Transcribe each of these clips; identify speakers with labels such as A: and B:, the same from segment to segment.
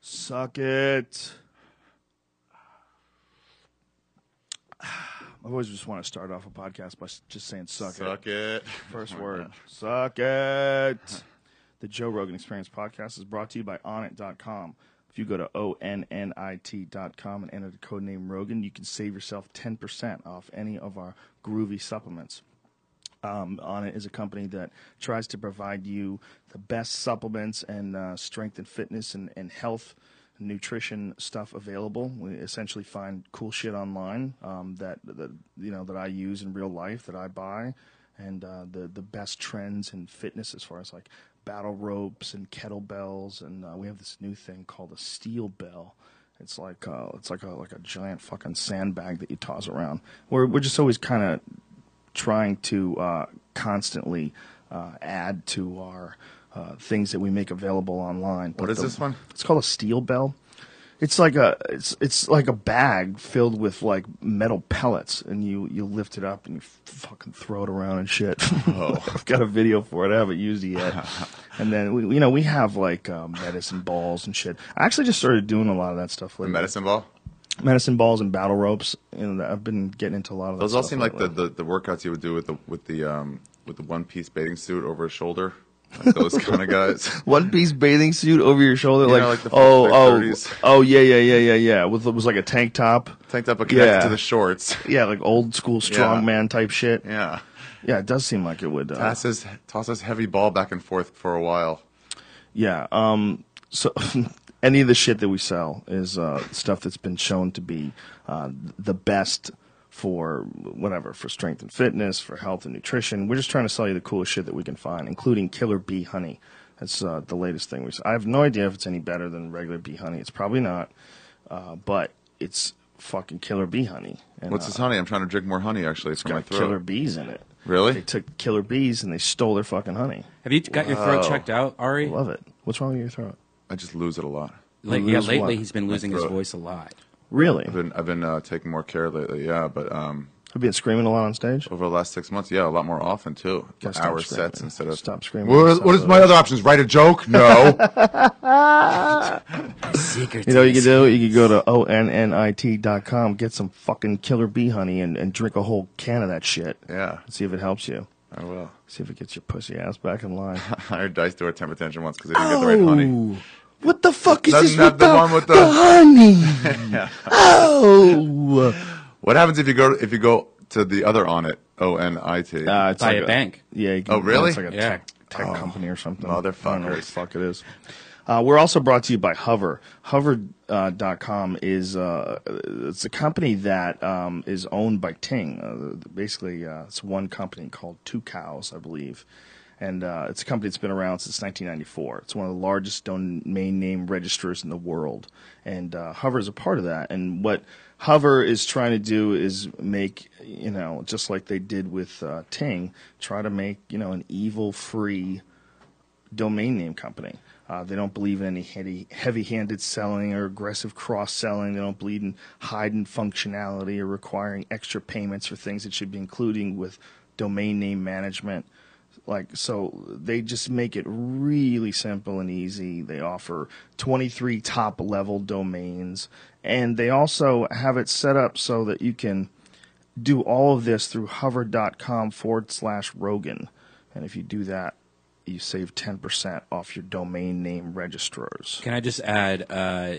A: Suck it. I've always just want to start off a podcast by s- just saying suck,
B: Suck it.
A: First word. Suck it. The Joe Rogan Experience podcast is brought to you by onit.com. If you go to onnit.com and enter the code name Rogan, you can save yourself 10% off any of our groovy supplements. Um, Onnit is a company that tries to provide you the best supplements and uh, strength and fitness and, and health nutrition stuff available. We essentially find cool shit online um, that, that you know that I use in real life that I buy, and uh, the the best trends in fitness as far as like battle ropes and kettlebells, and uh, we have this new thing called a steel bell. It's like uh, it's like a like a giant fucking sandbag that you toss around. We're we're just always kind of trying to uh, constantly uh, add to our uh, things that we make available online. But
B: is this one?
A: It's called a steel bell. It's like a it's it's like a bag filled with like metal pellets, and you you lift it up and you fucking throw it around and shit. I've got a video for it. I haven't used it yet. and then we, you know we have like uh, medicine balls and shit. I actually just started doing a lot of that stuff lately.
B: Medicine ball.
A: medicine balls and battle ropes. You know, I've been getting into a lot of that
B: Those all
A: stuff
B: seem like
A: lately.
B: the, the, the workouts you would do with the with the um with the one piece bathing suit over his shoulder. Like those kind of guys.
A: one piece bathing suit over your shoulder,
B: You
A: like,
B: know, like the
A: oh
B: fifth,
A: oh
B: thirties.
A: oh yeah yeah yeah yeah yeah. With it was like a tank top,
B: Tanked up but connected
A: Yeah.
B: to the shorts.
A: yeah, like old school strongman type shit. Yeah.
B: Yeah.
A: it does seem like it would. Uh,
B: Passes tosses heavy ball back and forth for a while.
A: yeah. Um. So any of the shit that we sell is uh, stuff that's been shown to be uh, the best for whatever for strength and fitness for health and nutrition we're just trying to sell you the coolest shit that we can find including killer bee honey that's uh, the latest thing we s- i have no idea if it's any better than regular bee honey it's probably not uh, but it's fucking killer bee honey. And,
B: What's
A: uh,
B: this honey? I'm trying to drink more honey actually from my
A: got
B: throat.
A: killer bees in it.
B: Really?
A: They took killer bees and they stole their fucking honey.
C: Have you got your throat checked out, Ari?
A: Love it. What's wrong with your throat?
B: I just lose it a lot.
C: Like,
A: You
C: yeah,
A: lose
C: lately
A: what?
C: he's been losing his
B: throat.
C: voice a lot.
A: Really?
B: I've been I've been uh, taking more care lately, yeah, but um
A: I've been screaming a lot on stage.
B: over the last six months, yeah, a lot more often too.
A: Yeah, stop
B: Hour
A: screaming.
B: sets instead of
A: Stop screaming.
B: What, what is my other options? Write a joke? No.
C: Secret.
A: You know what you could do? You could go to onnit.com, get some fucking killer bee honey, and, and drink a whole can of that shit.
B: yeah,
A: See if it helps you.
B: I will.
A: See if it gets your pussy ass back in line.
B: I heard Dice do a temper tantrum once because they didn't get the right honey.
A: Oh. What the fuck is
B: Not-
A: this
B: not
A: with
B: the
A: the,
B: one with
A: the
B: the-
A: honey? Oh.
B: What happens if you go if you go to the other on it? O N I T.
A: Uh, it's
C: By
A: like
C: a bank.
A: Yeah. You can,
B: Oh, really? Oh.
A: It's like a
C: Yeah.
A: tech, tech company or something. I don't know what the
B: motherfuckers.
A: fuck it is. Uh, we're also brought to you by Hover. Hover.com uh, dot com is uh, it's a company that um, is owned by Ting. Uh, basically, uh, it's one company called Two Cows, I believe. And uh, it's a company that's been around since 1994. It's one of the largest domain name registrars in the world. And uh, Hover is a part of that. And what Hover is trying to do is make, you know, just like they did with uh, Ting, try to make, you know, an evil free domain name company. Uh, they don't believe in any heady, heavy-handed selling or aggressive cross-selling. They don't believe in hidden functionality or requiring extra payments for things that should be including with domain name management. Like so, they just make it really simple and easy. They offer 23 top-level domains, and they also have it set up so that you can do all of this through hover.com forward slash Rogan. And if you do that, you save 10% off your domain name registrars.
C: Can I just add? Uh,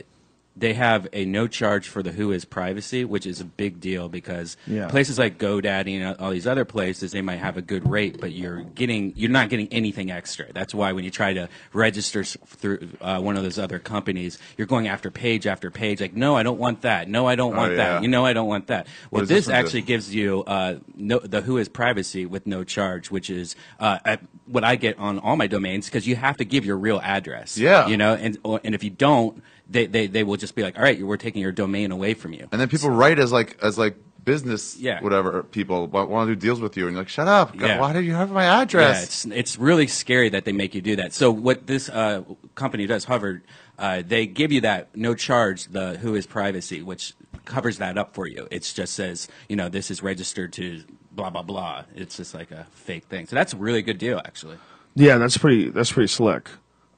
C: they have a no charge for the who is privacy, which is a big deal because
A: Yeah.
C: places like GoDaddy and all these other places, they might have a good rate, but you're getting you're not getting anything extra. That's why when you try to register s- through uh, one of those other companies, you're going after page after page. Like, no, I don't want that. No, I don't want
B: Oh, yeah.
C: that. You know, I don't want that. Well,
B: does this
C: this
B: one do?
C: actually gives you uh, no, the who is privacy with no charge, which is uh, I- what I get on all my domains because you have to give your real address.
B: Yeah.
C: You know, Uh, and or, and if you don't, they, they they will just be like, all right, we're taking your domain away from you.
B: and then people write as like as like business
C: Yeah.
B: whatever people want to do deals with you and you're like shut up God,
C: Yeah.
B: why did you have my
C: Yeah,
B: address
C: it's it's really scary that they make you do that. So what this uh, company does, Hover, uh, they give you that no charge the who is privacy, which covers that up for you. It just says you know this is registered to blah blah blah. It's just like a fake thing. So that's a really good deal, actually.
A: Yeah, that's pretty that's pretty slick.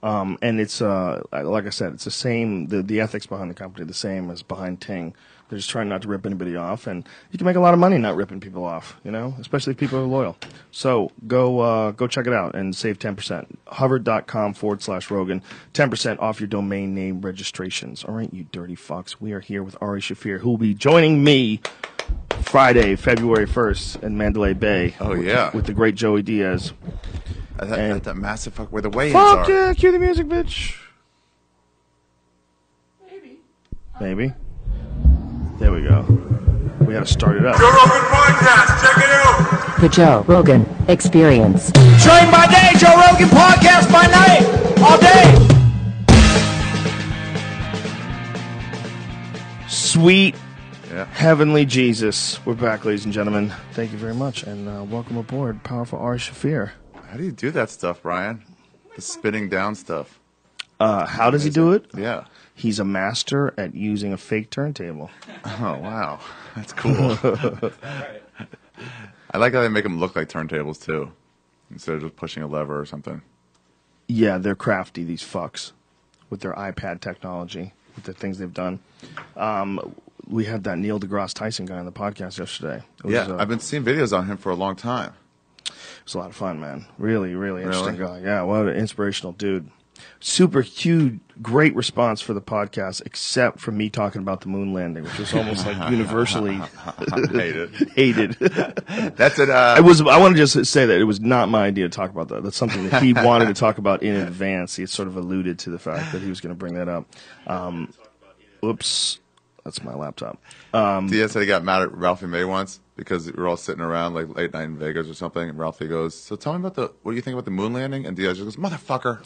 A: Um, and it's uh, like I said, it's the same. The, the ethics behind the company are the same as behind Ting. They're just trying not to rip anybody off, and you can make a lot of money not ripping people off. You know, especially if people are loyal. So go uh, go check it out and save ten percent. Hover.com forward slash Rogan, ten percent off your domain name registrations. All right, you dirty fucks. We are here with Ari Shafir, who will be joining me Friday, February first, in Mandalay Bay.
B: Oh,
A: with-
B: yeah.
A: with the great Joey Diaz.
B: At that, at that massive fuck where the weigh-ins
A: Fuck
B: are.
A: yeah! Cue the music, bitch. Maybe. Maybe. There we go. We gotta start it up.
D: Joe Rogan Podcast, check it out.
E: The Joe Rogan Experience.
F: Train by day, Joe Rogan podcast by night, all day.
A: Sweet
B: Yeah.
A: heavenly Jesus, we're back, ladies and gentlemen. Thank you very much, and uh, welcome aboard, powerful Ari Shafir.
B: How do you do that stuff, Brian? The spinning down stuff.
A: Uh, how does he do it?
B: Yeah.
A: He's a master at using a fake turntable.
B: Oh wow, that's cool. I like how they make them look like turntables too, instead of just pushing a lever or something.
A: Yeah, they're crafty, these fucks, with their iPad technology, with the things they've done. Um, we had that Neil deGrasse Tyson guy on the podcast yesterday. It was,
B: Yeah,
A: uh,
B: I've been seeing videos on him for a long time.
A: it was a lot of fun, man. Really, really interesting
B: Really?
A: guy. Yeah, what an inspirational dude. Super huge, great response for the podcast, except for me talking about the moon landing, which was almost like universally
B: Hated.
A: hated.
B: That's it. Uh,
A: I was. I want to just say that it was not my idea to talk about that. That's something that he wanted to talk about in advance. He had sort of alluded to the fact that he was going to bring that up. Um, oops, that's my laptop.
B: Diaz said he got mad at Ralphie May once because we were all sitting around like late night in Vegas or something, and Ralphie goes, "So tell me about the what do you think about the moon landing?" And Diaz just goes, "Motherfucker."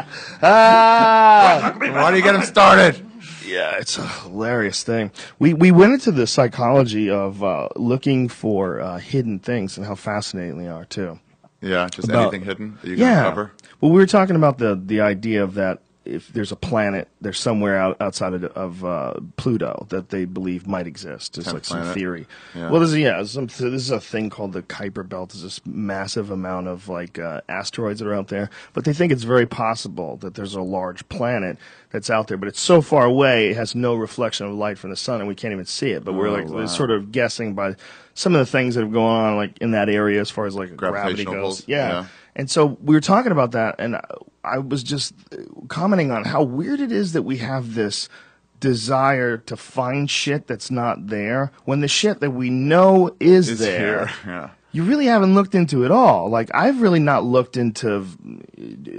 B: Ah! Why do you get him started?
A: Yeah, it's a hilarious thing. We we went into the psychology of uh, looking for uh, hidden things and how fascinating they are too.
B: Yeah, just
A: About-
B: anything hidden that you can
A: Yeah.
B: cover.
A: Well, we were talking about the the idea of that if there's a planet, there's somewhere out, outside of, of uh, Pluto that they believe might exist. It's
B: Tenth
A: like some
B: planet.
A: theory.
B: Yeah.
A: Well, there's yeah, some, this is a thing called the Kuiper Belt. There's this massive amount of like uh, asteroids that are out there, but they think it's very possible that there's a large planet that's out there, but it's so far away, it has no reflection of light from the sun, and we can't even see it. But we're
B: Oh,
A: like
B: wow.
A: sort of guessing by some of the things that have gone on like in that area as far as like gravity
B: Gravitational
A: goes.
B: pulls,
A: Yeah.
B: yeah.
A: And so we were talking about that, and I- I was just uh, commenting on how weird it is that we have this desire to find shit that's not there when the shit that we know is
B: It's
A: there.
B: here. Yeah.
A: You really haven't looked into it all. Like I've really not looked into uh,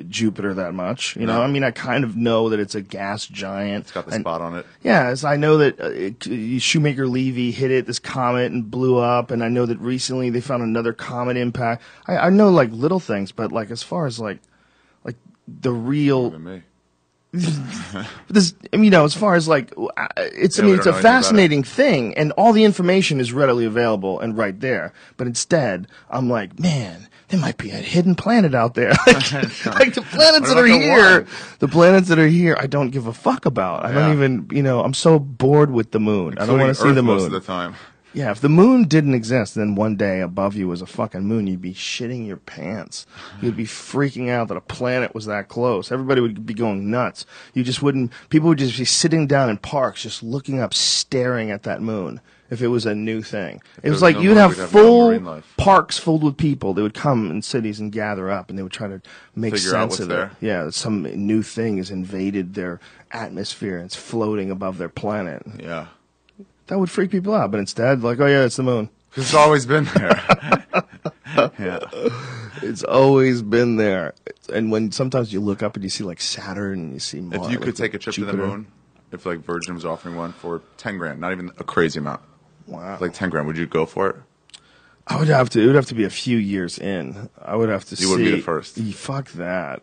A: Jupiter that much. You know,
B: No.
A: I mean, I kind of know that it's a gas giant.
B: It's got the
A: and-
B: spot on it.
A: yeah, as I know that uh, it- Shoemaker Levy hit it, this comet, and blew up, and I know that recently they found another comet impact. I, I know like little things, but like as far as like like the real
B: Than me.
A: this, I mean, you know, as far as like I- it's
B: Yeah,
A: I
B: we
A: mean it's a
B: don't know anything about it.
A: fascinating thing, and all the information is readily available and right there. But instead, I'm like, man. There might be a hidden planet out there. like, like the planets
B: What
A: that are
B: about the
A: here,
B: one?
A: the planets that are here, I don't give a fuck about. I don't
B: Yeah.
A: even, you know, I'm so bored with the moon. I don't
B: Including
A: want to see
B: Earth
A: the
B: most
A: moon.
B: of the time.
A: Yeah, if the moon didn't exist, then one day above you was a fucking moon, you'd be shitting your pants. You'd be freaking out that a planet was that close. Everybody would be going nuts. You just wouldn't, people would just be sitting down in parks, just looking up, staring at that moon if it was a new thing. it was
B: was
A: like
B: no
A: you'd
B: moon,
A: have
B: we'd have no
A: full
B: marine life.
A: parks filled with people. They would come in cities and gather up and they would try to make
B: Figure
A: sense
B: out what's
A: of it
B: there.
A: yeah, some new thing has invaded their atmosphere and it's floating above their planet.
B: Yeah.
A: That would freak people out, but instead, like, oh yeah, it's the moon.
B: 'Cause It's always been there. yeah.
A: It's always been there. It's- And when sometimes you look up and you see like Saturn and you see Mars.
B: If you could take a trip to the moon, if like Virgin was offering one for ten grand, not even a crazy amount,
A: wow.
B: like ten grand, would you go for it?
A: I would have to. It would have to be a few years in. I would have to.
B: You wouldn't be
A: see-
B: the first.
A: You- Fuck that.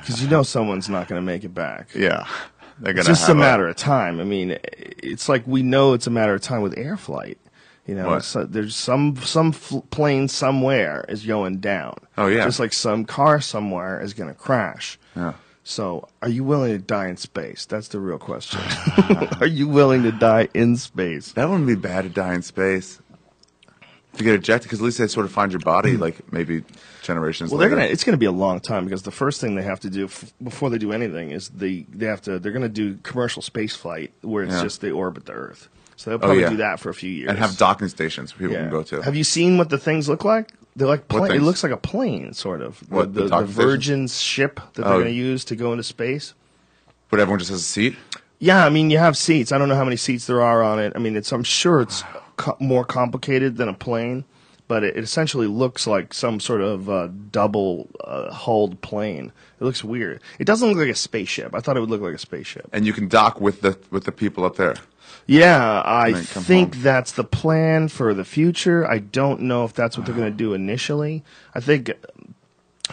A: Because you know someone's not going to make it back.
B: Yeah, they're gonna
A: It's just a
B: have
A: matter of time. I mean, it's like we know it's a matter of time with air flight. You know,
B: What?
A: so there's some some fl- plane somewhere is going down.
B: Oh, yeah.
A: just like some car somewhere is going to crash.
B: Yeah.
A: So, are you willing to die in space? That's the real question. are you willing to die in space?
B: That wouldn't be bad to die in space. to get ejected because at least they sort of find your body, like maybe generations
A: Hmm. Well, they're
B: later.
A: gonna. It's gonna be a long time because the first thing they have to do f- before they do anything is they they have to. They're gonna do commercial space flight where it's
B: Yeah. Oh,
A: just they orbit the Earth. So they'll probably
B: yeah.
A: do that for a few years
B: and have docking stations where people
A: Yeah.
B: can go to.
A: Have you seen what the things look like? They're like
B: What
A: pla- it
B: things?
A: looks like a plane, sort of. The-
B: What, the
A: the, the,
B: docking station?
A: Virgin ship that they're
B: Oh.
A: going to use to go into space.
B: but everyone just has a seat.
A: Yeah, I mean you have seats. I don't know how many seats there are on it. I mean it's. I'm sure it's co- more complicated than a plane, but it, it essentially looks like some sort of uh, double uh, hulled plane. It looks weird. It doesn't look like a spaceship. I thought it would look like a spaceship.
B: and you can dock with the with the people up there.
A: Yeah, I
B: then come
A: think
B: home.
A: that's the plan for the future. I don't know if that's what they're going to do initially. I think,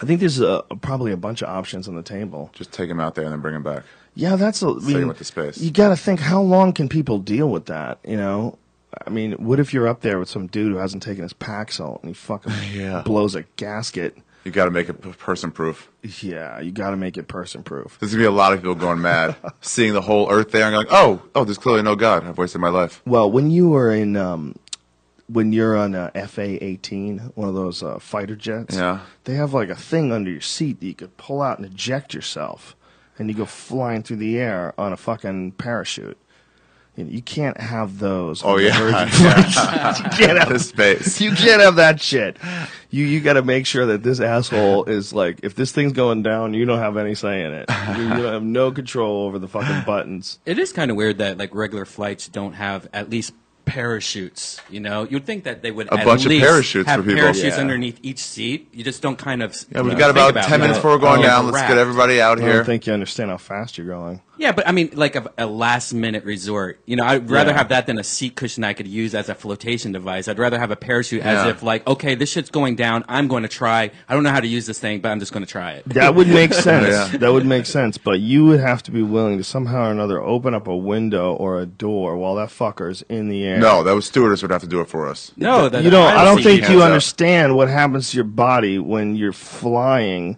A: I think there's a, probably a bunch of options on the table.
B: Just take them out there and then bring them back.
A: Yeah, that's a. I
B: Same
A: mean,
B: with the space.
A: You got to think how long can people deal with that? You know, I mean, what if you're up there with some dude who hasn't taken his Paxil and he fucking
B: Yeah.
A: blows a gasket?
B: You got to make it person proof.
A: Yeah, you got to make it person proof.
B: There's gonna be a lot of people going mad, seeing the whole Earth there and going, "Oh, oh, there's clearly no God. I've wasted my life."
A: Well, when you were in, um, when you're on a FA-18, one of those uh, fighter jets,
B: Yeah.
A: they have like a thing under your seat that you could pull out and eject yourself, and you go flying through the air on a fucking parachute. You, know, you can't have those. on
B: Oh
A: the
B: yeah,
A: Virgin-
B: yeah.
A: you can't
B: the
A: have
B: space.
A: you can't have that shit. You you got to make sure that this asshole is like, if this thing's going down, you don't have any say in it. You, you don't have no control over the fucking buttons.
C: It is kind of weird that like regular flights don't have at least parachutes. You know, you'd think that they would
B: A
C: at
B: bunch of
C: least
B: parachutes
C: have
B: for people.
C: parachutes
A: Yeah.
C: underneath each seat. You just don't kind of.
B: Yeah, we've
C: think
B: got about
C: about
B: ten
C: it.
B: minutes
C: Yeah.
B: before we're going
C: Oh,
B: down. Let's
C: wrapped.
B: get everybody out
A: I
B: here.
A: don't think you understand how fast you're going.
C: Yeah, but I mean, like a, a last minute resort. You know, I'd rather
A: Yeah.
C: have that than a seat cushion I could use as a flotation device. I'd rather have a parachute as
B: Yeah.
C: if like, okay, this shit's going down. I'm going to try. I don't know how to use this thing, but I'm just going to try it.
A: That would make sense.
B: Yeah.
A: That would make sense. But you would have to be willing to somehow or another open up a window or a door while that fucker's in the air.
B: no, that was stewardess would have to do it for us.
C: No, that,
A: you don't. I don't
C: see
A: think
B: you
A: you
B: hands up.
A: understand what happens to your body when you're flying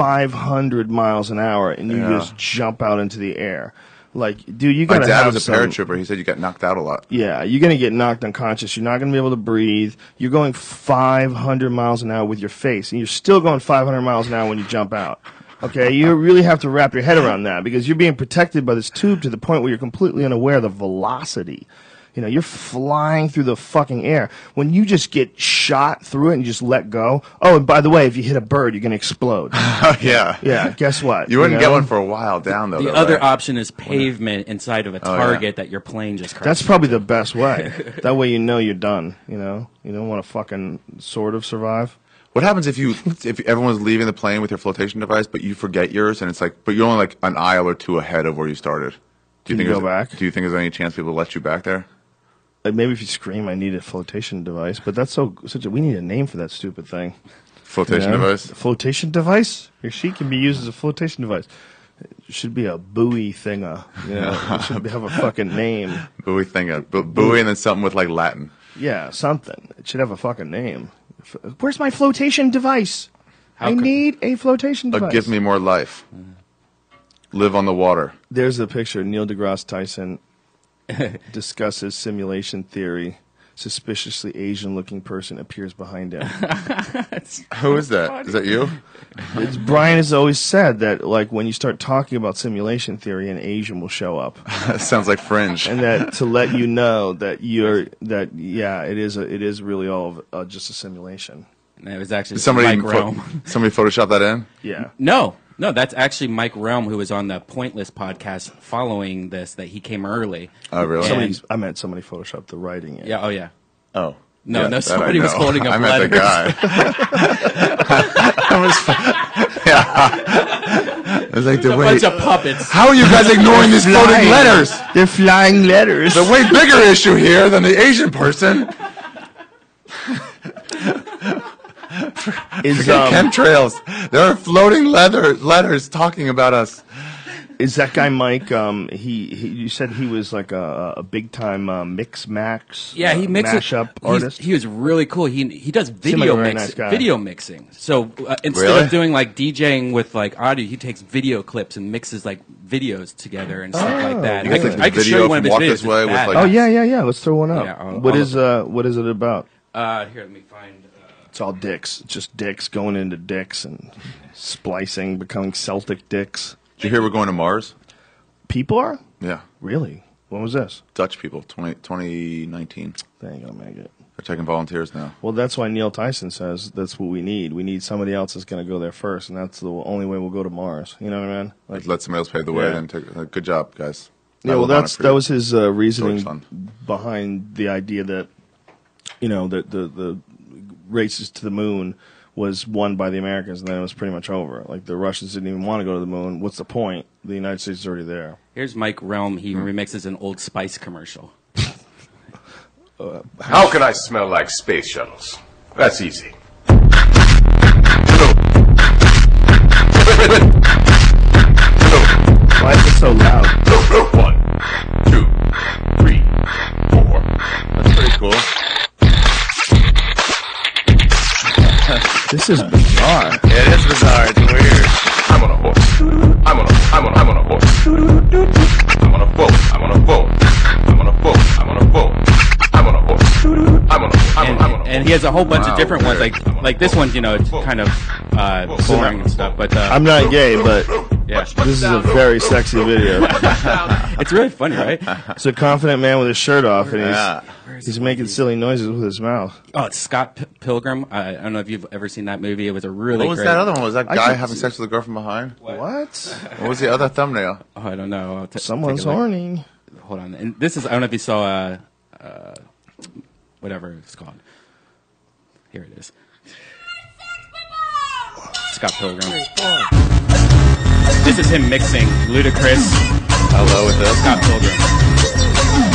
A: 500 miles an hour and you
B: Yeah.
A: just jump out into the air. Like, dude, you
B: My
A: gotta
B: dad
A: have
B: was a
A: some-
B: paratrooper. He said you got knocked out a lot.
A: Yeah, you're gonna get knocked unconscious. You're not gonna be able to breathe. You're going 500 miles an hour with your face, and you're still going 500 miles an hour when you jump out. Okay, you really have to wrap your head around that because you're being protected by this tube to the point where you're completely unaware of the velocity. You know, you're flying through the fucking air. When you just get shot through it and you just let go. Oh, and by the way, if you hit a bird, you're gonna explode.
B: Oh yeah,
A: yeah, guess what?
B: You wouldn't
A: know?
B: get one for a while down though.
C: The
B: that
C: other
B: way.
C: option is pavement inside of a
B: Oh, yeah. Oh,
C: target that your plane just crashed.
A: That's probably the best way. that way you know you're done. You know, you don't want to fucking sort of survive.
B: What happens if you if everyone's leaving the plane with your flotation device, but you forget yours, and it's like, but you're only like an aisle or two ahead of where you started? Do
A: Can you
B: there's-
A: go back?
B: Do you think there's any chance people let you back there?
A: Like maybe if you scream, I need a flotation device. But that's so such a we need a name for that stupid thing. you
B: Flotation
A: know?
B: device.
A: Flotation device. Your sheet can be used as a flotation device. It should be a buoy thinga. You know, it should have a fucking name.
B: Buoy thing, uh, bu- buoy, and then something with like Latin.
A: Yeah, something. It should have a fucking name. F- Where's my flotation device? I need a flotation
B: Uh,
A: device.
B: give me more life. Live on the water.
A: There's a picture. Neil deGrasse Tyson discusses simulation theory. Suspiciously Asian-looking person appears behind him.
B: Who is that? Is that you?
A: It's- Brian has always said that, like, when you start talking about simulation theory, an Asian will show up,
B: that sounds like Fringe.
A: and that to let you know that you're that yeah, it is a, it is really all of, uh, just a simulation.
C: And it was actually
B: Somebody
C: Mike
B: pho-
C: Rome.
B: somebody photoshopped that in.
A: Yeah,
C: No, no, that's actually Mike Realm, who was on the Pointless podcast following this, that he came early.
B: Oh really?
C: Somebody-
A: Somebody's- I meant somebody photoshopped the writing. In.
C: yeah, oh, yeah.
B: oh.
C: No, no,
B: that I
C: somebody was
B: know.
C: holding up
B: I meant the guy.
C: letters.
B: I was, yeah. I was like, the
C: A
B: wait,
C: bunch of puppets.
B: how are you guys ignoring these floating
A: Flying
B: letters?
A: They're flying letters.
B: the way bigger issue here than the Asian person
A: is,
B: is
A: um,
B: chemtrails. There are floating leather letters talking about us.
A: is that guy Mike? Um, he, he you said he was like a, a big time uh, mix max.
C: Yeah, he
A: uh,
C: mixes
A: mashup
C: he's-
A: artist.
C: He was really cool. He he does
A: like
C: video
A: a very
C: mix,
A: nice guy.
C: video mixing. So uh, instead
B: Really?
C: of doing like DJing with like audio, he takes video clips and mixes like videos together and stuff like that.
B: You guys like
C: I, could-
B: the
C: I could show
B: video
C: you one of
B: from Walk
C: his videos.
B: This Way
C: It's
B: with,
C: bad.
B: like-
A: oh yeah, yeah, yeah. Let's throw one up.
C: Yeah, I'll-
A: What
C: I'll-
A: is uh, what is it about?
C: Uh, here, let me find. Uh,
A: It's all dicks, just dicks going into dicks and splicing, becoming Celtic dicks.
B: Did you hear we're going to Mars?
A: People are
B: Yeah.
A: really. When was this?
B: Dutch people, 20, 2019.
A: They ain't gonna make it.
B: They're taking volunteers now.
A: Well, that's why Neil Tyson says that's what we need. We need somebody else that's going to go there first, and that's the only way we'll go to Mars. You know what I mean? Like,
B: Let somebody else pave the way.
A: Yeah.
B: Then take, uh, good job, guys.
A: yeah,
B: Medal
A: well,
B: of Honor
A: that's
B: for
A: that
B: you.
A: was his uh, reasoning
B: Georgetown.
A: behind the idea that you know that the the races to the moon was won by the Americans, and then it was pretty much over. Like the Russians didn't even want to go to the moon. What's the point? The United States is already there.
C: here's Mike Realm.
B: Hmm.
C: He remixes an Old Spice commercial.
G: How can I smell like space shuttles? That's easy.
A: Why is it so loud?
G: One, two, three, four.
B: That's pretty cool.
A: This is bizarre.
G: It is bizarre. It's weird. I'm on a horse. I'm on a. I'm on. I'm on a horse. I'm on a boat. I'm on a boat. I'm on a boat. I'm on a boat. I'm on a horse. I'm on a. I'm
C: and,
G: on. I'm on a
C: and
G: horse.
C: he has a whole bunch
B: Wow,
C: of different ones. Like like this one, you know, it's kind of uh, boring and stuff. But uh,
A: I'm not gay, but
C: yeah,
A: this is a very sexy video.
C: it's really funny, right?
A: It's a confident man with his shirt off, and he's
B: Yeah.
A: he's making silly noises with his mouth.
C: Oh, it's Scott P- Pilgrim. Uh, I don't know if you've ever seen that movie. It was a really
B: What was
C: great.
B: that other one? Was that
A: I
B: guy
A: should-
B: having sex with a girl from behind? What,
A: What?
B: was the other thumbnail?
C: Oh, I don't know. I'll t-
A: Someone's
C: take a look.
A: horny.
C: Hold on. And this is I don't know if you saw uh, uh, whatever it's called. Here it is. Scott Pilgrim. This is him mixing Ludacris,
B: Hello with this.
C: Scott Pilgrim.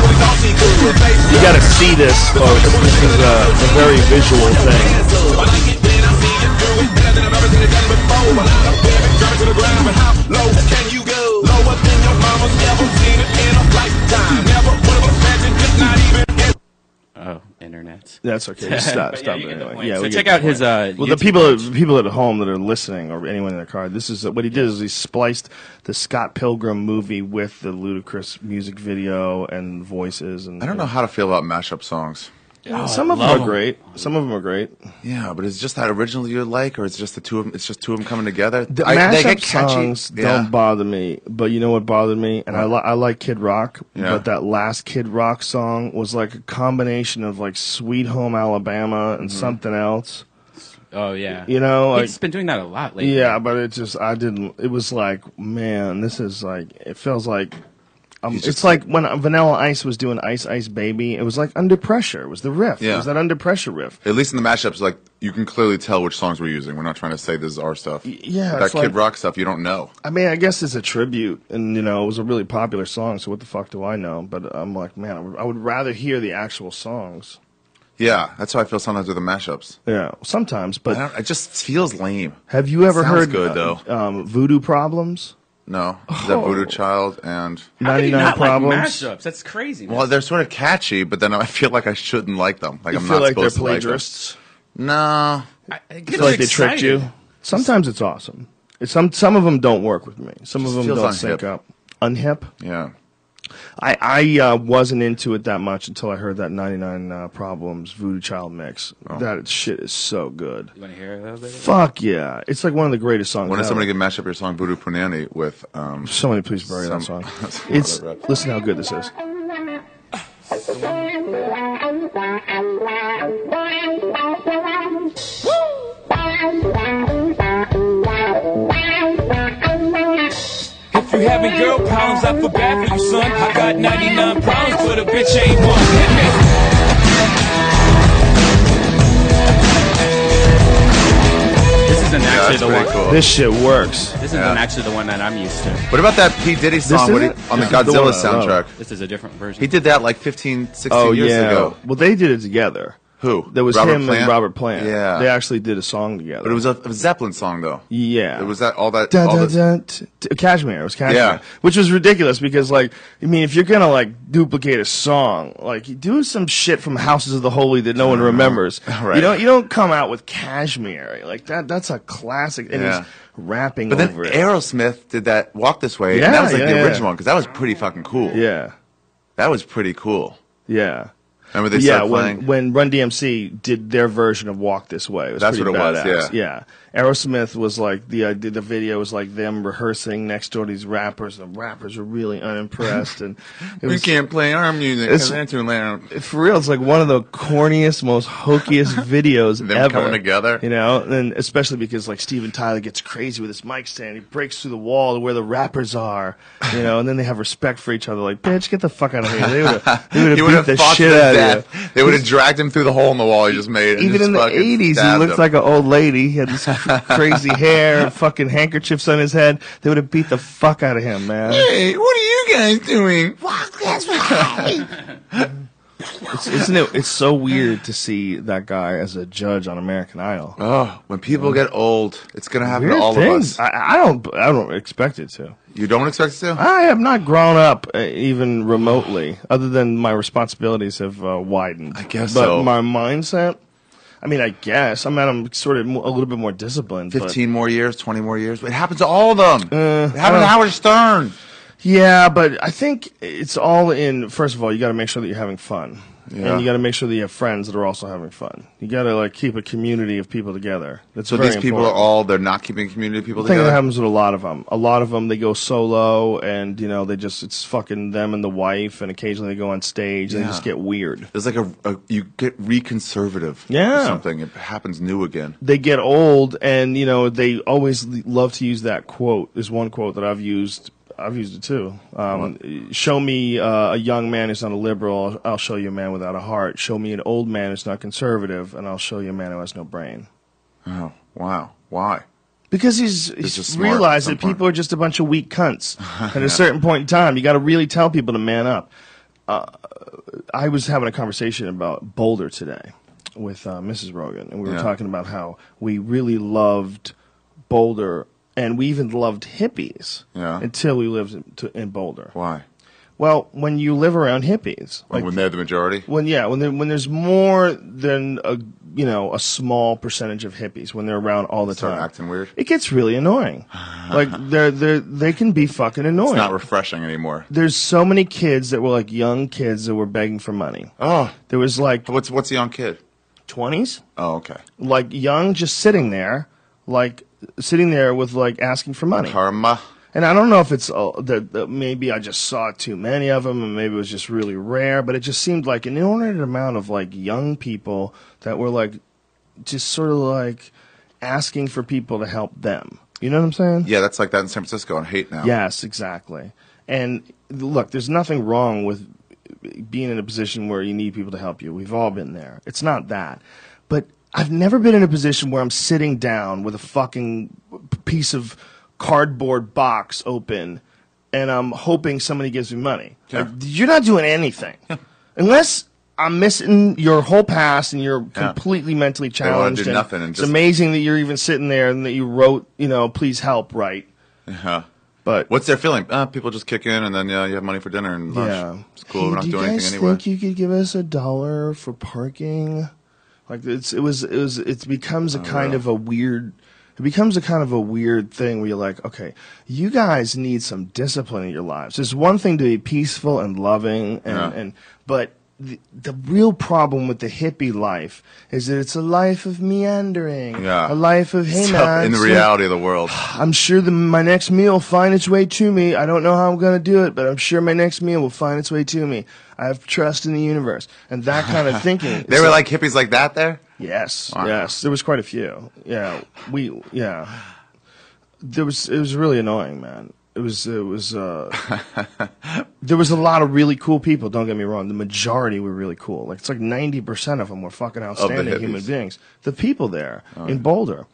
A: You gotta see this, folks. This is a, a very visual thing.
C: Oh, internet.
A: That's okay. Just Stop.
C: But yeah,
A: stop.
C: you get the
A: anyway.
C: point.
A: Yeah,
C: So
A: we
C: check
A: get the
C: out his,
A: point.
C: uh,
A: well, the
C: YouTube
A: people,
C: page.
A: people at home that are listening or anyone in their car. This is what he did. Is he spliced the Scott Pilgrim movie with the ludicrous music video and voices. And
B: I don't know how to feel about mashup songs.
A: Some of them
C: love
A: are
C: 'em.
A: great. Some of them are great.
B: Yeah, but it's just that original you like, or it's just the two of them. It's just two of them coming together.
A: The
B: I- they
A: mashup
B: get catchy.
A: songs
B: Yeah.
A: don't bother me, but you know what bothered me? And I, li- I like Kid Rock,
B: Yeah.
A: but that last Kid Rock song was like a combination of like Sweet Home Alabama and
B: Mm-hmm.
A: something else.
C: Oh yeah.
A: You know,
C: he's
A: like-
C: been doing that a lot lately.
A: Yeah, but it just I didn't. It was like, man, this is like it feels like. Um,
B: He's
A: it's
B: just-
A: like when Vanilla Ice was doing Ice Ice Baby. It was like Under Pressure. It was the riff. It
B: Yeah.
A: was that Under Pressure riff.
B: At least in the mashups, like you can clearly tell which songs we're using. We're not trying to say this is our stuff.
A: yeah,
B: that
A: it's
B: Kid
A: like-
B: Rock stuff, you don't know.
A: I mean, I guess it's a tribute, and you know, it was a really popular song. So what the fuck do I know? But I'm like, man, I would- I would rather hear the actual songs.
B: Yeah, that's how I feel sometimes with the mashups.
A: Yeah, sometimes.
B: I
A: But
B: don't, it just feels lame.
A: have you ever
B: Sounds
A: heard
B: good
A: uh,
B: though?
A: Um, Voodoo Problems?
B: No, is that
A: Oh.
B: Voodoo Child and
C: How could you
A: 99
C: not
A: Problems.
C: Like mashups. That's crazy. Man.
B: well, they're sort of catchy, but then I feel like I shouldn't like them. Like
A: You
B: I'm
A: feel
B: not
A: like they're
B: supposed to like them.
A: plagiarists.
B: No,
C: I, I
A: feel like they tricked you. Sometimes it's awesome. It's some some of them don't work with me. Some of
B: Just
A: them
B: feels
A: don't sync
B: unhip.
A: up. Unhip.
B: yeah,
A: I I uh, wasn't into it that much until I heard that 99 uh, Problems Voodoo Child mix.
B: Oh.
A: That shit is so good.
C: You want to hear a little bit?
A: Fuck yeah! It's like one of the greatest songs.
B: when did
A: ever.
B: somebody can mash up your song Voodoo Punani with um?
A: Somebody please bury that song.
B: Some-
A: It's
B: Whatever.
A: listen how good this is.
H: If you having girl problems, I feel bad for you, son. I got 99 problems, but a bitch ain't one. Hit me.
C: This isn't actually
B: That's
C: the
B: pretty
C: one.
B: cool.
A: This shit works.
C: This isn't
B: Yeah.
C: actually the one that I'm used to.
B: What about that P Diddy song
A: is
B: when he-
A: it?
B: on the
A: Yeah. The one
B: Godzilla
A: I love.
B: soundtrack?
C: This is a different version.
B: He did that like 15, 16 years ago.
A: Oh, Well, they did it together.
B: Who?
A: There was
B: Robert
A: him and
B: Plant?
A: Robert Plant.
B: Yeah.
A: They actually did a song together.
B: But it was a, a Zeppelin song though.
A: yeah.
B: It was that all that.
A: Da,
B: all
A: da,
B: the-
A: da, t- t- Cashmere. It was Cashmere.
B: Yeah.
A: Which was ridiculous because, like, I mean, if you're going to, like, duplicate a song, like, you do some shit from Houses of the Holy that no one remembers.
B: Right.
A: You don't, you don't come out with Cashmere. Like, that. that's a classic. And
B: Yeah.
A: he's rapping
B: But then
A: over it.
B: Aerosmith did that Walk This Way,
A: Yeah,
B: and that was like
A: yeah,
B: the
A: yeah.
B: original one because that was pretty fucking cool.
A: yeah.
B: That was pretty cool.
A: Yeah.
B: Remember they
A: yeah,
B: started
A: when,
B: playing?
A: when Run DMC did their version of Walk This Way. It was
B: That's
A: pretty
B: what it was,
A: badass. Yeah. Aerosmith was like, the uh, the video was like them rehearsing next door to these rappers. The rappers were really unimpressed. and it
B: we
A: was,
B: can't play our music.
A: It's-
B: It's, them
A: for real, it's like one of the corniest, most hokiest videos ever.
B: coming together.
A: You know, and especially because like Steven Tyler gets crazy with his mic stand. He breaks through the wall to where the rappers are, you know, and then they have respect for each other. Like, bitch, get the fuck out of here. They would have they
B: He
A: would
B: would
A: have
B: have
A: beat the
B: fought to
A: shit out of
B: death.
A: you.
B: They would have dragged him through the hole in the wall he just made. and
A: Even
B: just
A: in the
B: fucking
A: 80s, he
B: stabbed
A: looked
B: him.
A: like an old lady. He had this crazy hair and fucking handkerchiefs on his head. They would have beat the fuck out of him, man.
B: Hey, what are you guys doing? Walk this way.
A: It's, isn't it? It's so weird to see that guy as a judge on American Idol.
B: oh, when people get old, it's gonna happen
A: Weird
B: to all
A: things.
B: of us.
A: I, I don't. I don't expect it to.
B: You don't expect it to?
A: I have not grown up uh, even remotely, other than my responsibilities have uh, widened. I
B: guess
A: but
B: so.
A: my mindset. I mean, I guess I'm. I'm sort of mo- a little bit more disciplined. but-
B: Fifteen more years, twenty more years. It happens to all of them. it
A: Uh, I
B: happened
A: don't-
B: to Howard Stern.
A: yeah, but I think it's all in. First of all, you got to make sure that you're having fun,
B: Yeah.
A: and you got to make sure that you have friends that are also having fun. You got to like keep a community of people together. That's
B: So
A: very
B: these people are
A: important.
B: all they're not keeping community people
A: I think that
B: together.
A: happens with a lot of them. A lot of them, they go solo, and you know, they just it's fucking them and the wife, and occasionally they go on stage. and They
B: Yeah.
A: just get weird.
B: There's like a, a you get reconservative.
A: Yeah.
B: Or something. It happens new again.
A: They get old, and you know, they always l- love to use that quote. There's one quote that I've used. I've used it too. Um, show me uh, a young man who's not a liberal. I'll show you a man without a heart. Show me an old man who's not conservative, and I'll show you a man who has no brain.
B: Oh wow. Why?
A: Because he's,
B: just
A: he's
B: smart
A: realized
B: at some
A: that people
B: point.
A: are just a bunch of weak cunts. At a certain point in time, you got to really tell people to man up. Uh, I was having a conversation about Boulder today with uh, Mrs. Rogan, and we were
B: Yeah.
A: talking about how we really loved Boulder, and we even loved hippies
B: Yeah.
A: until we lived in, to, in Boulder.
B: Why?
A: Well, when you live around hippies, like
B: when they're the majority.
A: when yeah, when there, when there's more than a you know a small percentage of hippies when they're around all the
B: Start
A: time,
B: acting weird?
A: It gets really annoying. like they're they are they can be fucking annoying.
B: It's not refreshing anymore.
A: there's so many kids that were like young kids that were begging for money.
B: Oh,
A: There was like
B: what's what's the young kid?
A: twenties,
B: Oh, okay.
A: like young, just sitting there, like sitting there with like asking for money.
B: Karma.
A: And I don't know if it's uh, that, that maybe I just saw too many of them, and maybe it was just really rare. But it just seemed like an inordinate amount of like young people that were like just sort of like asking for people to help them. You know what I'm saying?
B: Yeah, that's like that in San Francisco and hate now.
A: Yes, exactly. And look, there's nothing wrong with being in a position where you need people to help you. We've all been there. It's not that. But I've never been in a position where I'm sitting down with a fucking piece of cardboard box open and I'm hoping somebody gives me money.
B: Yeah.
A: Like, you're not doing anything. Unless I'm missing your whole past and you're
B: Yeah.
A: completely mentally
B: wanna
A: challenged.
B: do
A: and
B: nothing and
A: it's
B: just-
A: amazing that you're even sitting there and that you wrote, you know, please help, right?
B: Yeah.
A: But
B: What's their feeling? Uh, people just kick in, and then yeah, you have money for dinner and lunch. It's cool.
A: Hey,
B: We're not
A: do you
B: doing
A: guys
B: anything anyway.
A: think you could give us a dollar for parking? Like it's it was it was it becomes a kind of a weird. It becomes a kind of a weird thing where you're like, okay, you guys need some discipline in your lives. It's one thing to be peaceful and loving, and,
B: Yeah.
A: and but the, the real problem with the hippie life is that it's a life of meandering,
B: Yeah.
A: a life of hey
B: It's
A: man,
B: tough in the
A: so-
B: reality of the world.
A: I'm sure the, my next meal will find its way to me. I don't know how I'm going to do it, but I'm sure my next meal will find its way to me. I have trust in the universe. And that kind of thinking.
B: They
A: is
B: were like hippies like that there.
A: yes,
B: Wow.
A: yes. There was quite a few. Yeah. We, yeah. There was, it was really annoying, man. It was, it was, uh, there was a lot of really cool people. Don't get me wrong. The majority were really cool. Like, it's like 90% of them were fucking outstanding human
B: hippies. Oh,
A: beings. The people there in Boulder.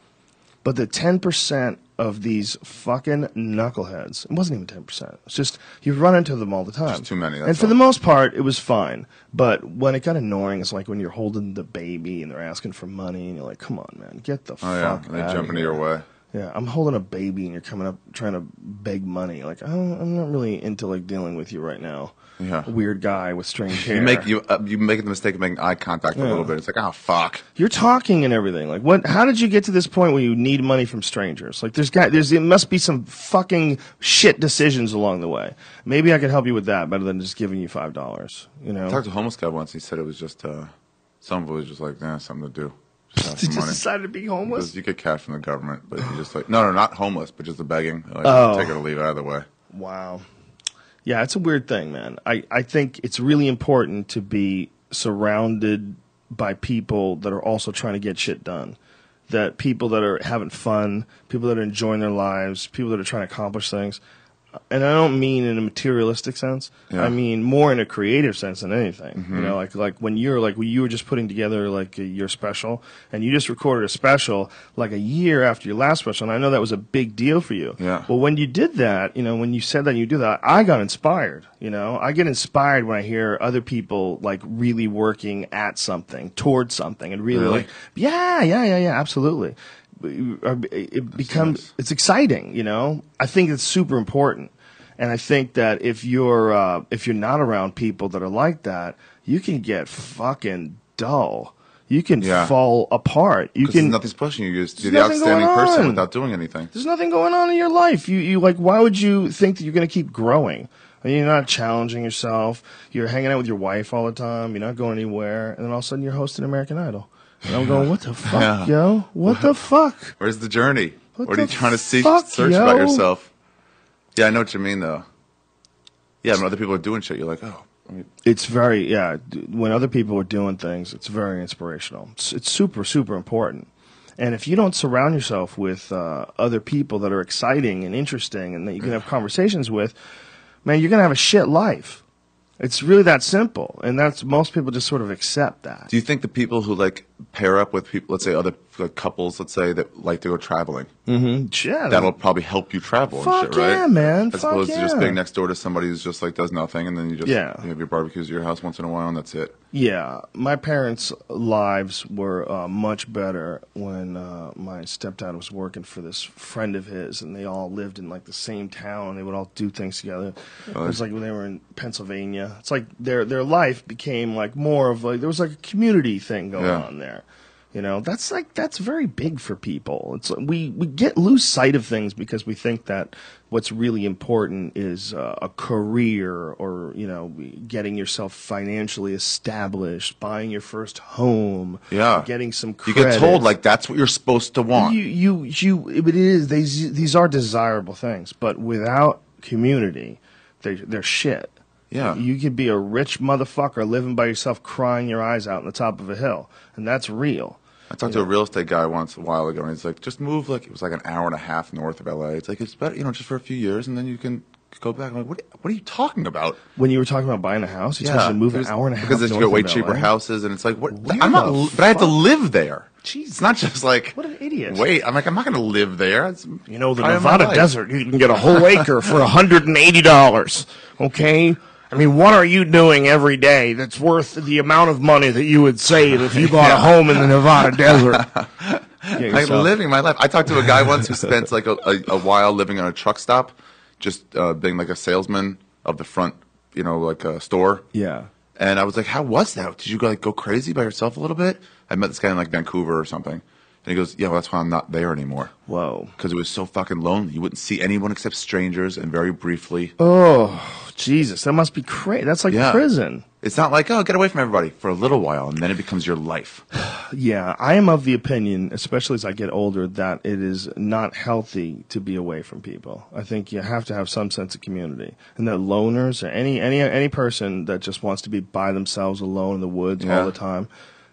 A: But the 10% of these fucking knuckleheads, it wasn't even 10%. It's just, you run into them all the time.
B: too many, that's
A: And for
B: all.
A: the most part, it was fine. But when it got annoying, it's like when you're holding the baby and they're asking for money and you're like, come on, man, get the
B: Oh
A: fuck
B: yeah, and they
A: outta
B: jump into
A: here."
B: your way.
A: Yeah, I'm holding a baby and you're coming up trying to beg money. Like, I don't, I'm not really into like dealing with you right now.
B: Yeah.
A: Weird guy with strange hair.
B: You make you uh, you make the mistake of making eye contact a little bit. It's like, oh fuck.
A: You're talking and everything. Like, what? How did you get to this point where you need money from strangers? Like, there's got there's it must be some fucking shit decisions along the way. Maybe I could help you with that better than just giving you five dollars. You know,
B: I talked to a homeless guy once. He said it was just uh, some of it was just like, nah, something to do. Just
A: They
B: have some
A: just
B: money.
A: decided to be
B: Because
A: homeless.
B: you get cash from the government, but you just like no, no, not homeless, but just the begging. Like,
A: Oh.
B: Take it or leave it either way.
A: Wow. Yeah, it's a weird thing, man. I, I think it's really important to be surrounded by people that are also trying to get shit done. That people that are having fun, people that are enjoying their lives, people that are trying to accomplish things. And I don't mean in a materialistic sense.
B: Yeah. Mm-hmm.
A: I mean more in a creative sense than anything. You know, like like when you're like when you were just putting together like your special, and you just recorded a special like a year after your last special. And I know that was a big deal for you.
B: Yeah.
A: Well, when you did that, you know, when you said that and you do that, I got inspired. You know, I get inspired when I hear other people like really working at something, towards something, and really,
B: Really?
A: like, yeah, yeah, yeah, yeah, absolutely. Uh, It it becomes
B: nice.
A: it's exciting. You know, I think it's super important, and I think that if you're uh, if you're not around people that are like that, you can get fucking dull. You can
B: Yeah.
A: fall apart. You
B: Because
A: can
B: nothing's pushing you. You're just you're the
A: There's nothing
B: outstanding
A: going
B: person
A: on.
B: without doing anything.
A: there's nothing going on in your life. You you like why would you think that you're going to keep growing? I mean, you're not challenging yourself. You're hanging out with your wife all the time. You're not going anywhere, and then all of a sudden you're hosting American Idol. And I'm going, what the fuck,
B: Yeah.
A: yo? What the fuck?
B: Where's the journey?
A: What
B: What, are you
A: the
B: trying to seek,
A: fuck,
B: search
A: yo?
B: about yourself? Yeah, I know what you mean though. Yeah, when other people are doing shit, you're like, oh, I mean,
A: It's very yeah. d- When other people are doing things, it's very inspirational. It's, it's super super important. And if you don't surround yourself with uh, other people that are exciting and interesting and that you can have conversations with, man, you're gonna have a shit life. It's really that simple, and that's most people just sort of accept that.
B: do you think the people who like pair up with people, let's say other like, couples, let's say that like to go traveling,
A: Yeah,
B: that'll probably help you travel
A: Mm. Fuck
B: and shit, right?
A: yeah, man.
B: As
A: Fuck
B: opposed to just
A: yeah.
B: being next door to somebody who's just like does nothing, and then you just
A: Yeah.
B: you have your barbecues at your house once in a while, and that's it.
A: Yeah, my parents' lives were uh, much better when uh, my stepdad was working for this friend of his, and they all lived in like the same town. They would all do things together. It was like when they were in Pennsylvania. It's like their their life became like more of like there was like a community thing going
B: Yeah.
A: on there. You know, that's like that's very big for people. It's we we get lose sight of things because we think that what's really important is uh, a career or you know getting yourself financially established, buying your first home,
B: Yeah,
A: getting some.
B: You
A: Credit.
B: get told like that's what you're supposed to want.
A: you you you. It is these these are desirable things, but without community, they they're shit.
B: Yeah.
A: you could be a rich motherfucker living by yourself, crying your eyes out on the top of a hill, and that's real.
B: I talked to a real estate guy once a while ago, and he's like, "Just move like it was like an hour and a half north of LA. It's like it's better, you know, just for a few years, and then you can go back." I'm like, "What? What are you talking about?"
A: When you were talking about buying a house, you told us to move
B: It
A: an
B: was-
A: hour and a half
B: because then you get
A: north
B: way
A: of
B: cheaper
A: LA.
B: houses, and it's like, "What?
A: Where
B: I'm not,
A: the
B: li- but I have to
A: fuck?
B: live there.
A: Jesus.
B: It's not just like
A: What an idiot.
B: Wait, I'm like, I'm not going to live there. It's
A: You know, the
B: part of my
A: Nevada
B: life.
A: desert, you can get a whole acre for $180. Okay? I mean, what are you doing every day that's worth the amount of money that you would save if you bought a home in the Nevada desert?
B: like living my life. I talked to a guy once who spent like a, a, a while living on a truck stop, just uh, being like a salesman of the front, you know, like a store.
A: Yeah.
B: And I was like, "How was that? Did you go, like go crazy by yourself a little bit?" I met this guy in like Vancouver or something, and he goes, "Yeah, well, that's why I'm not there anymore."
A: Whoa.
B: Because it was so fucking lonely. You wouldn't see anyone except strangers and very briefly.
A: Oh, Jesus. That must be crazy. That's like
B: Yeah.
A: prison.
B: It's not like, oh, get away from everybody for a little while, and then it becomes your life.
A: Yeah. I am of the opinion, especially as I get older, that it is not healthy to be away from people. I think you have to have some sense of community. And that loners or any, any, any person that just wants to be by themselves alone in the woods
B: Yeah.
A: all the time,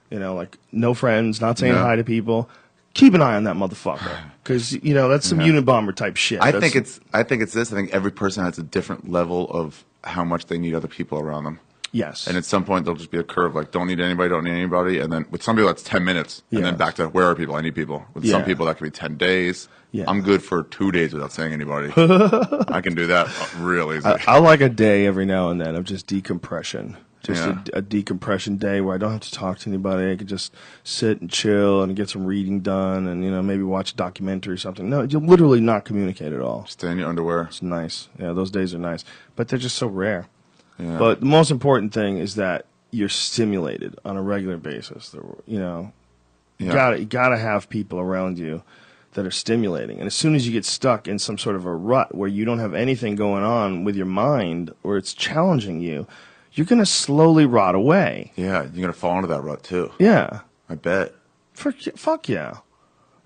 A: you know, like no friends, not saying
B: Yeah.
A: hi to people. Keep an eye on that motherfucker. Cause, you know, that's some Unabomber type shit.
B: I
A: That's-
B: think it's I think it's this. I think every person has a different level of how much they need other people around them.
A: yes.
B: And at some point there'll just be a curve like don't need anybody, don't need anybody, and then with some people that's ten minutes, and
A: Yeah.
B: then back to where are people? I need people. With some
A: Yeah.
B: people that could be ten days.
A: Yeah.
B: I'm good for two days without seeing anybody. I can do that real easy.
A: I, I like a day every now and then of just decompression. just
B: Yeah.
A: a, a decompression day where I don't have to talk to anybody. I could just sit and chill and get some reading done, and you know maybe watch a documentary or something. No, you literally not communicate at all.
B: Stay in your underwear.
A: It's nice. Yeah, those days are nice, but they're just so rare.
B: Yeah.
A: But the most important thing is that you're stimulated on a regular basis. There were- You know, you
B: Yeah.
A: gotta you gotta have people around you that are stimulating. And as soon as you get stuck in some sort of a rut where you don't have anything going on with your mind or it's challenging you, you're gonna slowly rot away.
B: Yeah, you're gonna fall into that rut too.
A: Yeah.
B: I bet.
A: Frick, fuck yeah,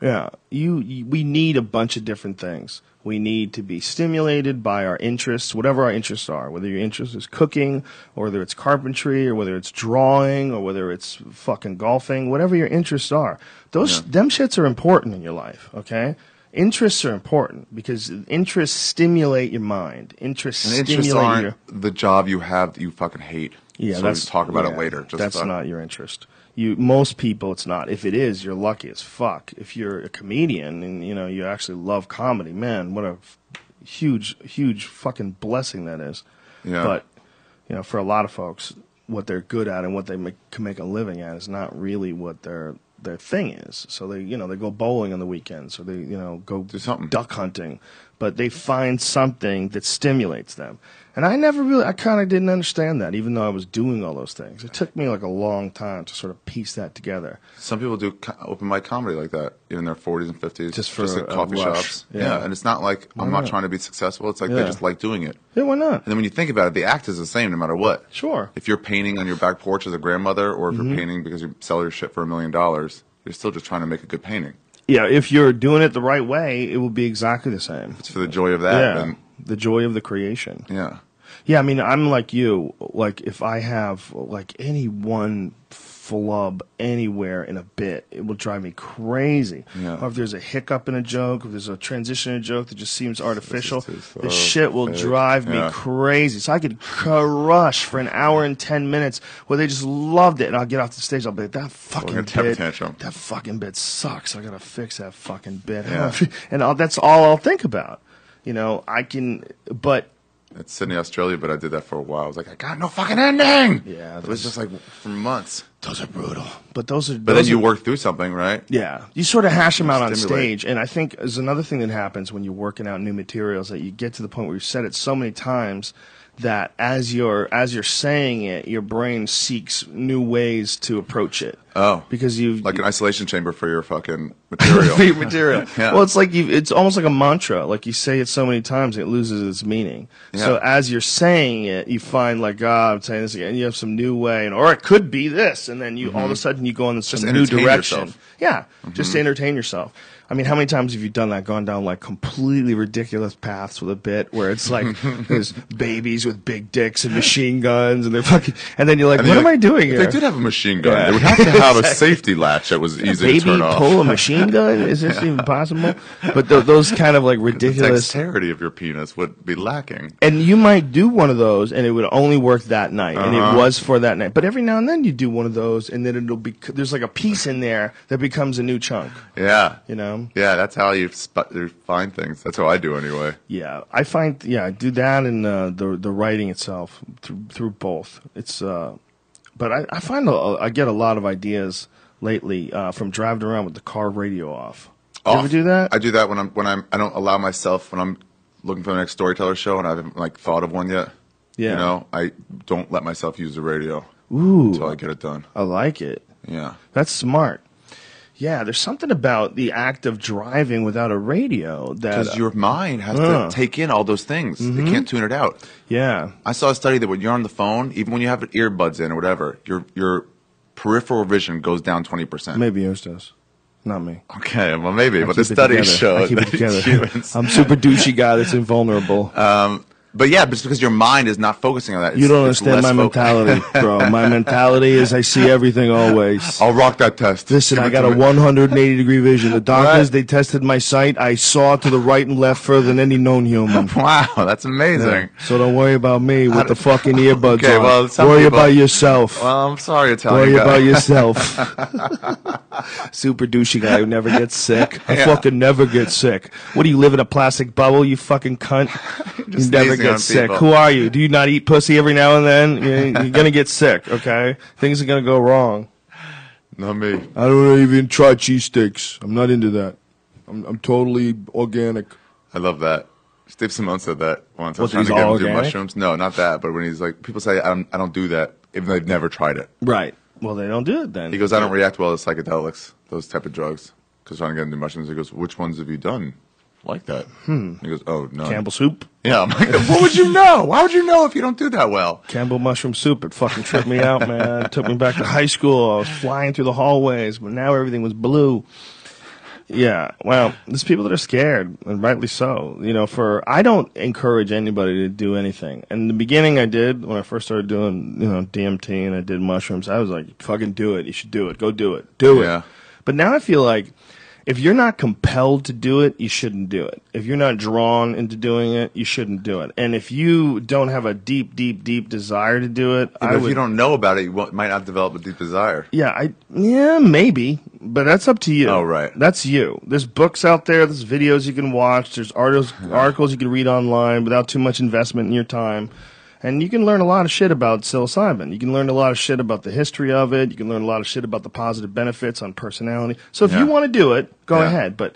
A: yeah. You, you we need a bunch of different things. We need to be stimulated by our interests, whatever our interests are. Whether your interest is cooking, or whether it's carpentry, or whether it's drawing, or whether it's fucking golfing, whatever your interests are, those them shits are important in your life. Okay, interests are important because interests stimulate your mind. Interests
B: And
A: stimulate
B: interests
A: your
B: aren't the job you have that you fucking hate.
A: yeah,
B: so
A: that's
B: we talk about
A: yeah,
B: it later. Just
A: that's
B: uh,
A: not your interest. You most people, it's not. If it is, you're lucky as fuck. If you're a comedian and you know you actually love comedy, man, what a f- huge, huge fucking blessing that is.
B: Yeah.
A: But you know, for a lot of folks, what they're good at and what they make, can make a living at is not really what their their thing is. So they, you know, they go bowling on the weekends, or they, you know, go do
B: something.
A: duck hunting, but they find something that stimulates them. And I never really, I kind of didn't understand that, even though I was doing all those things. It took me like a long time to sort of piece that together.
B: Some people do co- open mic comedy like that in their 40s and 50s,
A: Just for
B: at
A: a
B: coffee
A: rush.
B: shops.
A: Yeah.
B: Yeah. and it's not like I'm not trying to be successful. It's like they
A: Yeah.
B: just like doing it.
A: Yeah, why not?
B: And then when you think about it, the act is the same no matter what.
A: Sure. Mm-hmm.
B: If you're painting on your back porch as a grandmother, or if you're painting because you sell your shit for a million dollars, you're still just trying to make a good painting.
A: Yeah, if you're doing it the right way, it will be exactly the same. Um,
B: It's for the joy of that.
A: Yeah,
B: And,
A: the joy of the creation.
B: yeah.
A: Yeah, I mean, I'm like you. Like, if I have like any one flub anywhere in a bit, it will drive me crazy.
B: Yeah.
A: Or if there's a hiccup in a joke, if there's a transition in a joke that just seems artificial,
B: too slow,
A: this shit will
B: fake.
A: drive me
B: Yeah.
A: crazy. So I could crush for an hour and ten minutes where they just loved it, and I'll get off the stage. I'll be like, that fucking
B: gonna temper
A: bit,
B: tantrum.
A: that fucking bit sucks. I gotta fix that fucking bit,
B: Yeah.
A: and I'll, that's all I'll think about. You know, I can, but
B: It's Sydney, Australia, but I did that for a while. I was like, I got no fucking ending.
A: Yeah,
B: It was just like for months.
A: Those are brutal. But those are.
B: But
A: those
B: then you
A: are-
B: work through something, right?
A: Yeah, you sort of hash them out on
B: Stimulate.
A: stage, and I think is another thing that happens when you're working out new materials that you get to the point where you've said it so many times that as you're as you're saying it, your brain seeks new ways to approach it.
B: Oh.
A: because you've
B: Like an isolation chamber for your fucking material.
A: Fake material.
B: Yeah.
A: Well, it's like you, it's almost like a mantra. Like you say it so many times, it loses its meaning. So
B: Yeah.
A: as you're saying it, you find like, ah, I'm saying this again. You have some new way, and or it could be this, and then you all of a sudden you go in some new
B: Mm-hmm. entertain
A: direction.
B: yourself. Mm-hmm.
A: Yeah, just to entertain yourself. I mean, how many times have you done that? Gone down like completely ridiculous paths with a bit where it's like there's babies with big dicks and machine guns, and they're fucking, and then you're like,
B: And
A: what
B: they're
A: am
B: like,
A: I doing
B: if
A: here?
B: They did have a machine gun.
A: Yeah.
B: They would have to have a safety latch that was easy
A: baby
B: to turn off.
A: pull a machine gun? Is this even possible? But th- those kind of like
B: the
A: ridiculous.
B: dexterity of your penis would be lacking.
A: And you might do one of those, and it would only work that night, and
B: Uh-huh.
A: it was for that night. But every now and then you do one of those, and then it'll be there's like a piece in there that becomes a new chunk.
B: Yeah.
A: You know?
B: Yeah, that's how you, sp- you find things. That's how I do anyway.
A: Yeah, I find yeah, I do that and uh, the the writing itself through through both. It's uh, but I I find a, I get a lot of ideas lately uh, from driving around with the car radio off. Do You ever
B: Off.
A: do that?
B: Oh, I do that when I'm when I'm I don't allow myself when I'm looking for the next storyteller show and I haven't like thought of one yet.
A: Yeah.
B: You know, I don't let myself use the radio
A: Ooh,
B: until I get it done.
A: I like it.
B: Yeah.
A: That's smart. Yeah, there's something about the act of driving without a radio that. uh,
B: Because your mind has
A: Yeah. Mm-hmm.
B: to take in all those things. They can't tune it out.
A: yeah,
B: I saw a study that when you're on the phone, even when you have earbuds in or whatever, your your peripheral vision goes down twenty percent.
A: maybe yours does, not me.
B: Okay, well maybe,
A: I
B: but the
A: keep it
B: studies
A: together. I
B: showed
A: keep it
B: that
A: together.
B: humans. Uh,
A: I'm super douchey guy that's invulnerable.
B: but yeah, but it's because your mind is not focusing on that.
A: you
B: It's-
A: don't
B: it's
A: understand my
B: less fo-
A: mentality, bro. My mentality is I see everything always.
B: I'll rock that test.
A: Listen,
B: Give
A: I
B: it
A: got
B: to
A: a
B: me.
A: 180 degree vision. The doctors
B: What?
A: they tested my sight. I saw to the right and left further than any known human.
B: Wow, that's amazing.
A: So don't worry about me with the fucking earbuds
B: Okay,
A: on.
B: well, some
A: worry
B: people-
A: about yourself.
B: Well, I'm sorry, Italian
A: Worry
B: guy.
A: about yourself. Super douchey guy who never gets sick. I
B: Yeah.
A: fucking never get sick. What do you live in a plastic bubble, you fucking cunt?
B: Just
A: you never
B: sneezing on
A: get sick.
B: people.
A: Who are you? Do you not eat pussy every now and then? You're, you're gonna get sick. Okay, things are gonna go wrong.
B: Not me.
A: I don't even try cheese sticks. I'm not into that. I'm, I'm totally organic.
B: I love that. Steve Simone said that once. I was
A: What,
B: trying
A: that he's
B: to get him
A: all
B: to do
A: organic?
B: mushrooms. No, not that. But when he's like, people say I don't, I don't do that, even though they've never tried it.
A: Right. Well, they don't do it then.
B: He goes, I don't react well to psychedelics, those type of drugs. Because trying to get him to do mushrooms, he goes, which ones have you done like that? Hmm. He goes, oh no.
A: Campbell soup.
B: Yeah. I'm like, what would you know? Why would you know if you don't do that well?
A: Campbell mushroom soup. It fucking tripped me out, man. It took me back to high school. I was flying through the hallways, but now everything was blue. Yeah, well, there's people that are scared, and rightly so. You know, for I don't encourage anybody to do anything. In the beginning, I did when I first started doing, you know, DMT and I did mushrooms. I was like, "Fucking do it! You should do it. Go do it. Do
B: Yeah.
A: it." But now I feel like if you're not compelled to do it, you shouldn't do it. If you're not drawn into doing it, you shouldn't do it. And if you don't have a deep, deep, deep desire to do it,
B: But
A: I
B: if
A: would,
B: you don't know about it, you won't, might not develop a deep desire.
A: yeah, I yeah, maybe, but that's up to you.
B: Oh, right.
A: That's you. There's books out there, there's videos you can watch, there's articles articles you can read online without too much investment in your time. And you can learn a lot of shit about psilocybin. You can learn a lot of shit about the history of it. You can learn a lot of shit about the positive benefits on personality. So if
B: Yeah.
A: you want to do it, go
B: Yeah.
A: ahead, but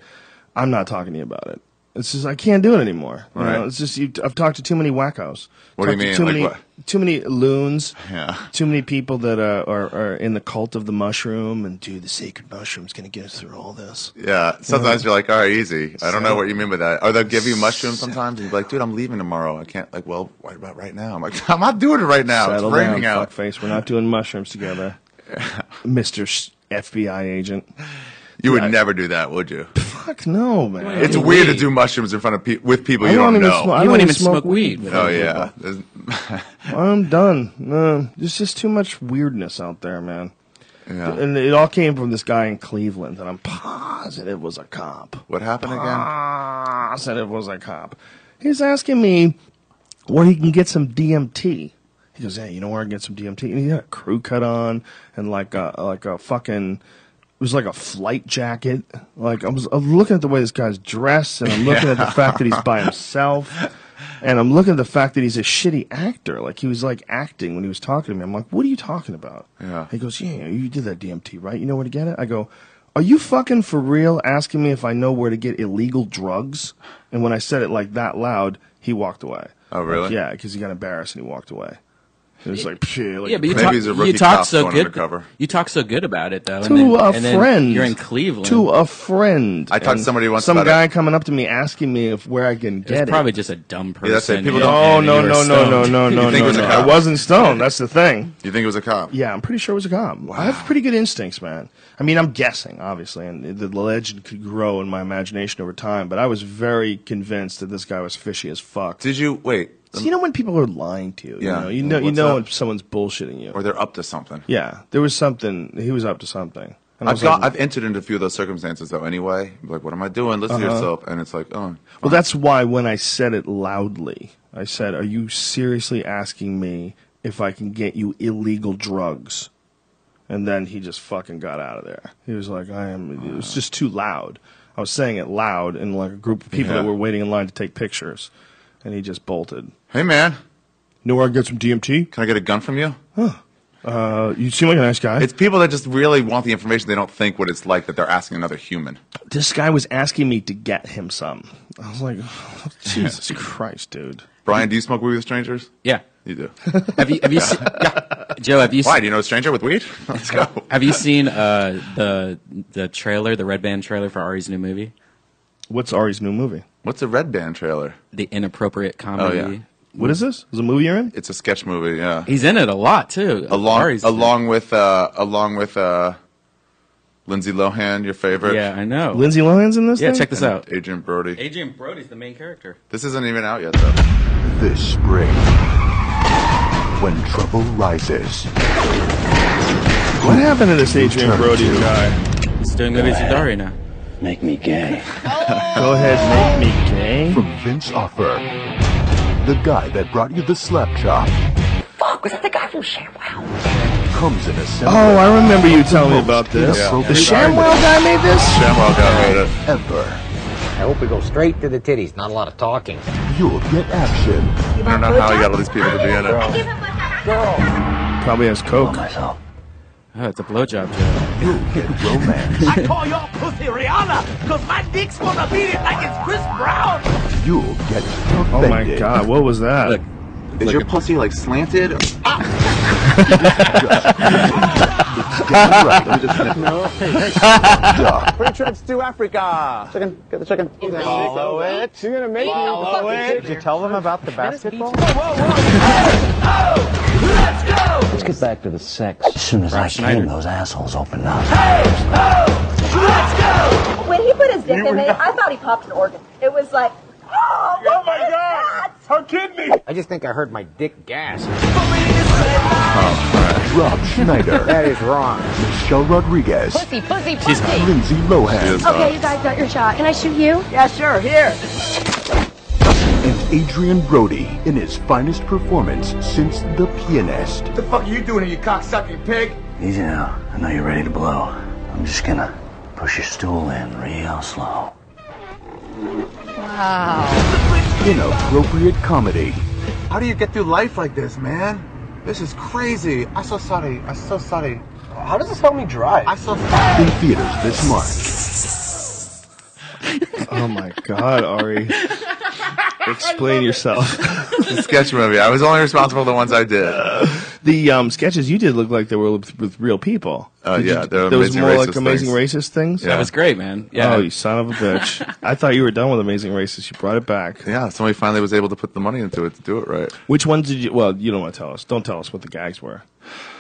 A: I'm not talking to you about it. It's just I can't do it anymore. You
B: Right.
A: know, it's just you, I've talked to too many wackos.
B: What do
A: Talked to
B: you mean?
A: Too
B: Like
A: many
B: what?
A: too many loons.
B: Yeah.
A: Too many people that uh, are are in the cult of the mushroom and do the sacred mushroom's gonna get us through all this.
B: Yeah. Sometimes you're like, all right, easy. I don't know what you mean by that. Or they'll give you mushrooms sometimes and you're like, dude, I'm leaving tomorrow. I can't, like, well, what about right now? I'm like, I'm not doing it right now.
A: Settle
B: it's raining
A: down,
B: out.
A: fuckface. We're not doing mushrooms together, Mister FBI agent.
B: You would never do that, would you?
A: Fuck no, man.
B: It's
C: do
B: weird to
C: weed.
B: do mushrooms in front of pe- with people
A: I
B: you don't
A: even
B: know.
A: smoke. I
C: You
A: don't
C: wouldn't
A: even
C: even smoke weed. with
B: Oh
C: it.
B: yeah, There's-
A: I'm done. No, there's just too much weirdness out there, man.
B: yeah.
A: And it all came from this guy in Cleveland, and I'm positive was a cop.
B: What happened
A: Ah.
B: again?
A: I said it was a cop. He's asking me where he can get some DMT. He goes, "Hey, you know where I can get some DMT?" And he had a crew cut on and like a like a fucking it was like a flight jacket. Like I was I'm looking at the way this guy's dressed, and I'm looking at the fact that he's by himself, and I'm looking at the fact that he's a shitty actor. Like he was like acting when he was talking to me. I'm like, "What are you talking about?"
B: Yeah.
A: He goes, "Yeah, you did that DMT, right? You know where to get it?" I go. Are you fucking for real asking me if I know where to get illegal drugs? And when I said it like that loud, he walked away.
B: Oh, really?
A: Like, yeah, because he got embarrassed and he walked away. It was like, phew, like
C: Yeah, but you
B: Maybe
C: talk,
B: he's a
C: you
B: rookie
C: talk
B: cop
C: so
B: going
C: good.
B: undercover.
C: You talk so good about it though.
A: to
C: and then,
A: a
C: and then
A: friend.
C: You're in Cleveland.
A: To a friend.
B: I talked to
A: And
B: somebody once
A: Some
B: about
A: guy
B: it.
A: coming up to me asking me if where I can
C: It's
A: get it. Oh,
C: probably just a dumb person.
B: that's it. People
C: and-
B: don't-
A: No,
C: and
A: no,
C: you were
A: no, no, no,
C: stoned.
A: no, no,
B: You think it
A: no,
B: was a
A: no.
B: cop?
A: I wasn't stoned. That's the thing.
B: You think it was a cop?
A: Yeah, I'm pretty sure it was a cop. I have pretty good instincts, man. I mean, I'm guessing, obviously, and the legend could grow in my imagination over time. But I was very convinced that this guy was fishy as fuck.
B: Did you wait?
A: So you know when people are lying to you. You know,
B: Yeah.
A: you know, you
B: What's
A: know
B: up?
A: when someone's bullshitting you.
B: Or they're up to something?
A: yeah, there was something. He was up to something. And I
B: I've
A: was
B: got.
A: like,
B: I've entered into a few of those circumstances though. Anyway, like, what am I doing? Listen
A: Uh-huh.
B: to yourself, and it's like, oh,
A: well, that's why when I said it loudly, I said, "Are you seriously asking me if I can get you illegal drugs?" And then he just fucking got out of there. He was like, "I am." It was just too loud. I was saying it loud in like a group of people
B: Yeah.
A: that were waiting in line to take pictures, and he just bolted.
B: hey man,
A: Know where I can get some DMT?
B: can I get a gun from you?
A: Uh, you seem like a nice guy.
B: It's people that just really want the information. They don't think what it's like that they're asking another human.
A: this guy was asking me to get him some. I was like, Jesus Christ, dude.
B: Brian, do you smoke weed with strangers?
C: Yeah.
B: You do.
C: Have you have you seen, yeah. Joe? Have you
B: Why?
C: seen,
B: Do you know a stranger with weed? Let's go.
C: have you seen uh, the the trailer, the red band trailer for Ari's new movie,
A: What's Ari's new movie?
B: What's a red band trailer?
C: the inappropriate comedy?
B: Oh, yeah.
A: What is this? Is it a movie you're in?
B: It's a sketch movie. Yeah.
C: He's in it a lot too.
B: along
C: Ari's
B: along with uh, along with uh, Lindsay Lohan, your favorite.
C: Yeah, I know.
A: Lindsay Lohan's in this?
C: yeah,
A: thing?
C: check this out.
B: Adrian Brody.
C: Adrian Brody's the main character.
B: This isn't even out yet though.
I: This spring, when trouble rises,
A: What happened to this Adrian Brody guy?
C: He's doing movies with Ari now.
J: Make me gay.
A: Go ahead, make me gay.
I: from Vince Offer, the guy that brought you the slap chop,
K: Fuck, was that the guy from ShamWow?
I: comes in a
A: Oh,
I: semi
A: I remember you telling me about this.
I: Yeah.
A: The ShamWow guy made this?
B: Shamwell got made it.
I: ever.
J: I hope we go straight to the titties, not a lot of talking.
I: European action.
B: I don't know how he got all these people to be in it.
A: Probably has coke.
C: Oh, it's a blowjob joke.
I: Romance.
F: I call your pussy Rihanna, cause my dick's gonna beat it like it's Chris Brown.
I: You'll get offended.
A: Oh my god, what was that?
C: Look,
B: Is your pussy like slanted?
I: Damn right. I'm just gonna-
J: Free trips to Africa. Chicken, get the chicken. Follow it. You're gonna make Follow me it. Did you tell them about the basketball?
F: Let's get back to the sex. As soon as I
C: Schneider.
F: came, those assholes opened up.
L: When he put his dick in me, I thought he popped an organ. It was like, oh, oh my god!
D: Her kidney!
J: I just think I heard my dick gas.
I: Rob Schneider.
J: That is wrong.
I: Michelle Rodriguez.
L: Pussy, pussy, pussy.
I: Lindsay Lohan.
L: Okay, you guys got your shot. Can I shoot you?
F: Yeah, sure, here.
I: And Adrian Brody in his finest performance since The Pianist.
J: What the fuck are you doing here, you cocksucking pig?
F: Easy now. I know you're ready to blow. I'm just gonna push your stool in real slow.
I: Inappropriate comedy.
B: How do you get through life like this, man? This is crazy. I'm so sorry. I'm so sorry.
J: How does this help me drive?
B: I'm so sorry.
I: In theaters this March.
A: Oh my god, Ari. Explain yourself.
B: sketch movie. I was only responsible for the ones I did.
A: The um, sketches you did look like they were with, with real people.
B: Oh,
A: Did
B: yeah,
A: you-
B: they're
A: there was
B: Amazing
A: more like
B: Racist
A: amazing racist things.
C: that
B: Yeah.
C: was great, man. Yeah.
A: Oh, you son of a bitch! I thought you were done with amazing racist. You brought it back.
B: Yeah, somebody finally was able to put the money into it to do it right.
A: Which ones did you? Well, you don't want to tell us. Don't tell us what the gags were.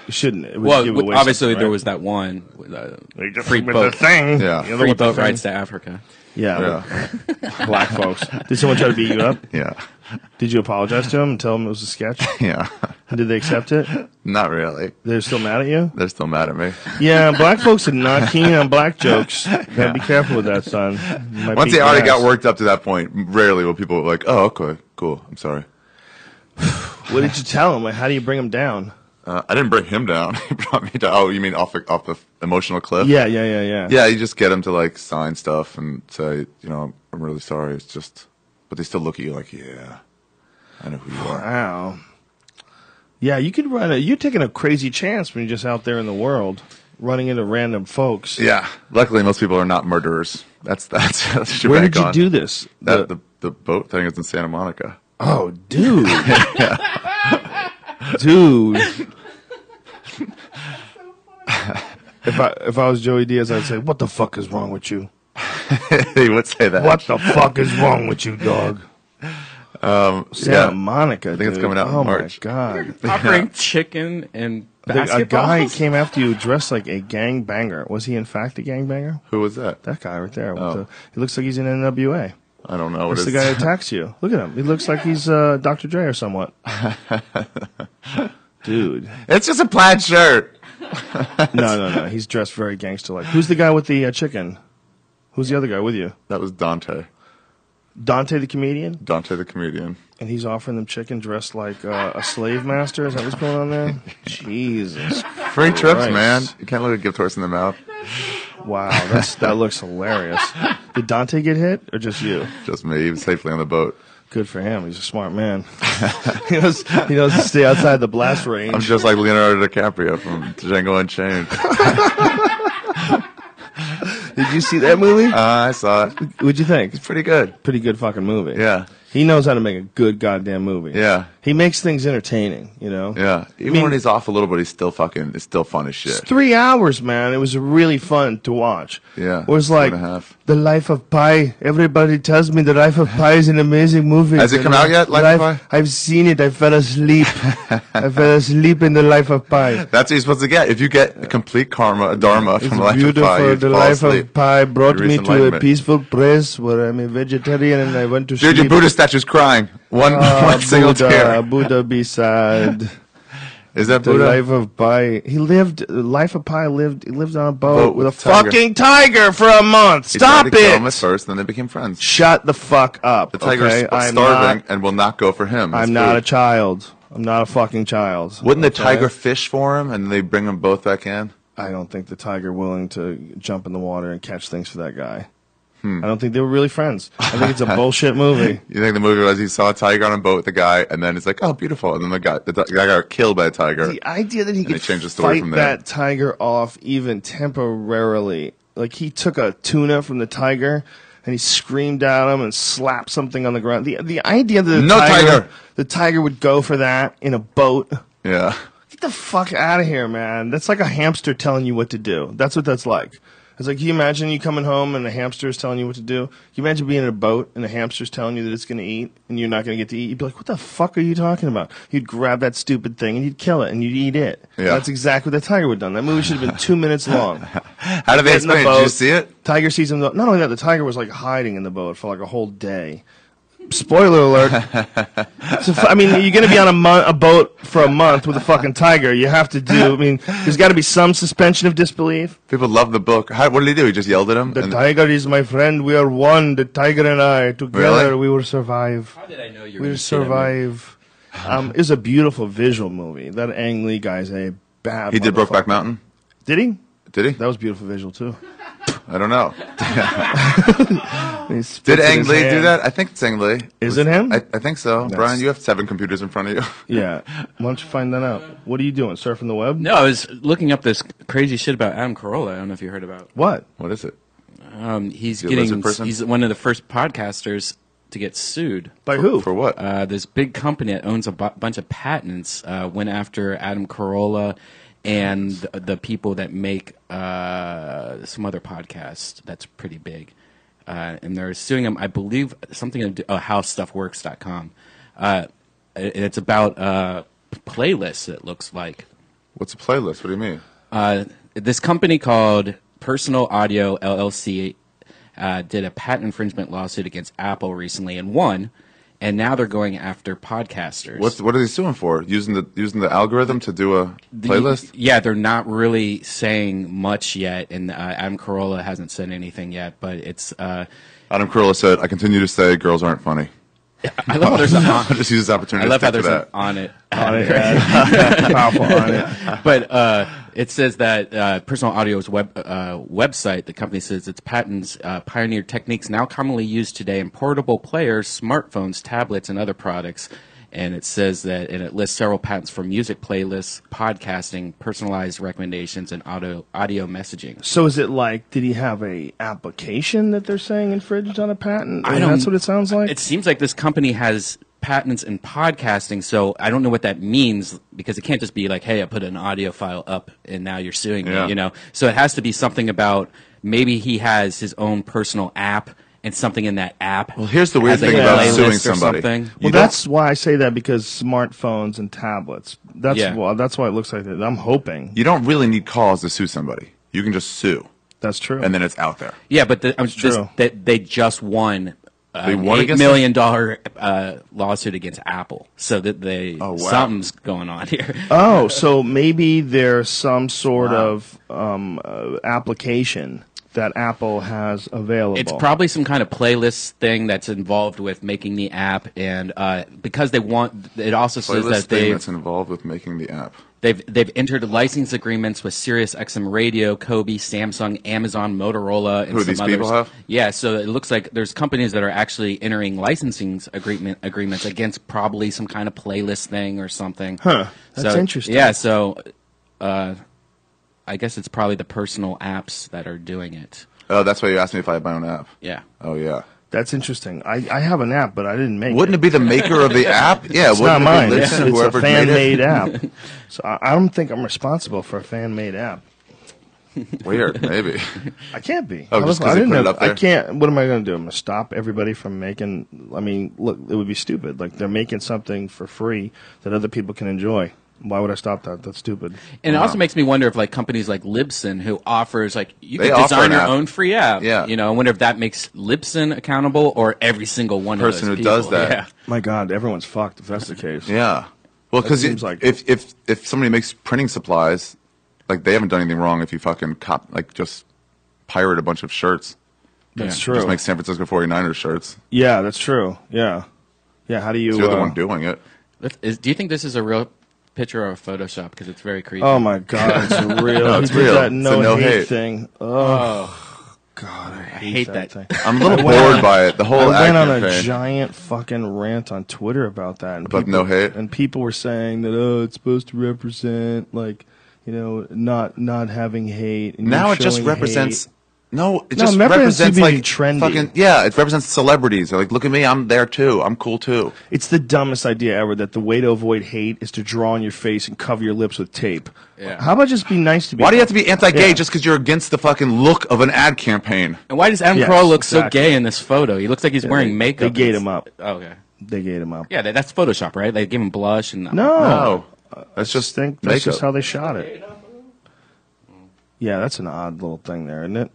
A: You shouldn't. It would
C: well,
A: give
C: w-
A: away
C: obviously
A: something,
C: there
A: right?
C: was that one, with, uh,
A: They just
C: free
A: went with
C: boat.
A: the thing.
B: Yeah.
A: You know
C: free
A: what the
C: boat
A: thing-
C: rights to Africa.
A: Yeah,
B: Yeah,
A: black folks. Did someone try to beat you up?
B: yeah,
A: Did you apologize to them and tell them it was a sketch?
B: yeah.
A: Did they accept it?
B: Not really.
A: They're still mad at you.
B: They're still mad at me.
A: Yeah, black folks are not keen on black jokes. Gotta be careful with that, son. You might
B: Once
A: beat
B: they already
A: your
B: got
A: ass.
B: worked up to that point, rarely will people like, "Oh, okay, cool. I'm sorry."
A: What did you tell them? Like, how do you bring them down?
B: Uh, I didn't bring him down. he brought me down. Oh, you mean off the, off the emotional cliff?
A: Yeah, yeah, yeah, yeah.
B: Yeah, you just get him to like sign stuff and say, you know, I'm really sorry. It's just, but they still look at you like, yeah, I know who you are.
A: Wow. Yeah, you could run a. You're taking a crazy chance when you're just out there in the world, running into random folks.
B: Yeah. Luckily, most people are not murderers. That's that's. that's your
A: Where
B: bank
A: did you
B: on.
A: do this?
B: That,
A: The-
B: the, the boat thing is in Santa Monica.
A: oh, dude. dude. If I if I was Joey Diaz, I'd say, "What the fuck is wrong with you?
B: he would say that.
A: What the fuck is wrong with you, dog?" Um, Santa
B: yeah.
A: Monica.
B: think it's
A: dude.
B: coming out in
A: Oh
B: March.
A: my god!
C: Offering chicken and
A: The-
C: basketballs.
A: a guy came after you dressed like a gang banger. Was he in fact a gang banger?
B: Who was that?
A: That guy right there. with
B: Oh.
A: the- he looks like he's in NWA.
B: I don't know. What
A: That's
B: is
A: the guy who attacks you. Look at him. He looks like he's uh, Dr. Dre or somewhat. Dude.
B: It's just a plaid shirt.
A: No, no, no. He's dressed very gangster like. Who's the guy with the uh, chicken? Who's the other guy with you?
B: That was Dante.
A: Dante the comedian?
B: Dante the comedian.
A: And he's offering them chicken dressed like uh, a slave master? Is that what's going on there? Jesus.
B: Free trips,
A: Christ.
B: man. You can't let a gift horse in the mouth.
A: Wow. That's, that looks hilarious. Did Dante get hit or just you?
B: Just me. He was safely on the boat.
A: Good for him. He's a smart man. he knows he knows to stay outside the blast range.
B: I'm just like Leonardo DiCaprio from Django Unchained. Uh,
A: Did you see that movie?
B: Uh, I saw it.
A: What'd you think?
B: It's pretty good.
A: pretty good fucking movie.
B: Yeah.
A: He knows how to make a good goddamn movie.
B: Yeah.
A: He makes things entertaining, you know?
B: Yeah. Even
A: mean-
B: when he's off a little bit, he's still fucking, it's still fun as shit.
A: It's three hours, man. It was really fun to watch.
B: Yeah,
A: It was
B: two
A: like
B: and a half.
A: The Life of Pi. Everybody tells me The Life of Pi is an amazing movie.
B: Has it
A: The
B: come out yet, Life of Pi?
A: I've seen it. I fell asleep. I fell asleep in The Life of Pi.
B: That's what you're supposed to get. If you get complete karma, dharma
A: It's
B: from Life
A: beautiful.
B: of Pi, you
A: the
B: fall
A: life
B: asleep.
A: of Pi brought
B: You reach
A: me to a
B: enlightenment.
A: peaceful place where I'm a vegetarian and I went to
B: Dude, your
A: sleep.
B: Buddha statue's crying. One,
A: Ah,
B: one single
A: Buddha,
B: tear.
A: Buddha be sad.
B: Is that
A: The
B: Buddha?
A: life of Pi. He lived. The life of Pi lived. He lived on a boat,
B: Boat
A: with a
B: with a tiger.
A: fucking tiger for a month.
B: He tried
A: Stop
B: to kill him
A: it!
B: at first, then they became friends.
A: Shut the fuck up.
B: The tiger's
A: okay?
B: sp-
A: I'm
B: starving
A: Not,
B: and will not go for him. That's
A: I'm not a
B: food.
A: child. I'm not a fucking child.
B: Wouldn't the
A: okay?
B: tiger fish for him and they bring them both back in?
A: I don't think the tiger willing to jump in the water and catch things for that guy.
B: Hmm.
A: I don't think they were really friends. I think it's a bullshit movie.
B: You think the movie was he saw a tiger on a boat with a guy, and then he's like, "Oh, beautiful," and then the guy the, the guy got killed by a tiger.
A: The idea that he
B: And
A: could
B: they changed the story
A: fight
B: from there.
A: that tiger off even temporarily, like he took a tuna from the tiger and he screamed at him and slapped something on the ground. The the idea that the
B: No tiger!
A: the tiger would go for that in a boat.
B: yeah,
A: Get the fuck out of here, man. That's like a hamster telling you what to do. That's what that's like. It's like, can you imagine you coming home and a hamster is telling you what to do? Can you imagine being in a boat and a hamster's telling you that it's going to eat and you're not going to get to eat? You'd be like, what the fuck are you talking about? You'd grab that stupid thing and you'd kill it and you'd eat it.
B: Yeah.
A: That's exactly what the tiger would have done. That movie should have been two minutes long.
B: How did they
A: Get in the
B: explain it? Did you
A: boat.
B: see it?
A: Tiger sees him. Not only that, the tiger was like hiding in the boat for like a whole day. Spoiler alert. So, f- I mean, you're going to be on a, mo- a boat for a month with a fucking tiger. You have to do. I mean, there's got to be some suspension of disbelief.
B: People love the book. How, what did he do? He just yelled at him.
A: The
B: and-
A: tiger is my friend. We are one. The tiger and I together.
B: Really?
A: We will survive. How
C: did I know
A: We
C: you were gonna
A: will
C: say that, man?
A: survive. Um, it was a beautiful visual movie. That Ang Lee guy's a bad.
B: he did
A: motherfucker.
B: Brokeback Mountain.
A: Did he?
B: Did he?
A: That was beautiful visual too.
B: I don't know.
A: And he spits
B: Did
A: in
B: Ang
A: his
B: Lee do
A: hand.
B: that? I think it's Ang Lee.
A: Is it him?
B: I, I think so.
A: That's-
B: Brian, you have seven computers in front of you.
A: Yeah. Why don't you find that out? What are you doing? Surfing the web?
C: No, I was looking up this crazy shit about Adam Carolla. I don't know if you heard about.
A: What?
B: What is it?
C: Um, he's
B: He a
C: getting.
B: lizard person?
C: He's one of the first podcasters to get sued.
A: By
B: For-
A: who?
B: For what?
C: Uh, this big company that owns a bu- bunch of patents uh, went after Adam Carolla and the, the people that make uh, some other podcast that's pretty big. Uh, and they're suing him, I believe, something to do, oh, howstuffworks.com. Uh, it- it's about uh, p- playlists, it looks like.
B: What's a playlist? What do you mean?
C: Uh, this company called Personal Audio LLC uh, did a patent infringement lawsuit against Apple recently and won, and now they're going after podcasters.
B: What's what are they suing for? Using the using the algorithm to do a
C: The-
B: playlist?
C: yeah, they're not really saying much yet, and uh, Adam Carolla hasn't said anything yet. But it's uh,
B: Adam Carolla said, "I continue to say girls aren't funny."
C: I love how there's an on-
B: just use this opportunity.
C: I
B: to
C: love how
B: stick
C: there's
B: to that.
C: an on it.
A: On it, yeah. Powerful on it.
C: but uh, it says that uh, Personal Audio's web uh, website, the company says its patents uh, pioneered techniques now commonly used today in portable players, smartphones, tablets, and other products. And it says that, and it lists several patents for music playlists, podcasting, personalized recommendations, and audio audio messaging.
A: So is it like? Did he have a application that they're saying infringed on a patent?
C: I
A: And
C: don't-
A: that's what it sounds like.
C: It seems like this company has patents in podcasting, so I don't know what that means because it can't just be like, "Hey, I put an audio file up and now you're suing
B: Yeah.
C: me," you know. So it has to be something about maybe he has his own personal app and something in that app. Well,
B: here's the weird thing about suing somebody.
A: well, that's why I say that because smartphones and tablets. That's
B: Yeah.
A: why. That's why it looks like that. I'm hoping
B: You don't really need cause to sue somebody. You can just sue,
A: that's true.
B: and then it's out there.
C: Yeah, but the, I'm just
A: true.
C: that they just won. Uh,
B: They won
C: eight
B: against them?
C: million dollar uh, lawsuit against Apple, so that they
B: Oh, wow.
C: something's going on here.
A: oh, so maybe there's some sort of um, uh, application that Apple has available.
C: It's probably some kind of playlist thing that's involved with making the app, and uh, because they want, it also says
B: Playlist
C: that
B: thing
C: they've,
B: that's involved with making the app.
C: they've they've entered license agreements with SiriusXM Radio, Kobe, Samsung, Amazon, Motorola, and
B: Who,
C: some
B: these
C: others.
B: people have?
C: Yeah, so it looks like there's companies that are actually entering licensing agreement agreements against probably some kind of playlist thing or something.
A: Huh. That's
C: So-
A: interesting.
C: Yeah, so uh, I guess it's probably the personal apps that are doing it.
B: Oh, that's why you asked me if I had my own app.
C: Yeah.
B: Oh yeah.
A: That's interesting. I, I have an app, but I didn't make.
B: Wouldn't it be the maker of the app? Yeah.
A: it's
B: wouldn't
A: not
B: it
A: mine.
B: be Libsyn,
A: It's, it's a
B: whoever made
A: fan made
B: it?
A: app. So I, I don't think I'm responsible for a fan made app.
B: Weird, maybe.
A: I can't be.
B: Oh,
A: I,
B: just
A: was-
B: 'cause
A: I
B: they
A: didn't
B: put it
A: know-
B: up there?
A: I can't. What am I going to do? I'm going to stop everybody from making. I mean, look, it would be stupid. Like they're making something for free that other people can enjoy. Why would I stop that? That's stupid.
C: And it also makes me wonder if like companies like Libsyn, who offers like you
B: They
C: can
B: offer
C: design
B: an
C: your
B: app.
C: own free app.
B: Yeah.
C: You know, I wonder if that makes Libsyn accountable or every single one
B: Person
C: of
B: who
C: those people.
B: does that.
C: Yeah.
A: My God, everyone's fucked if that's the case.
B: Yeah. Well,
A: That
B: because
A: seems like-
B: if if if somebody makes printing supplies, like they haven't done anything wrong. If you fucking cop, like just pirate a bunch of shirts.
A: That's
B: Yeah.
A: true.
B: Just make San Francisco 49ers shirts.
A: yeah, that's true. Yeah, yeah. How do you?
B: You're the
A: uh,
B: one doing it.
C: That's- is- do you think this is a real picture or a Photoshop? Because it's very creepy.
A: Oh my God, it's real.
B: No, it's
A: He did
B: real.
A: That
B: It's
A: no,
B: a no
A: hate,
B: hate.
A: thing. Oh,
C: I hate that.
A: thing.
B: I'm a little
A: I went
B: bored
A: on-
B: by it, the whole
A: I went
B: acne
A: on a
B: thing.
A: giant fucking rant on Twitter about that. And
B: About no hate?
A: And people were saying that oh, it's supposed to represent like you know not not having hate. And
B: Now
A: you're
B: it just
A: showing
B: represents.
A: hate.
B: No, it
A: No,
B: just
A: it represents
B: represents
A: you
B: like
A: being trendy.
B: Fucking, yeah, it represents celebrities. They're like, look at me, I'm there too. I'm cool too.
A: It's the dumbest idea ever that the way to avoid hate is to draw on your face and cover your lips with tape.
B: Yeah.
A: How about just be nice to people?
B: Why do you have to be anti-gay
A: Yeah.
B: just because you're against the fucking look of an ad campaign?
C: And why does Adam
A: Yes,
C: Carolla look
A: exactly.
C: so gay in this photo? He looks like he's
A: Yeah,
C: wearing
A: they-
C: makeup.
A: They gate
C: It's-
A: him up.
C: Oh, okay.
A: They gate him up.
C: Yeah, that, that's Photoshop, right? They gave him blush and uh,
A: No.
B: that's just
A: think that's
B: makeup.
A: just how they shot it. Yeah, that's an odd little thing there, isn't it?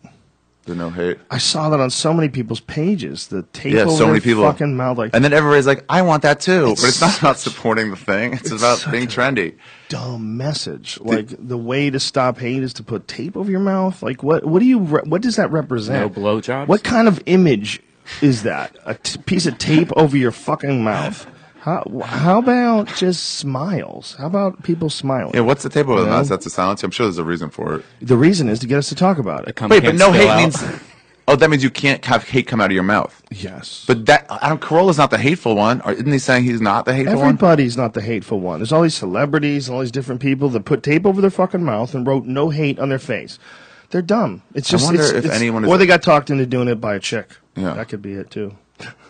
B: The no hate.
A: I saw that on so many people's pages. The tape
B: Yeah,
A: over
B: so many
A: their
B: people.
A: fucking mouth, like
B: And then everybody's like, I want that too.
A: It's
B: but it's not about supporting the thing. It's,
A: it's
B: about
A: such
B: being
A: a-
B: trendy.
A: dumb message. Like the way to stop hate is to put tape over your mouth. Like what? What do you? Re- what does that
C: no
A: represent?
C: blowjobs.
A: What kind of image is that? A t- piece of tape over your fucking mouth. How, wh- how about just smiles? How about people smiling?
B: Yeah, what's the table with
A: You
B: us?
A: know?
B: That's a silence. I'm sure there's a reason for it.
A: The reason is to get us to talk about it.
B: Wait, but no hate means. Oh, that means you can't have hate come out of your mouth.
A: Yes.
B: But that Adam Carolla's not the hateful one. Or isn't he saying he's not the hateful one?
A: Everybody's not the hateful one. There's all these celebrities and all these different people that put tape over their fucking mouth and wrote no hate on their face. They're dumb. It's
B: I
A: just
B: wonder
A: it's,
B: if
A: it's-
B: anyone is-
A: or they got talked into doing it by a chick.
B: Yeah.
A: that could be it too.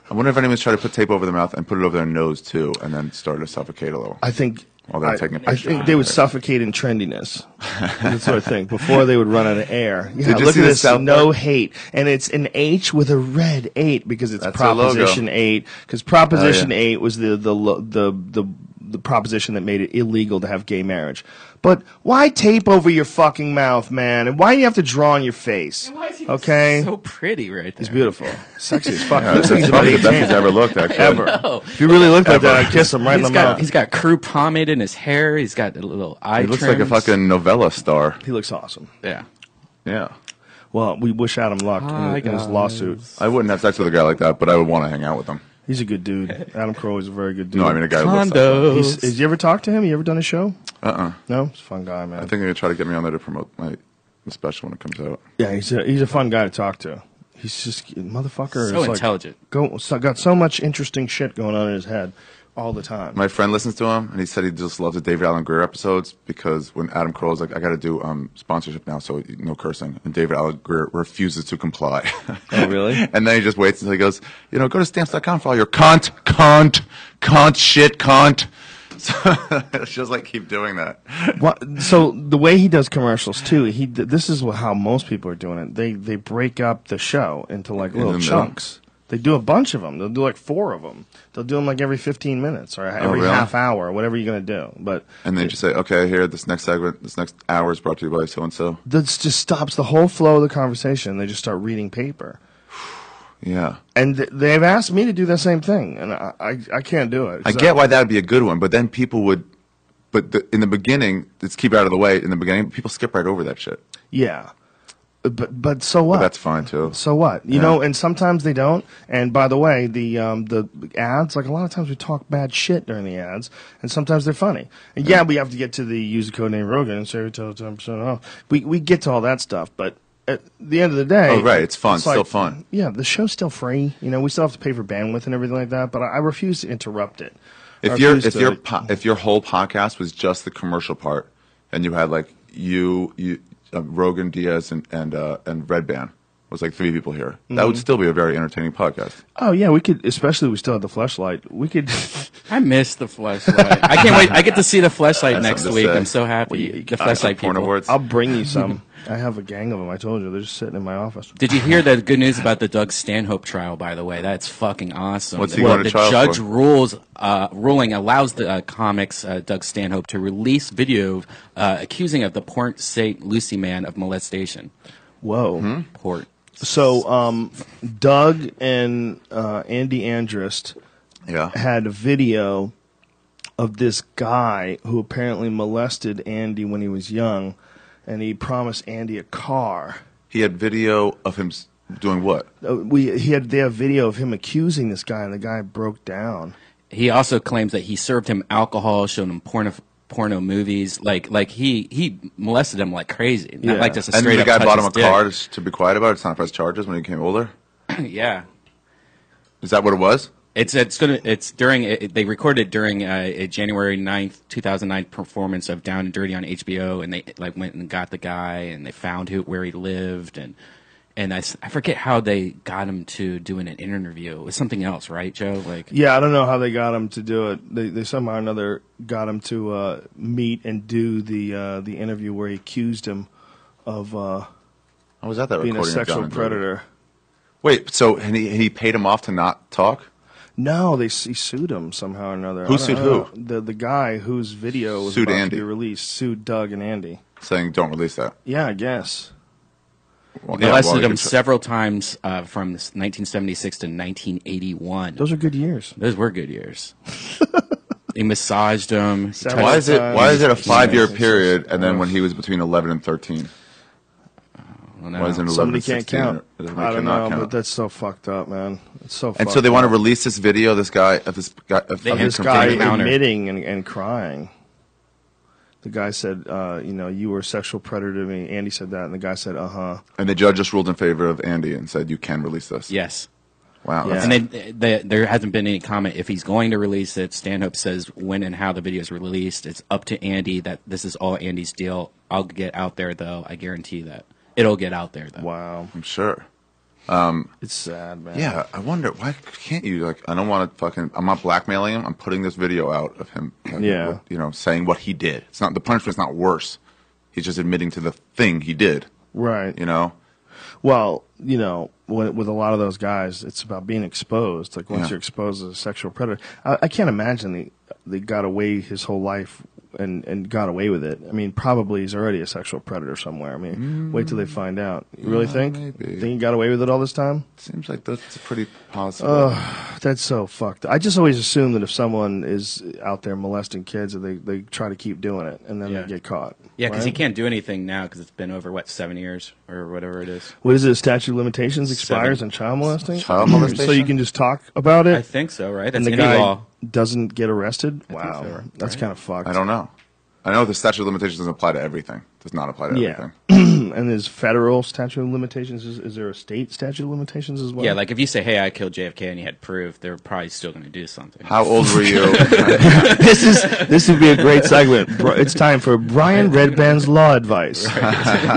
B: I wonder if anyone's trying to put tape over their mouth and put it over their nose too, and then start to suffocate a little.
A: I think.
B: While they're
A: I,
B: taking a
A: I
B: picture.
A: think they would suffocate in trendiness. That's what I think. Before they would run out of air. Yeah,
B: you
A: look
B: see
A: at
B: the
A: this.
B: South
A: No
B: Park?
A: hate, and it's an H with a red eight because it's
B: That's their logo. Oh,
A: Proposition Eight. Because Proposition Eight was the the lo- the the the proposition that made it illegal to have gay marriage. But why tape over your fucking mouth, man? And why do you have to draw on your face? Okay,
C: So pretty right there.
A: it's beautiful, sexy as fuck.
B: Yeah,
A: Looks
B: that's
A: like he's about
B: probably the best he's
A: 18.
B: ever looked, actually.
A: Ever. If you really looked like that, I'd kiss him right
C: He's
A: in the
C: got,
A: mouth.
C: he's got crew pomade in his hair. He's got a little eye.
B: He looks like a
C: trims.
B: fucking novella star.
A: He looks awesome.
C: Yeah.
B: Yeah.
A: Well, we wish Adam luck
C: Hi,
A: in, in his
C: guys.
A: lawsuit.
B: I wouldn't have sex with a guy like that, but I would want to hang out with him.
A: He's a good dude. Adam Carolla is a very good dude.
B: No, I mean a guy who looks like that.
C: Condo.
A: He's, has you ever talked to him? You ever done a show?
B: Uh-uh.
A: No, he's a fun guy, man.
B: I think they're going to try to get me on there to promote my my special when it comes out.
A: yeah, he's a, he's a fun guy to talk to. He's just motherfucker.
C: So
A: is like-
C: intelligent.
A: go, so, got so much interesting shit going on in his head all the time.
B: My friend listens to him, and he said he just loves the David Allen Greer episodes because when Adam Carolla's like, I got to do um, sponsorship now, so no cursing, and David Allen Greer refuses to comply.
A: Oh, really?
B: and then he just waits until he goes, you know, go to stamps.com for all your cunt, cunt, cunt, shit, cunt. So it's just like keep doing that.
A: What, so the way he does commercials too, he d- this is wha- how most people are doing it. They they break up the show into like
B: In
A: little
B: the middle?
A: chunks. They do a bunch of them. They'll do like four of them. They'll do them like every fifteen minutes or every
B: Oh, really?
A: half hour, whatever you're gonna do. But
B: And then just say, okay, here, this next segment, this next hour is brought to you by so and so.
A: this just stops the whole flow of the conversation. They just start reading paper.
B: Yeah.
A: And th- they've asked me to do the same thing, and I I, I can't do it.
B: I get why that would be a good one, but then people would. But the, in the beginning, let's keep it out of the way. In the beginning, people skip right over that shit.
A: Yeah, but but so what?
B: But that's fine too.
A: So what? You
B: Yeah.
A: know, and sometimes they don't. And by the way, the um, the ads, like a lot of times we talk bad shit during the ads, and sometimes they're funny. And yeah, we have to get to the use the code name Rogan and save it till ten percent off. We we get to all that stuff, but at the end of the day,
B: Oh, right, it's fun, still fun.
A: Yeah, the show's still free. You know, we still have to pay for bandwidth and everything like that. But I, I refuse to interrupt it. I
B: if your
A: refuse
B: if
A: to,
B: your
A: like-
B: po- if your whole podcast was just the commercial part, and you had like you you uh, Rogan Diaz and and uh, and Red Band was like three people here,
C: Mm-hmm.
B: that would still be a very entertaining podcast.
A: oh yeah, we could. Especially we still have the flashlight. We could.
C: I miss the flashlight. I can't wait. I get to see the flashlight
B: That's
C: next
B: something to
C: week.
B: say.
C: I'm so happy.
B: You
C: the
B: got
C: flashlight
B: porn
C: people.
B: awards.
A: I'll bring you some. I have a gang of them. I told you they're just sitting in my office.
C: Did you hear the good news about the Doug Stanhope trial? By the way, that's fucking awesome.
B: What's he
C: the,
B: going to
C: the
B: trial
C: judge
B: for?
C: rules uh, ruling allows the uh, comics uh, Doug Stanhope to release video of, uh, accusing of the Port St. Lucie man of molestation.
A: Whoa.
B: Hmm?
C: Port.
A: So, um, Doug and uh, Andy Andrist
B: Yeah,
A: had a video of this guy who apparently molested Andy when he was young, and he promised Andy a car.
B: he had video of him s- doing what?
A: Uh, We he had they have video of him accusing this guy, and the guy broke down.
C: He also claims that he served him alcohol, showed him porno, porno movies. Like like he he molested him like crazy. Not like just a
B: and
C: straight
B: the
C: up
B: guy
C: touch
B: bought him a
C: his dick.
B: car just to be quiet about it, to not press charges when he became older.
C: yeah.
B: Is that what it was?
C: It's it's gonna it's during it, they recorded during uh, a January 9th, two thousand nine performance of Down and Dirty on HBO, and they like went and got the guy and they found who where he lived and and I, s- I forget how they got him to doing an interview. It was something else, right, Joe? Like
A: Yeah, I don't know how they got him to do it. They, they somehow or another got him to uh, meet and do the uh, the interview where he accused him of uh,
B: I was at that
A: being a
B: recording of Down
A: sexual
B: and Dirty.
A: predator.
B: Wait, so and he, and he paid him off to not talk?
A: No, they s- he sued him somehow or another.
B: Who
A: I don't
B: sued
A: know. The the guy whose video was
B: Sued
A: about
B: Andy.
A: to be released sued Doug and Andy.
B: Saying don't release that.
A: Yeah, I guess.
B: Well, yeah,
C: molested
B: well,
C: him
B: it's-
C: several times uh, from 1976 to 1981.
A: Those are good years.
C: Those were good years. he massaged him. he touched-
B: Why is it why is it a five year period and then when he was between eleven and thirteen? Why is it 11
A: Somebody
B: and
A: can't
B: 16?
A: count.
B: It doesn't-
A: I don't
B: cannot
A: know,
B: count.
A: but that's so fucked up, man. It's so.
B: And
A: fucked
B: so they want to
A: up.
B: release this video, this guy of this guy of,
A: of
B: him
A: this guy
B: confronting-
A: admitting and, and crying. The guy said, uh, "You know, you were a sexual predator to me." Andy said that, and the guy said, "Uh huh."
B: And the judge just ruled in favor of Andy and said you can release this.
C: Yes.
B: Wow. that's-
C: And then the, there hasn't been any comment if he's going to release it. Stanhope says when and how the video is released. It's up to Andy. That this is all Andy's deal. I'll get out there though. I guarantee that it'll get out there though.
A: Wow.
B: I'm sure. Um,
A: it's sad, man.
B: Yeah, I wonder why can't you like? I don't want to fucking. I'm not blackmailing him. I'm putting this video out of him. like,
A: Yeah.
B: what- you know, saying what he did. It's not the punishment's not worse. He's just admitting to the thing he did.
A: Right.
B: You know.
A: Well, you know, when, with a lot of those guys, it's about being exposed. Like once
B: Yeah.
A: you're exposed as a sexual predator, I, I can't imagine they they got away his whole life and and got away with it. I mean, probably he's already a sexual predator somewhere. I mean, wait till they find out. You really
B: Mm. Yeah,
A: think?
B: maybe.
A: Think he got away with it all this time?
B: Seems like that's pretty possible.
A: Ugh, that's so fucked. I just always assume that if someone is out there molesting kids, that they they try to keep doing it and then they get caught.
C: Yeah, because
A: right?
C: he can't do anything now because it's been over what seven years or whatever it is.
A: What is it? Statute of limitations expires
C: Seven.
A: on child molesting.
C: Child
A: so you
C: molestation?
A: can just talk about it.
C: I think so, right?
A: and
C: That's
A: the
C: any
A: guy
C: law.
A: doesn't get arrested. wow, that's kind of fucked.
B: I don't know. I know the statute of limitations doesn't apply to everything. Does not apply to
A: Yeah,
B: everything.
A: and there's federal statute of limitations. Is, is there a state statute of limitations as well?
C: Yeah, like if you say, "Hey, I killed JFK," and you had proof, they're probably still going to do something.
B: How old were you?
A: this is this would be a great segment. Bri- It's time for Brian Redband's law advice.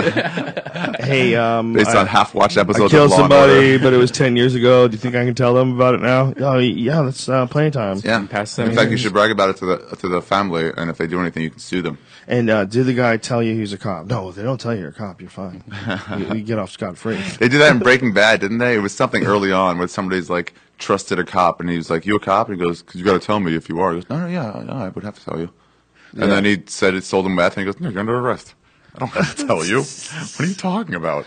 A: hey, um,
B: Based
A: I-
B: on half-watched
A: I
B: episodes
A: killed
B: of Law and
A: somebody,
B: Order.
A: but it was ten years ago. Do you think I can tell them about it now? Oh, yeah, that's uh, plenty of time.
B: Yeah. In fact, you should brag about it to the to the family, and if they do anything, you can sue them.
A: And uh, did the guy tell you he's a cop? No, they don't tell you you're a cop. You're fine. you, you get off scot free.
B: They did that in Breaking Bad, didn't they? It was something early on where somebody's like trusted a cop, and he was like, "You a cop?" And he goes, "Cause you got to tell me if you are." He goes, "No, no, yeah, no, I would have to tell you."
A: Yeah.
B: And then he said it sold him meth, and he goes, "No, you're under arrest. I don't have to tell you. what are you talking about?"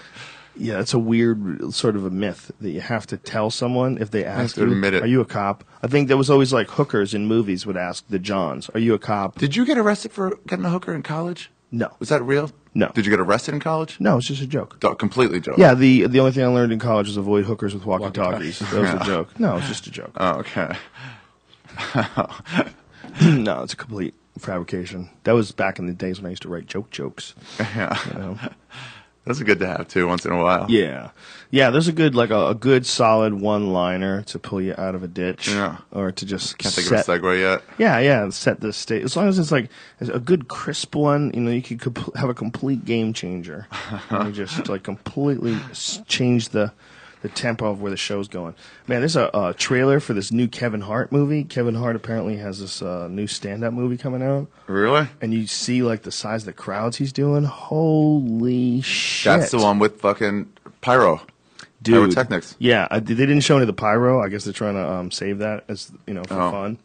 A: Yeah, it's a weird sort of a myth that you have to tell someone if they ask
B: to
A: you,
B: admit it.
A: "Are you a cop?" I think that was always like hookers in movies would ask the Johns, "Are you a cop?"
B: Did you get arrested for getting a hooker in college?
A: No.
B: Was that real?
A: No.
B: Did you get arrested in college?
A: No, it's just a joke.
B: D- completely joke.
A: Yeah, the the only thing I learned in college was avoid hookers with walkie talkies. That was
B: Yeah.
A: a joke. No, it's just a joke.
B: Oh, okay.
A: no, it's a complete fabrication. That was back in the days when I used to write joke jokes.
B: Yeah.
A: You know?
B: That's good to have too, once in a while.
A: Yeah, yeah. There's a good like a, a good solid one liner to pull you out of a ditch. Yeah. Or to just
B: Can't think
A: set-
B: of a segue yet.
A: Yeah, yeah. Set the state. As long as it's like it's a good crisp one, you know, you could comp- have a complete game changer. and you just like completely s- change the the tempo of where the show's going. Man, there's a, a trailer for this new Kevin Hart movie. Kevin Hart apparently has this uh, new stand up movie coming out.
B: Really?
A: And you see like the size of the crowds he's doing. Holy shit!
B: That's the one with fucking pyro.
A: Dude.
B: Pyrotechnics.
A: Yeah, I, they didn't show any of the pyro. I guess they're trying to um, save that as you know for
B: Oh.
A: fun.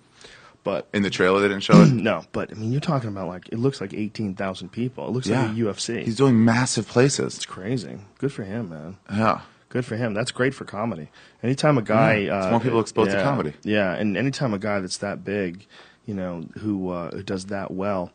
A: But
B: in the trailer they didn't show it.
A: no, but I mean, you're talking about like it looks like eighteen thousand people. It looks like a UFC.
B: He's doing massive places. It's
A: crazy. Good for him, man.
B: Yeah.
A: Good for him. That's great for comedy. Anytime a guy,
B: Yeah, it's
A: uh,
B: more people exposed to
A: yeah,
B: comedy.
A: Yeah, and anytime a guy that's that big, you know, who uh, who does that well,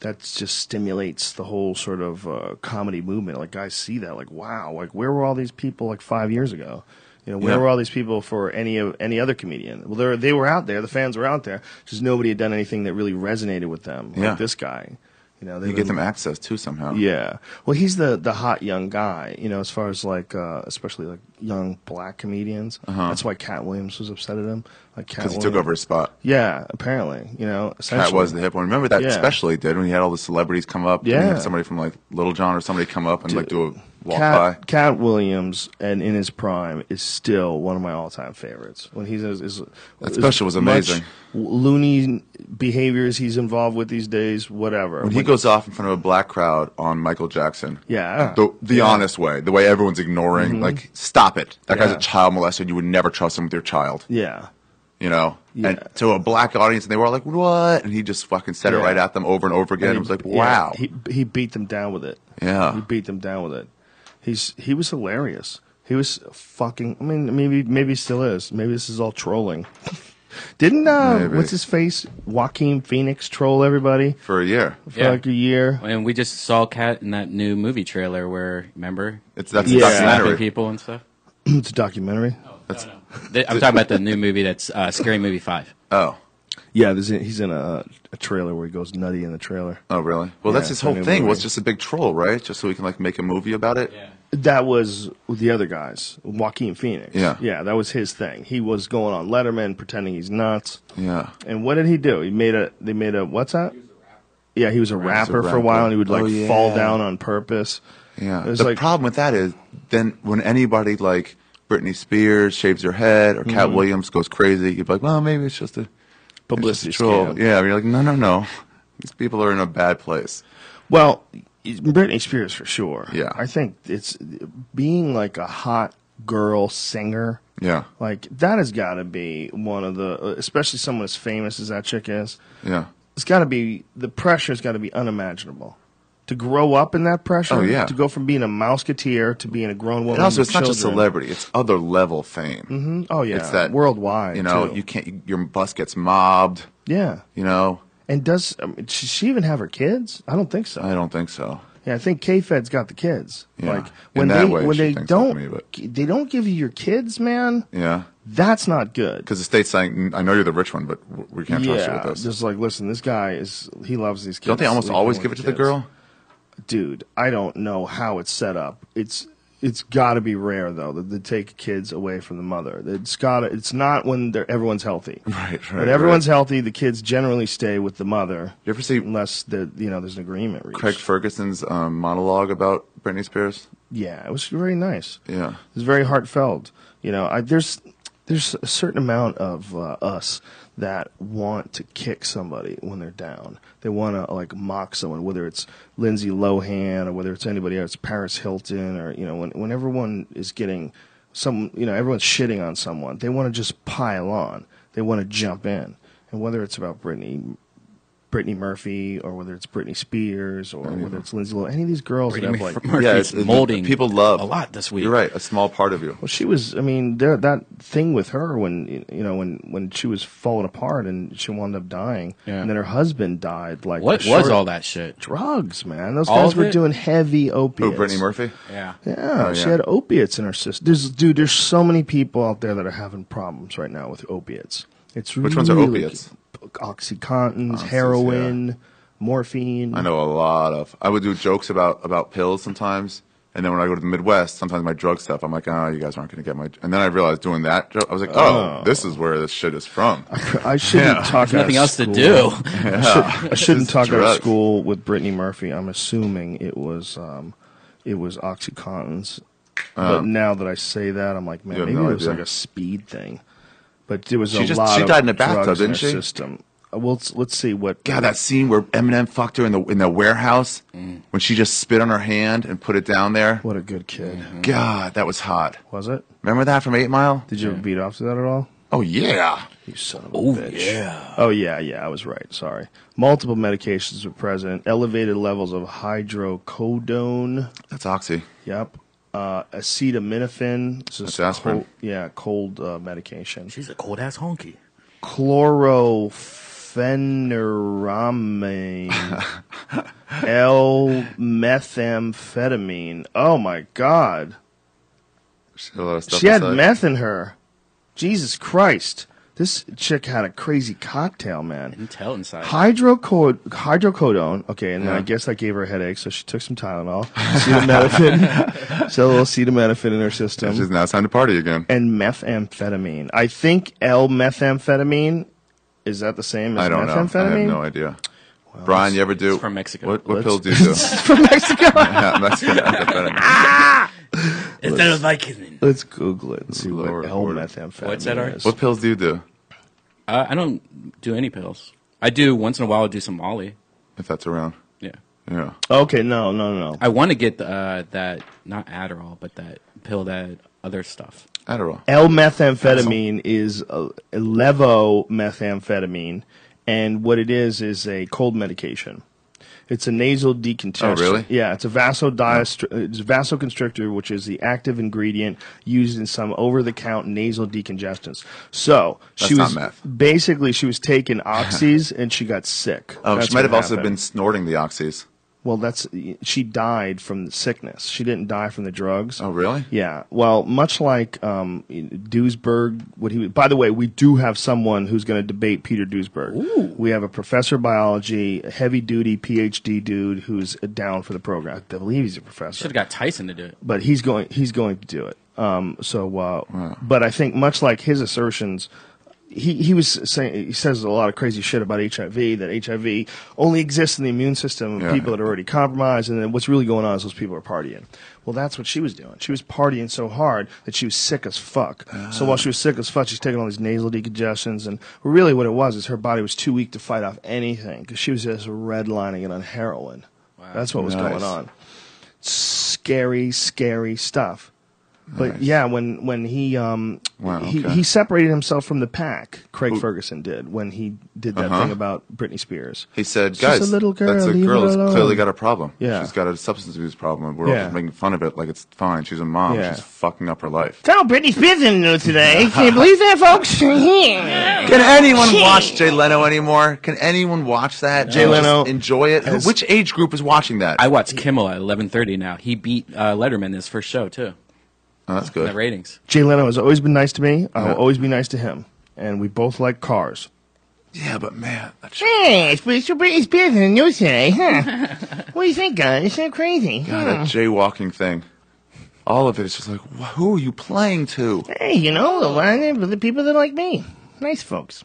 A: that just stimulates the whole sort of uh, comedy movement. Like guys see that, like wow, like where were all these people like five years ago? You know, where
B: Yeah.
A: were all these people for any of any other comedian? Well, they they were out there. The fans were out there. Just nobody had done anything that really resonated with them. Like
B: Yeah.
A: this guy. You know, they
B: You get them access too somehow.
A: Yeah. Well, he's the the hot young guy. You know, as far as like uh, especially like young black comedians.
B: Uh-huh.
A: That's why Cat Williams was upset at him. Like Cat
B: Because he took
A: Williams-
B: over his spot.
A: Yeah, apparently. You know,
B: That
A: essentially.
B: was the hip one. Remember that
A: Yeah.
B: special he did when he had all the celebrities come up? and he
A: Yeah.
B: had somebody from like Little John or somebody come up and like do a walk by.
A: Cat, Cat Williams, and in his prime, is still one of my all-time favorites. When he's is, is
B: That
A: is
B: special was amazing.
A: much Loony behaviors he's involved with these days, whatever.
B: When he goes off in front of a black crowd on Michael Jackson.
A: Yeah.
B: The, the
A: Yeah.
B: honest way, the way everyone's ignoring,
A: Mhm.
B: like, stop it. That guy's
A: Yeah.
B: a child molester. You would never trust him with your child.
A: yeah,
B: You know? And to a black audience, and they were all like, what? And he just fucking said it
A: Yeah.
B: right at them over and over again.
A: And
B: it was
A: he-
B: like,
A: yeah,
B: wow.
A: he he beat them down with it.
B: Yeah.
A: he beat them down with it. He's he was hilarious. He was fucking. I mean, maybe maybe still is. Maybe this is all trolling. Didn't uh,
C: Maybe.
A: what's his face Joaquin Phoenix troll everybody
B: For a year.
A: for like a year?
C: And we just saw Cat in that new movie trailer where, remember?
B: It's
A: that's a
C: He's
A: documentary.
C: slapping people and stuff.
A: it's a documentary.
C: Th- I'm talking about the new movie that's uh, Scary Movie 5.
B: Oh.
A: Yeah, there's a, he's in a, a trailer where he goes nutty in the trailer.
B: Oh, really?
A: Yeah,
B: Well, that's his
A: it's a
B: whole
A: new
B: thing.
A: movie.
B: Was just a big troll, right? Just so we can like make a movie about it.
A: That was the other guys, Joaquin Phoenix.
B: Yeah.
A: yeah, that was his thing. He was going on Letterman pretending he's nuts.
B: Yeah.
A: And what did he do? He made a they made a what's that? Yeah, he was a rapper for a while, and he would like
B: Oh, yeah.
A: fall down on purpose.
B: Yeah.
A: It was
B: the
A: like-
B: problem with that is then when anybody like Britney Spears shaves her head or Cat
A: Mhm.
B: Williams goes crazy, you'd be like, well, maybe it's just a
A: Publicity
B: it's just a troll.
A: scam.
B: Yeah. You're like, no, no, no. These people are in a bad place.
A: Well, Britney Spears for sure.
B: Yeah.
A: I think it's being like a hot girl singer.
B: Yeah.
A: Like that has got to be one of the, especially someone as famous as that chick is.
B: Yeah.
A: It's got to be the pressure's got to be unimaginable. To grow up in that pressure,
B: Oh, yeah.
A: to go from being a mouseketeer to being a grown woman,
B: and also,
A: with
B: it's not just
A: children.
B: celebrity; it's other level fame.
A: hmm Oh yeah,
B: It's that
A: worldwide.
B: You know,
A: too.
B: you can't. Your bus gets mobbed.
A: yeah.
B: You know,
A: And does I mean, does she even have her kids? I don't think so.
B: I don't think so.
A: Yeah, I think K Fed's got the kids.
B: Uh, Yeah.
A: Like
B: In
A: when
B: that
A: they
B: way,
A: when
B: she
A: they
B: thinks
A: don't
B: like me, but-
A: they don't give you your kids, man.
B: Yeah.
A: That's not good.
B: Because the state's saying, "N- I know you're the rich one, but w- we can't
A: yeah,
B: trust you with this.
A: just like listen, this guy is he loves these kids.
B: Don't they almost
A: Leave him
B: always
A: with
B: give it to the
A: kids.
B: girl?
A: Dude, I don't know how it's set up. It's it's got to be rare though that they take kids away from the mother. It's got to it's not when they're everyone's healthy.
B: Right, right.
A: when everyone's healthy, the kids generally stay with the mother.
B: You ever see
A: unless the you know there's an agreement reached.
B: Craig Ferguson's um, monologue about Britney Spears.
A: Yeah, it was very nice.
B: Yeah.
A: It's very heartfelt. You know, I, there's there's a certain amount of uh, us that want to kick somebody when they're down. They want to like mock someone, whether it's Lindsay Lohan or whether it's anybody else, Paris Hilton, or you know, when when everyone is getting some, you know, everyone's shitting on someone, they want to just pile on. They want to jump in, and whether it's about Britney. Brittany Murphy, or whether it's Britney Spears, or whether it's Lindsay Lohan, any of these girls that have like
B: yeah, it's, it's- people love a lot
C: this week.
B: You're right, a small part of you.
A: well, she was. I mean, there, that thing with her when you know when when she was falling apart and she wound up dying,
C: Yeah.
A: and then her husband died. Like
C: What
A: a short-
C: was all that shit?
A: Drugs, man. Those
C: All
A: guys
C: of
A: were
C: it?
A: doing heavy
B: Who,
A: opiates.
B: Oh, Brittany Murphy?
C: Yeah.
A: Yeah,
B: Oh,
A: she
B: yeah.
A: had opiates in her system. There's, dude, there's so many people out there that are having problems right now with opiates. It's
B: Which
A: really
B: ones are opiates?
A: Oxycontins, heroin, morphine.
B: I know a lot of. I would do jokes about about pills sometimes, and then when I go to the Midwest, sometimes my drug stuff. I'm like, oh, you guys aren't going to get my. And then I realized doing that joke, I was like, oh,
A: Oh.
B: this is where this shit is from.
A: I shouldn't
B: Yeah.
A: talk.
B: There's
A: out
B: nothing
A: of
B: else to
A: school.
B: do.
A: I, should, I shouldn't
B: Just
A: talk out of
B: drugs.
A: school with Brittany Murphy. I'm assuming it was, um, it was OxyContin's. but
B: Um,
A: now that I say that, I'm like, man,
B: you have
A: maybe
B: no
A: it was
B: idea.
A: like a speed thing. But there was
B: She
A: a
B: just-
A: lot.
B: she
A: of
B: died in a bathtub,
A: drugs
B: didn't
A: her
B: she?
A: System. Uh, Well, let's, let's see what.
B: God, that scene where Eminem fucked her in the in the warehouse when she just spit on her hand and put it down there.
A: What a good kid.
B: God, that was hot.
A: Was it?
B: Remember that from Eight Mile?
A: Did you ever beat off to that at all?
B: Oh yeah.
A: You son of a bitch. Yeah. Oh yeah, yeah. I was right. Sorry. Multiple medications were present. Elevated levels of hydrocodone.
B: That's oxy.
A: Yep. Uh, acetaminophen. This is
B: That's aspirin.
A: Cold, yeah, cold uh, medication.
C: She's a cold ass honky.
A: Chloropheneramine. L-methamphetamine. Oh my god.
B: She had a lot of stuff.
A: She had
B: inside.
A: meth in her. Jesus Christ. This chick had a crazy cocktail, man.
C: Intel inside.
A: Hydrocod- hydrocodone. Okay, and then I
C: Yeah.
A: guess that gave her a headache, so she took some Tylenol, acetaminophen, so a little acetaminophen in her system.
B: It's just now it's time to party again.
A: and methamphetamine. I think L-methamphetamine is that the same as
B: I don't know.
A: methamphetamine?
B: I have no idea. Brian, you ever do?
C: from Mexico.
B: What, what pills do you do?
A: from Mexico.
B: yeah, Mexico.
C: Is that a Vicodin?
A: Let's Google it and see
B: Lord,
A: what L-methamphetamine
C: What's that, Art?
A: is.
B: What pills do you do?
C: Uh, I don't do any pills. I do once in a while. I do some Molly.
B: If that's around.
C: Yeah.
B: Yeah.
A: Okay, no, no, no.
C: I want to get uh, that not Adderall, but that pill that other stuff.
B: Adderall.
A: L-methamphetamine is a, a levomethamphetamine, and what it is is a cold medication. It's a nasal decongestant.
B: Oh, really?
A: Yeah, it's a vasodist- it's a vasoconstrictor, which is the active ingredient used in some over-the-count nasal decongestants. So she
B: That's
A: was
B: not
A: basically she was taking oxys and she got sick.
B: Oh,
A: That's
B: she might
A: what
B: have also
A: happened.
B: been snorting the oxys.
A: Well, that's she died from the sickness. She didn't die from the drugs.
B: Oh, really?
A: Yeah. Well, much like um, Duisberg, what he. By the way, we do have someone who's going to debate Peter Duisberg. We have a professor of biology, a heavy duty PhD dude who's down for the program. I believe he's a professor
C: Should have got Tyson to do it.
A: but he's going he's going to do it. Um, so, uh, but I think much like his assertions, he he was saying he says a lot of crazy shit about HIV that HIV only exists in the immune system of
B: Yeah.
A: people that are already compromised, and then what's really going on is those people are partying. Well, that's what she was doing. She was partying so hard that she was sick as fuck. So while she was sick as fuck, she's taking all these nasal decongestions, and really what it was is her body was too weak to fight off anything because she was just redlining it on heroin. That's what was
B: Nice.
A: going on scary, scary stuff. But
B: Nice.
A: yeah, when when he um
B: Wow,
A: he,
B: okay.
A: he separated himself from the pack, Craig
B: Who-
A: Ferguson did when he did that
B: Uh-huh.
A: thing about Britney Spears.
B: He said,
A: It's just
B: "Guys,
A: a little girl,
B: that's a
A: leave
B: girl
A: her
B: who's
A: alone."
B: clearly got a problem.
A: Yeah.
B: she's got a substance abuse problem. and We're all
A: Yeah.
B: just making fun of it like it's fine. She's a mom.
A: Yeah.
B: She's fucking up her life."
A: Tell Britney Spears in the news today. Can you believe that, folks?
B: Can anyone watch Jay Leno anymore? Can anyone watch that?
A: Jay
B: And just
A: Leno
B: enjoy it.
A: has-
B: Which age group is watching that?
C: I watch Kimmel at eleven thirty now. He beat uh, Letterman his first show too.
B: Oh, that's
C: in
B: good.
C: The ratings.
A: Jay Leno has always been nice to me. I will
B: Yeah.
A: always be nice to him, and we both like cars.
B: Yeah, but man, that sh-
A: Hey, it's Britney Spears in the news today, huh? what do you think, guys? It's so crazy.
B: God, that jaywalking thing. All of it is just like, wh- who are you playing to?
A: Hey, you know the line the people that like me, nice folks.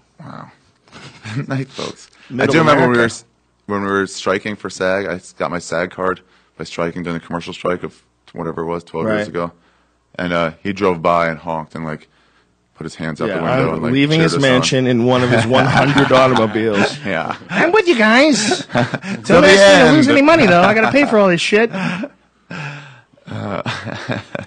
B: Night, folks. I
A: Middle
B: do remember when we
A: America.
B: were s- when we were striking for SAG. I s- got my SAG card by striking during the commercial strike of t- whatever it was, twelve years
A: Right.
B: ago. And uh, he drove by and honked and like put his hands out the window
A: I'm
B: and like
A: leaving
B: cheered
A: his
B: us
A: mansion in one of his 100 automobiles.
B: On. Yeah.
A: I'm with you guys.
B: Till
A: Don't ask
B: the
A: me to
B: end.
A: lose any money though. I got to pay for all this shit.
B: Uh,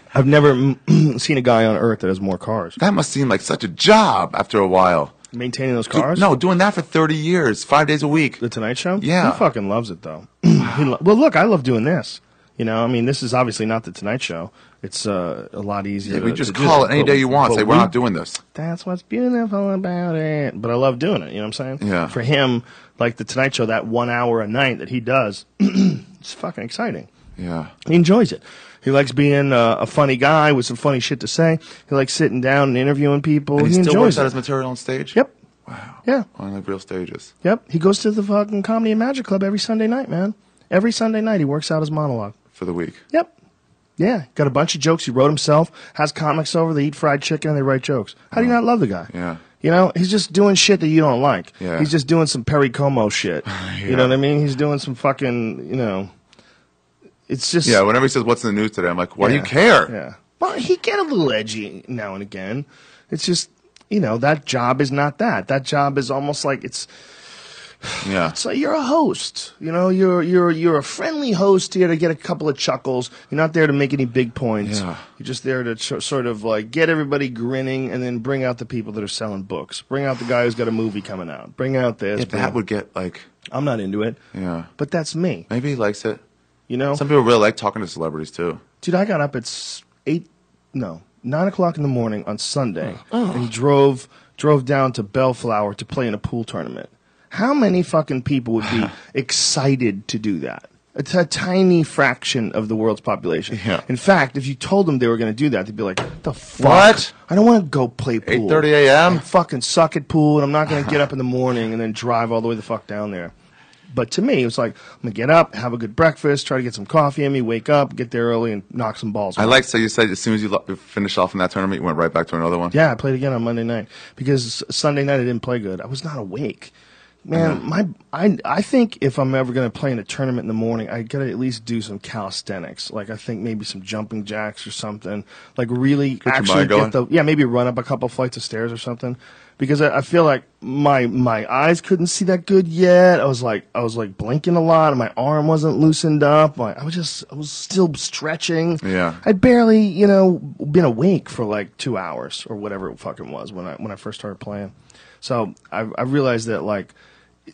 A: I've never mm, seen a guy on earth that has more cars.
B: That must seem like such a job after a while.
A: Maintaining those
B: Do-
A: cars.
B: no, doing that for thirty years, five days a week.
A: The Tonight Show.
B: Yeah.
A: he fucking loves it though. he lo- well, look, I love doing this. You know, I mean, this is obviously not the Tonight Show. It's uh, a lot easier.
B: Yeah, we
A: to-
B: just
A: to do
B: call it
A: this,
B: any
A: but-
B: day you want.
A: but
B: Say we're
A: we
B: not doing this.
A: that's what's beautiful about it. But I love doing it. You know what I'm saying?
B: Yeah.
A: For him, like the Tonight Show, that one hour a night that he does, it's fucking exciting.
B: Yeah.
A: He enjoys it. He likes being uh, a funny guy with some funny shit to say. He likes sitting down and interviewing people.
B: And he,
A: he
B: still
A: enjoys
B: works
A: it.
B: out his material on stage.
A: yep.
B: Wow.
A: Yeah.
B: On like real stages.
A: Yep. He goes to the fucking Comedy and Magic Club every Sunday night, man. Every Sunday night he works out his monologue.
B: for the week.
A: Yep. Yeah. Got a bunch of jokes he wrote himself. Has comics over. They eat fried chicken and they write jokes. How do you not love the guy?
B: Yeah.
A: You know, he's just doing shit that you don't like.
B: Yeah.
A: He's just doing some Perry Como shit. You know what I mean? He's doing some fucking, you know, it's just.
B: Yeah, whenever he says what's in the news today, I'm like, why do you
A: Yeah.
B: care?
A: Yeah. Well, he get a little edgy now and again. It's just, you know, that job is not that. That job is almost like it's
B: Yeah.
A: so you're a host. You know, you're you're you're a friendly host here to get a couple of chuckles. You're not there to make any big points.
B: Yeah.
A: You're just there to ch- sort of like get everybody grinning, and then bring out the people that are selling books. Bring out the guy who's got a movie coming out. Bring out this.
B: If
A: bring
B: that
A: out-
B: would get like,
A: I'm not into it,
B: yeah.
A: but that's me.
B: Maybe he likes it.
A: You know,
B: Some people really like talking to celebrities too.
A: dude, I got up at s- eight, no, nine o'clock in the morning on Sunday and drove drove down to Bellflower to play in a pool tournament. How many fucking people would be excited to do that? It's a tiny fraction of the world's population. In fact, if you told them they were going to do that, they'd be like, "What the fuck?
B: What?
A: I don't want to go play pool.
B: 8:30 a.m.?
A: I fucking suck at pool, and I'm not going to get up in the morning and then drive all the way the fuck down there." But to me, it was like, I'm going to get up, have a good breakfast, try to get some coffee in me, wake up, get there early, and knock some balls.
B: I like so you said as soon as you lo- finished off in that tournament, you went right back to another one.
A: Yeah, I played again on Monday night because Sunday night I didn't play good. I was not awake. Man,
B: Mhm.
A: my I I think if I'm ever going to play in a tournament in the morning, I got to at least do some calisthenics. Like I think maybe some jumping jacks or something. Like really
B: your
A: actually
B: mind going.
A: get the yeah maybe run up a couple flights of stairs or something. Because I, I feel like my my eyes couldn't see that good yet. I was like I was like blinking a lot, and my arm wasn't loosened up. My, I was just I was still stretching.
B: Yeah.
A: I'd barely, you know, been awake for like two hours or whatever it fucking was when I when I first started playing. So I I realized that like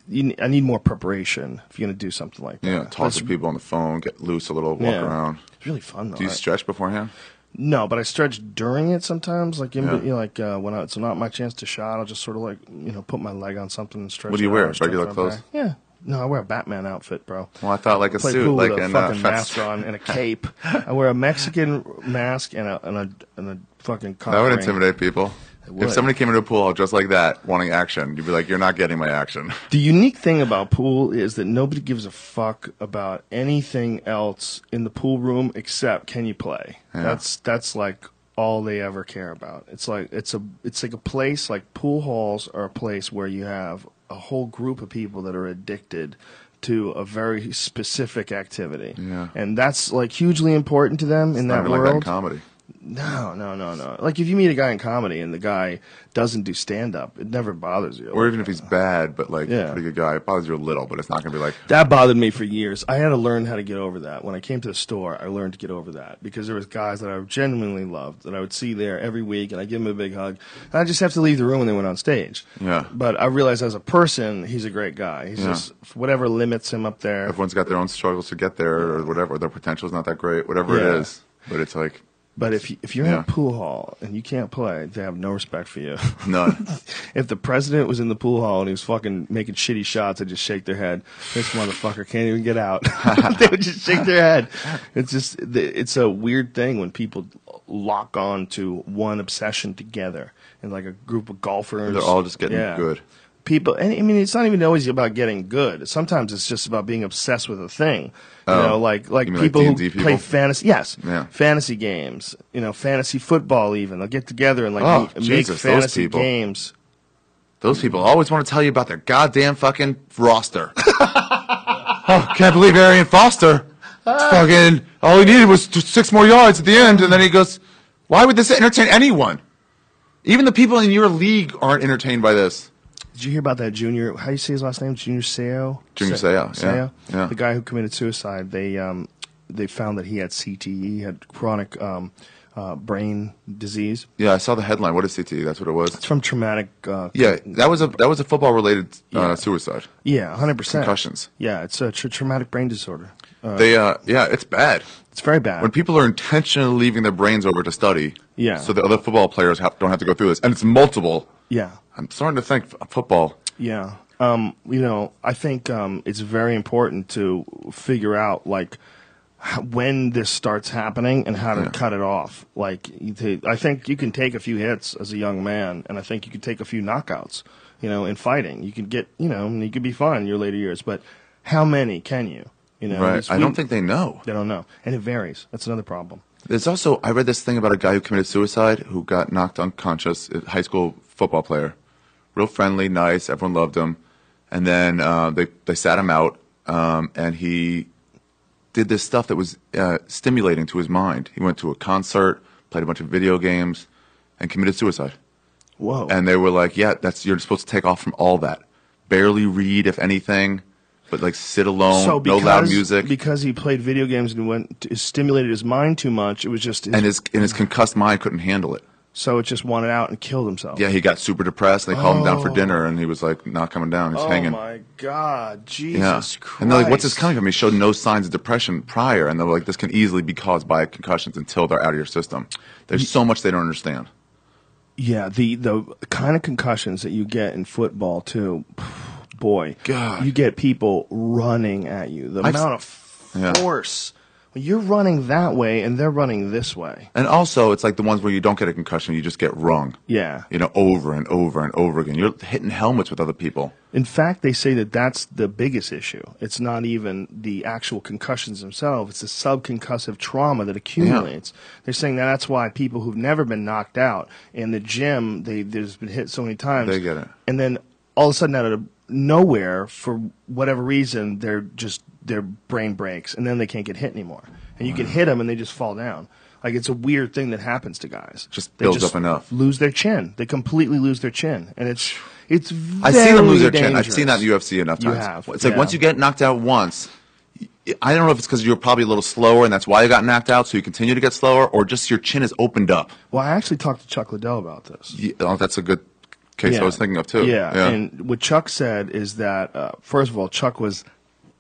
A: you, ne- I need more preparation if you're gonna do something like that.
B: Yeah, talk to
A: That's-
B: people on the phone, get loose a little, walk
A: Yeah.
B: around.
A: It's really fun though.
B: Do you
A: I-
B: stretch beforehand?
A: no, but I stretch during it sometimes. Like in,
B: Yeah.
A: you know, like uh, when I, it's not my chance to shot, I'll just sort of like you know put my leg on something and stretch.
B: What do you
A: it out
B: wear?
A: or stretch
B: Regular
A: my
B: clothes?
A: back. Yeah. No, I wear a Batman outfit, bro.
B: Well, I thought like a
A: Play
B: suit,
A: pool
B: like
A: with a
B: in, uh,
A: fucking
B: Fast-
A: mask on and a cape. I wear a Mexican mask and a and a and a fucking. cock
B: that would
A: ring.
B: intimidate people.
A: would.
B: If somebody came into a pool just like that, wanting action, you'd be like, "You're not getting my action."
A: The unique thing about pool is that nobody gives a fuck about anything else in the pool room except can you play.
B: Yeah.
A: That's that's like all they ever care about. It's like it's a it's like a place like pool halls are a place where you have a whole group of people that are addicted to a very specific activity.
B: Yeah.
A: And that's like hugely important to them in
B: Not
A: that
B: even like that in
A: world.
B: comedy.
A: no, no, no, no. Like if you meet a guy in comedy and the guy doesn't do stand up, it never bothers you.
B: Or even if he's bad, but like
A: Yeah.
B: pretty good guy, it bothers you a little, but it's not gonna be like
A: That bothered me for years. I had to learn how to get over that. When I came to the store, I learned to get over that because there was guys that I genuinely loved that I would see there every week, and I give them a big hug. And I just have to leave the room when they went on stage.
B: Yeah.
A: But I realized as a person, he's a great guy. He's
B: Yeah.
A: just whatever limits him up there.
B: everyone's got their own struggles to get there or whatever. Their potential's not that great, whatever
A: Yeah.
B: it is. But it's like
A: But if you, if you're in
B: Yeah.
A: a pool hall and you can't play, they have no respect for you.
B: none.
A: if the president was in the pool hall and he was fucking making shitty shots, I'd just shake their head. This motherfucker can't even get out. they would just shake their head. It's just th- it's a weird thing when people lock on to one obsession together and like a group of golfers.
B: They're all just getting
A: Yeah.
B: good.
A: People, and I mean, it's not even always about getting good. Sometimes it's just about being obsessed with a thing. You
B: Oh.
A: know, like like
B: You mean like
A: people who
B: D&D people?
A: play fantasy. Yes,
B: Yeah.
A: fantasy games. You know, fantasy football. Even they'll get together and like
B: Oh,
A: m- make
B: Jesus, those
A: fantasy
B: people.
A: games.
B: Those people always want to tell you about their goddamn fucking roster. oh, can't believe Arian Foster. Fucking, all he needed was t- six more yards at the end, and then he goes, "Why would this entertain anyone? Even the people in your league aren't entertained by this."
A: Did you hear about that junior? How do you say his last name? Junior Seo.
B: Junior
A: Se-
B: Seau, yeah, yeah.
A: The guy who committed suicide. They um, they found that he had CTE, had chronic um, uh, brain disease.
B: Yeah, I saw the headline. What is CTE? That's what it was.
A: It's from traumatic. Uh,
B: Yeah, that was a that was a football related uh, suicide.
A: yeah, hundred percent.
B: Concussions.
A: Yeah, it's a tra- traumatic brain disorder. Uh,
B: They uh, yeah, it's bad.
A: it's very bad.
B: When people are intentionally leaving their brains over to study,
A: Yeah.
B: so the other football players have, don't have to go through this, and it's multiple.
A: yeah.
B: I'm starting to think f- football.
A: Yeah. Um, you know, I think um, it's very important to figure out like h- when this starts happening and how to cut it off. Like, you ta- I think you can take a few hits as a young man, and I think you can take a few knockouts. You know, in fighting, you can get you know, and you can be fine in your later years. But how many can you? You know,
B: right.
A: it's-
B: I
A: we-
B: don't think they know.
A: they don't know, and it varies. That's another problem.
B: There's also I read this thing about a guy who committed suicide who got knocked unconscious, a high school football player, real friendly, nice, everyone loved him, and then uh, they they sat him out, um, and he did this stuff that was uh, stimulating to his mind. He went to a concert, played a bunch of video games, and committed suicide.
A: Whoa.
B: And they were like, "Yeah, that's you're supposed to take off from all that. Barely read, if anything, but like sit alone, no loud music."
A: because he played video games and went it stimulated his mind too much. It was just his
B: and his and his concussed mind couldn't handle it.
A: So it just wanted out and killed himself.
B: Yeah, he got super depressed. and They called him down for
A: Oh.
B: dinner, and he was like, not coming down. He's
A: oh
B: hanging.
A: my God, Jesus
B: yeah.
A: Christ!
B: And they're like, what's this coming from? He showed no signs of depression prior, and they're like, this can easily be caused by concussions until they're out of your system. There's so much they don't understand.
A: Yeah, the the kind of concussions that you get in football too. Boy,
B: God.
A: you get people running at you. The
B: I've s-
A: amount of
B: Yeah.
A: force. When you're running that way and they're running this way.
B: And also, it's like the ones where you don't get a concussion, you just get rung.
A: Yeah.
B: You know, over and over and over again. You're hitting helmets with other people.
A: In fact, they say that that's the biggest issue. It's not even the actual concussions themselves, it's the subconcussive trauma that accumulates. They're saying that that's why people who've never been knocked out in the gym, they, they've just been hit so many times.
B: They get it.
A: And then all of a sudden, out of nowhere, for whatever reason, they're just, their brain breaks and then they can't get hit anymore. And you can hit them and they just fall down. Like it's a weird thing that happens to guys. Just
B: builds up enough.
A: Lose their chin. They completely lose their chin, and it's it's
B: I've seen them lose their
A: very
B: chin. I've seen that in
A: dangerous.
B: UFC enough
A: You
B: times.
A: have,
B: It's like
A: yeah.
B: once you get knocked out once, y- I don't know if it's because you were probably a little slower and that's why you got knocked out, so you continue to get slower, or just your chin is opened up.
A: Well, I actually talked to Chuck Liddell about this.
B: Y- Oh, that's a good case I was thinking of too.
A: Yeah. and what Chuck said is that uh, first of all, Chuck was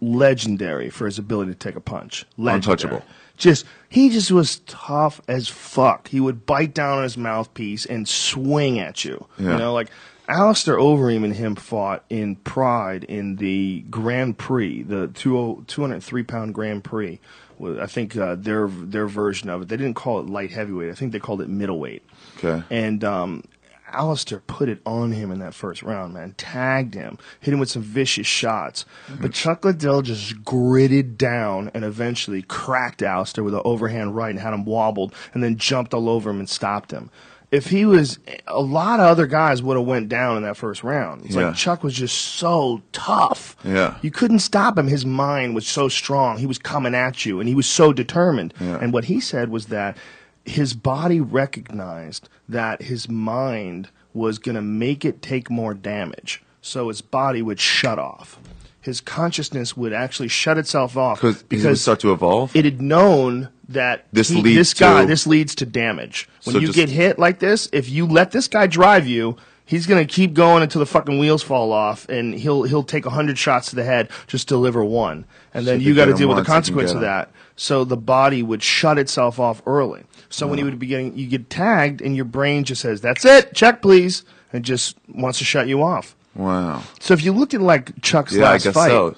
A: legendary for his ability to take a punch. Legendary.
B: Untouchable.
A: Just he just was tough as fuck. He would bite down on his mouthpiece and swing at you.
B: Yeah.
A: You know, like Alistair Overeem and him fought in Pride in the Grand Prix, the oh, 20 203 pound Grand Prix. Well, I think uh, their their version of it. They didn't call it light heavyweight. I think they called it middleweight.
B: Okay.
A: And um, Alistair put it on him in that first round, man. Tagged him, hit him with some vicious shots. But Chuck Liddell just gritted down and eventually cracked Alistair with an overhand right and had him wobbled and then jumped all over him and stopped him. If he was, a lot of other guys would have went down in that first round. It's
B: Yeah.
A: like Chuck was just so tough.
B: Yeah.
A: You couldn't stop him. His mind was so strong. He was coming at you and he was so determined. And what he said was that his body recognized that his mind was going to make it take more damage. So his body would shut off. His consciousness would actually shut itself off
B: Because it would start to evolve.
A: it had known that
B: This
A: he-
B: leads
A: this guy
B: to-
A: this leads to damage. When
B: So
A: you
B: just-
A: get hit like this, if you let this guy drive you, he's gonna keep going until the fucking wheels fall off, and he'll he'll take hundred shots to the head, just deliver one, and then
B: So
A: you
B: they
A: got to
B: get him
A: deal with the
B: once, you can
A: consequence
B: get
A: of
B: him.
A: that. So the body would shut itself off early. So when you
B: Uh-huh.
A: would be getting you get tagged, and your brain just says, "That's it, check please," and just wants to shut you off.
B: Wow.
A: So if you looked at like Chuck's
B: Yeah, I
A: last
B: guess
A: fight,
B: so.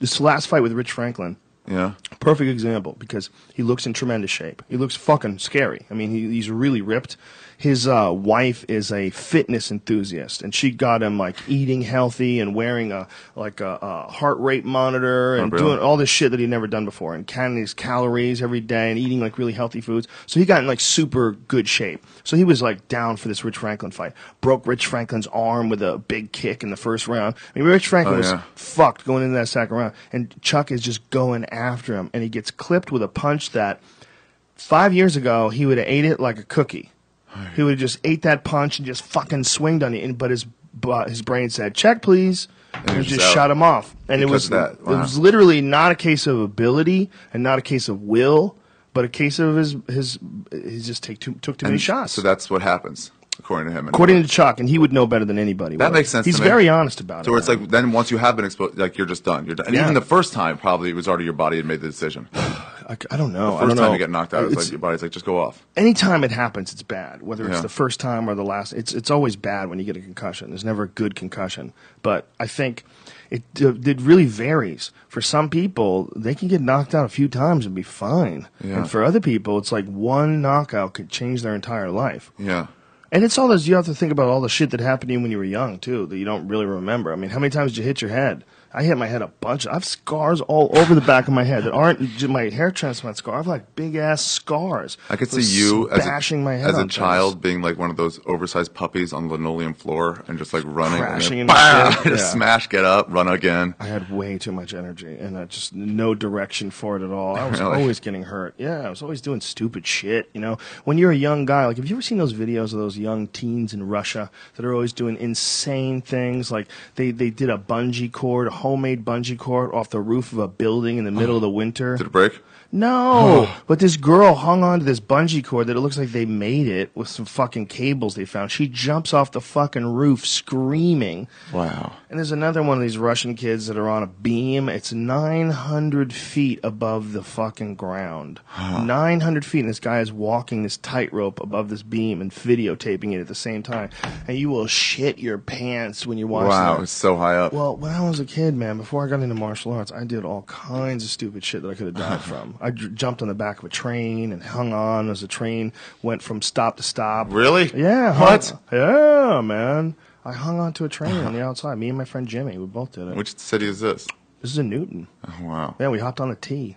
A: this last fight with Rich Franklin.
B: Yeah.
A: Perfect example because he looks in tremendous shape. He looks fucking scary. I mean, he, he's really ripped. His uh, wife is a fitness enthusiast, and she got him like eating healthy and wearing a like a, a heart rate monitor and
B: Oh, really?
A: doing all this shit that he'd never done before, and counting his calories every day and eating like really healthy foods. So he got in like super good shape. So he was like down for this Rich Franklin fight. Broke Rich Franklin's arm with a big kick in the first round. I mean, Rich Franklin
B: Oh,
A: was
B: yeah.
A: fucked going into that second round. And Chuck is just going after him, and he gets clipped with a punch that five years ago he would have ate it like a cookie. He would have just ate that punch and just fucking swinged on it. And, but his but his brain said, "Check, please." And,
B: he was
A: just
B: out.
A: shut him off. And it
B: Because
A: was
B: of that. Wow.
A: it was literally not a case of ability and not a case of will, but a case of his his he just take too, took too many
B: And
A: shots.
B: So that's what happens, according to him.
A: According to Chuck, and he would know better than anybody.
B: That
A: would.
B: makes sense.
A: He's
B: to me.
A: very honest about
B: So
A: it.
B: it's like then once you have been exposed, like you're just done. You're done. And
A: Yeah.
B: even the first time, probably it was already your body had made the decision. The
A: I, I don't know. I
B: first
A: don't
B: time
A: know.
B: you get knocked out, it's,
A: It's-
B: like your body's like just go off.
A: anytime it happens, it's bad. Whether it's
B: Yeah.
A: the first time or the last, it's it's always bad when you get a concussion. There's never a good concussion. But I think it d- it really varies. For some people, they can get knocked out a few times and be fine.
B: Yeah.
A: And for other people, it's like one knockout could change their entire life.
B: Yeah.
A: And it's all this, you have to think about all the shit that happened to you when you were young, too, that you don't really remember. I mean, how many times did you hit your head? I hit my head a bunch. I have scars all over the back of my head that aren't j- my hair transplant scar. I have like big ass scars.
B: I could
A: for
B: see you as a,
A: bashing my head
B: as a
A: on things.
B: child being like one of those oversized puppies on linoleum floor and just like running,
A: Crashing
B: and
A: into
B: then, bam,
A: shit.
B: just
A: Yeah.
B: smash, get up, run again.
A: I had way too much energy and uh, just no direction for it at all. I was
B: Really?
A: always getting hurt. Yeah, I was always doing stupid shit. You know, when you're a young guy, like, have you ever seen those videos of those young teens in Russia that are always doing insane things? Like, they, they did a bungee cord, a homemade bungee cord off the roof of a building in the middle of the winter.
B: Did it break?
A: No, but this girl hung on to this bungee cord that it looks like they made it with some fucking cables they found. She jumps off the fucking roof screaming.
B: Wow.
A: And there's another one of these Russian kids that are on a beam. It's 900 feet above the fucking ground. 900 feet, and this guy is walking this tightrope above this beam and videotaping it at the same time. And you will shit your pants when you watch
B: wow,
A: that.
B: it's so high up.
A: Well, when I was a kid, man, before I got into martial arts, I did all kinds of stupid shit that I could have died from. I dr- jumped on the back of a train and hung on as the train went from stop to stop.
B: Really?
A: Yeah. hung-
B: What?
A: yeah, man. I hung onto a train on the outside. Me and my friend Jimmy, we both did it.
B: Which city is this?
A: This is in Newton.
B: Oh, wow.
A: Yeah, we hopped on a T. It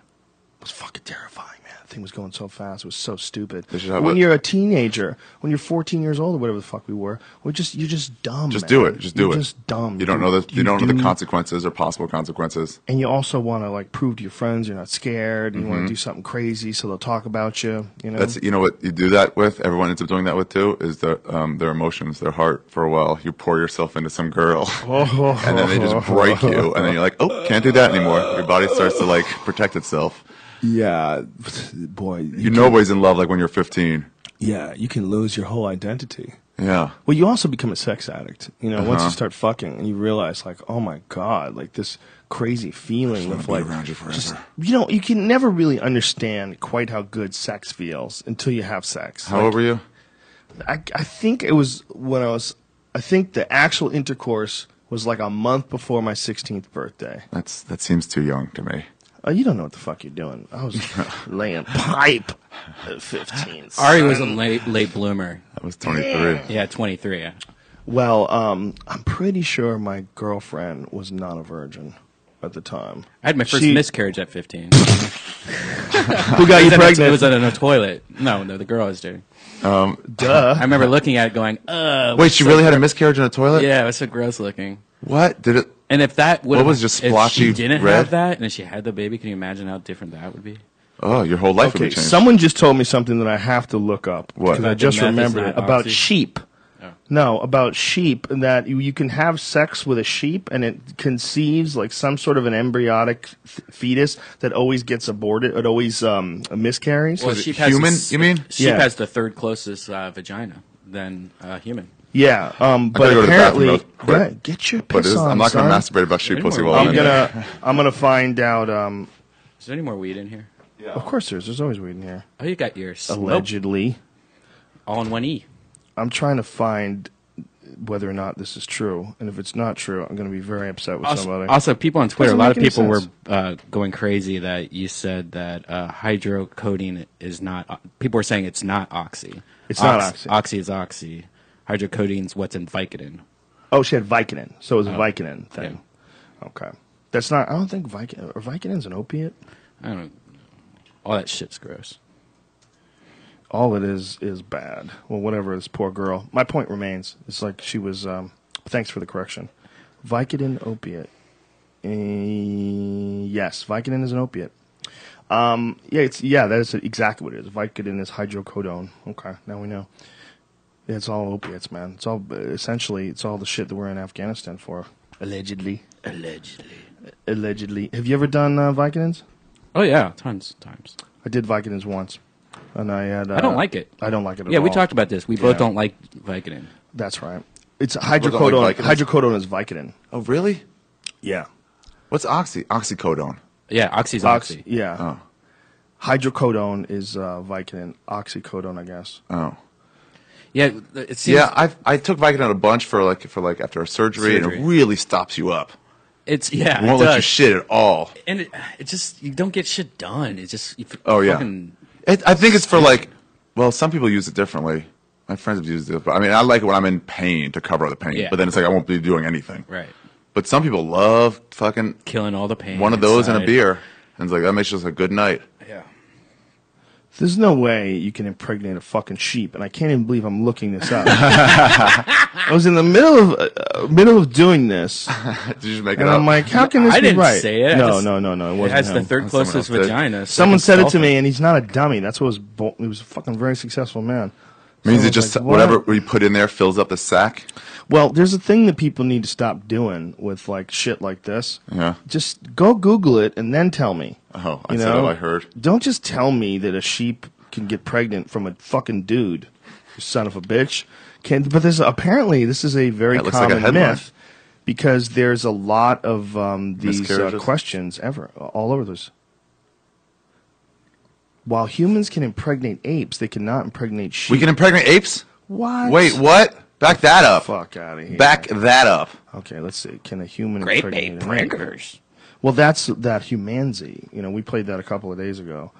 A: was fucking terrifying, man. The thing was going so fast. It was so stupid.
B: They should have
A: when
B: a-
A: you're a teenager, when you're 14 years old or whatever the fuck we were, we're just you're just dumb.
B: Just
A: man.
B: do it. Just do
A: You're
B: it.
A: Just dumb.
B: You don't know the you, don't know the
A: do-
B: consequences or possible consequences.
A: And you also want to like prove to your friends you're not scared. and You want
B: Mhm.
A: to do something crazy so they'll talk about you. You know.
B: That's you know what you do that with. Everyone ends up doing that with too. Is their um, their emotions, their heart. For a while, you pour yourself into some girl,
A: Oh.
B: and then they just break you, and then you're like, oh, can't do that anymore. Your body starts to like protect itself.
A: Yeah, boy.
B: You, know nobody's in love like when you're 15.
A: Yeah, you can lose your whole identity.
B: Yeah.
A: Well, you also become a sex addict. You know, once you
B: Uh-huh.
A: start fucking and you realize, like, oh my god, like this crazy feeling of like,
B: around you forever.
A: you know, you can never really understand quite how good sex feels until you have sex.
B: How
A: Like,
B: old were you?
A: I, I think it was when I was, I think the actual intercourse was like a month before my 16th birthday.
B: That's that seems too young to me.
A: Oh, you don't know what the fuck you're doing. I was laying pipe at 15.
C: Ari was a
A: son.
C: late late bloomer.
B: I was
A: 23.
C: Yeah, 23. Yeah.
A: Well, um, I'm pretty sure my girlfriend was not a virgin at the time.
C: I had my first
A: She-
C: miscarriage at 15.
A: Who got you pregnant?
C: It was in a toilet. No, no, the girl I was doing.
B: Um,
C: I remember looking at it going, "Uh."
B: Wait,
C: it's
B: she
C: so
B: really had a
C: gro-
B: miscarriage in a toilet?
C: Yeah, it was so gross looking.
B: What did it?
C: And if that would
B: What was just
C: If she
B: splotchy
C: didn't
B: red?
C: have that, and if she had the baby, can you imagine how different that would be?
B: Oh, your whole life
A: Okay,
B: would be changed.
A: someone just told me something that I have to look up.
B: What?
A: Because I
B: About the
A: just
B: meth is
A: remembered
B: not
A: it. About
B: oxy?
A: sheep. No, about sheep, and that you, you can have sex with a sheep and it conceives like some sort of an embryonic th- fetus that always gets aborted, it always um, miscarries.
C: Well, sheep has the s- Sheep
A: yeah.
C: has the third closest uh, vagina than uh, human.
A: Yeah, um,
B: I gotta
A: but
B: go to the
A: apparently,
B: bathroom real quick.
A: Yeah, get your
B: But
A: piss
B: this-
A: on.
B: I'm not
A: going
B: gonna
A: to
B: masturbate about sheep pussy while
A: I'm
B: I'm in there.
A: gonna I'm gonna find out. Um,
C: Is there any more weed in here?
A: Of course, there's there's always weed in here.
C: Oh, you got yours.
A: Allegedly,
C: All in one E.
A: I'm trying to find whether or not this is true, and if it's not true, I'm going to be very upset with
C: Also,
A: somebody.
C: also, people on Twitter,
A: Doesn't
C: a lot
A: make
C: of
A: any
C: people were
A: sense.
C: uh, going crazy that you said that uh, hydrocodone is not. uh, People were saying it's not oxy.
A: It's not
C: Ox-
A: oxy.
C: Oxy is oxy. Hydrocodone's what's in Vicodin.
A: Oh, she had Vicodin, so it was a
C: Oh.
A: Vicodin thing. Okay, that's not. I don't think Vicodin or Vicodin's an opiate.
C: I don't. All that shit's gross.
A: All it is is bad. Well, whatever. This poor girl. My point remains. It's like she was. Um, thanks for the correction. Vicodin opiate. Eh, yes, Vicodin is an opiate. Um, yeah, it's yeah. That is exactly what it is. Vicodin is hydrocodone. Okay, now we know. Yeah, It's all opiates, man. It's all essentially it's all the shit that we're in Afghanistan for. Allegedly.
C: Allegedly.
A: Allegedly. Have you ever done uh, Vicodins?
C: Oh yeah, tons of times.
A: I did Vicodins once, and I had. Uh,
C: I don't like it.
A: I don't like it. At
C: Yeah, we
A: all.
C: talked about this. We both
A: Yeah.
C: don't like Vicodin.
A: That's right. It's
B: don't like
A: hydrocodone.
B: Vicodins?
A: hydrocodone is Vicodin.
B: Oh, really?
A: Yeah.
B: What's oxy? Oxycodone.
C: Yeah, oxy's
A: Ox-
C: oxy.
A: Yeah. Hydrocodone is uh, Vicodin. Oxycodone, I guess.
B: Oh.
C: Yeah, it seems.
B: yeah, I I took Vicodin a bunch for like for like after a surgery,
C: Surgery.
B: and it really stops you up.
C: It's yeah.
B: it won't
C: it
B: let you
C: does.
B: shit at all.
C: And it, it just you don't get shit done. It just you f-
B: Oh yeah.
C: fucking-
B: It, I think it's for like. Well, some people use it differently. My friends have used it, but I mean, I like it when I'm in pain to cover the pain.
C: Yeah.
B: But then it's like I won't be doing anything.
C: right.
B: But some people love fucking
C: Killing all the pain.
B: one of those and a
C: inside.
B: beer, and it's like that makes just a good night.
C: Yeah.
A: There's no way you can impregnate a fucking sheep, and I can't even believe I'm looking this up. I was in the middle of uh, uh, middle of doing this,
B: Did you just make
A: and
B: it up?
A: I'm like, "How can
C: No,
A: this
C: I
A: be
C: didn't
A: right?"
C: say it. I
A: No,
C: just-
A: no, no, no. It
C: it
A: wasn't
C: has the
A: him.
B: someone
C: third closest
B: else did.
C: vagina.
A: Someone
C: Second
A: said it to
C: dolphin.
A: me, and he's not a dummy. That's what was. Bo- he was a fucking very successful man.
B: Means
A: I was
B: it just
A: like, what?
B: whatever we put in there fills up the sack.
A: Well, there's a thing that people need to stop doing with like shit like this.
B: Yeah.
A: Just go Google it and then tell me.
B: Oh,
A: You
B: I said
A: know?
B: what I heard.
A: Don't just tell me that a sheep can get pregnant from a fucking dude, you son of a bitch. Can but this apparently this is a very
B: That looks like a
A: common
B: headline.
A: myth because there's a lot of um, these uh,
B: Miscarriages?
A: questions ever all over this. While humans can impregnate apes, they cannot impregnate sheep.
B: We can impregnate apes.
A: What?
B: Wait, what? Back that up.
A: Fuck out of here.
B: Back that up.
A: Okay, let's see. Can a human
B: Great
A: impregnate
B: big
A: an ape?
B: prickers.
A: Well, that's that humanzi. You know, we played that a couple of days ago.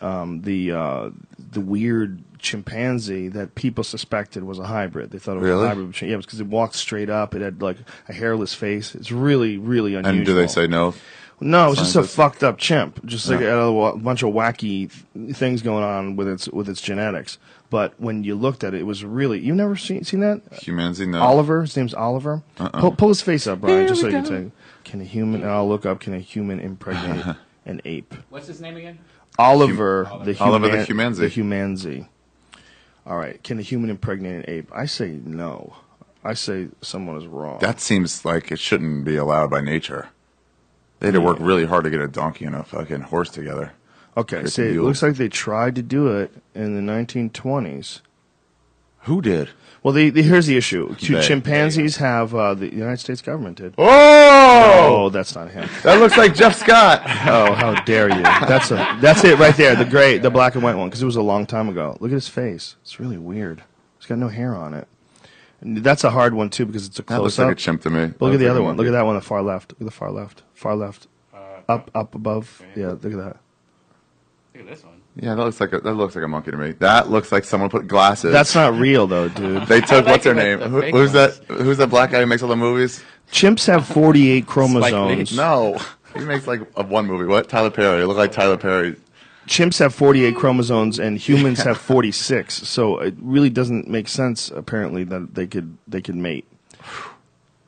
A: Um, the uh, the weird chimpanzee that people suspected was a hybrid. They thought it was
B: Really?
A: a hybrid. between- Yeah, because it walked straight up. It had like a hairless face. It's really, really unusual.
B: And do they say no?
A: No, it's just a
B: Scientists?
A: fucked up chimp. Just like
B: Yeah.
A: it had a wa- bunch of wacky th- things going on with its with its genetics. But when you looked at it, it was really you've never seen seen that
B: Humanity, no.
A: Oliver. His name's Oliver.
B: Uh-uh.
A: Pull, pull his face up, Brian,
C: Here
A: just so
C: we
A: you can
C: go.
A: take. Can a human? And I'll look up. Can a human impregnate an ape?
C: What's his name again?
A: Oliver, the
B: Oliver the
A: human-
B: Humanzi.
A: The humanzi. All right. Can a human impregnate an ape? I say no. I say someone is wrong.
B: That seems like it shouldn't be allowed by nature. They had to work really hard to get a donkey and a fucking horse together.
A: okay.
B: Freaking
A: See, it
B: mule.
A: looks like they tried to do it in the 1920s.
B: Who did?
A: Well, the, the, here's the issue. Two
B: They.
A: chimpanzees have uh, the United States government did.
B: Oh!
A: Oh, that's not him.
B: That looks like Jeff Scott.
A: Oh, how dare you! That's a, that's it right there. The gray, the black and white one, because it was a long time ago. Look at his face; it's really weird. He's got no hair on it. And that's a hard one too because it's a
B: That
A: close
B: looks
A: up.
B: like a chimp to me.
A: But look at the
B: That
A: other
B: looks
A: one. Look at that one, the far left. Look at the far left. Far left. up, up above. Yeah, look at that.
C: Look at this one.
B: Yeah, that looks like a, that looks like a monkey to me. That looks like someone put glasses.
A: That's not real though, dude.
B: They took what's her
A: it with
B: name?
A: the
B: Who,
A: fake
B: who's that? Who's that black guy who makes all the movies?
A: Chimps have 48 chromosomes.
B: No, he makes like a, one movie. What? Tyler Perry. It looked like Tyler Perry.
A: Chimps have 48 chromosomes and humans have 46. So it really doesn't make sense apparently that they could they could mate.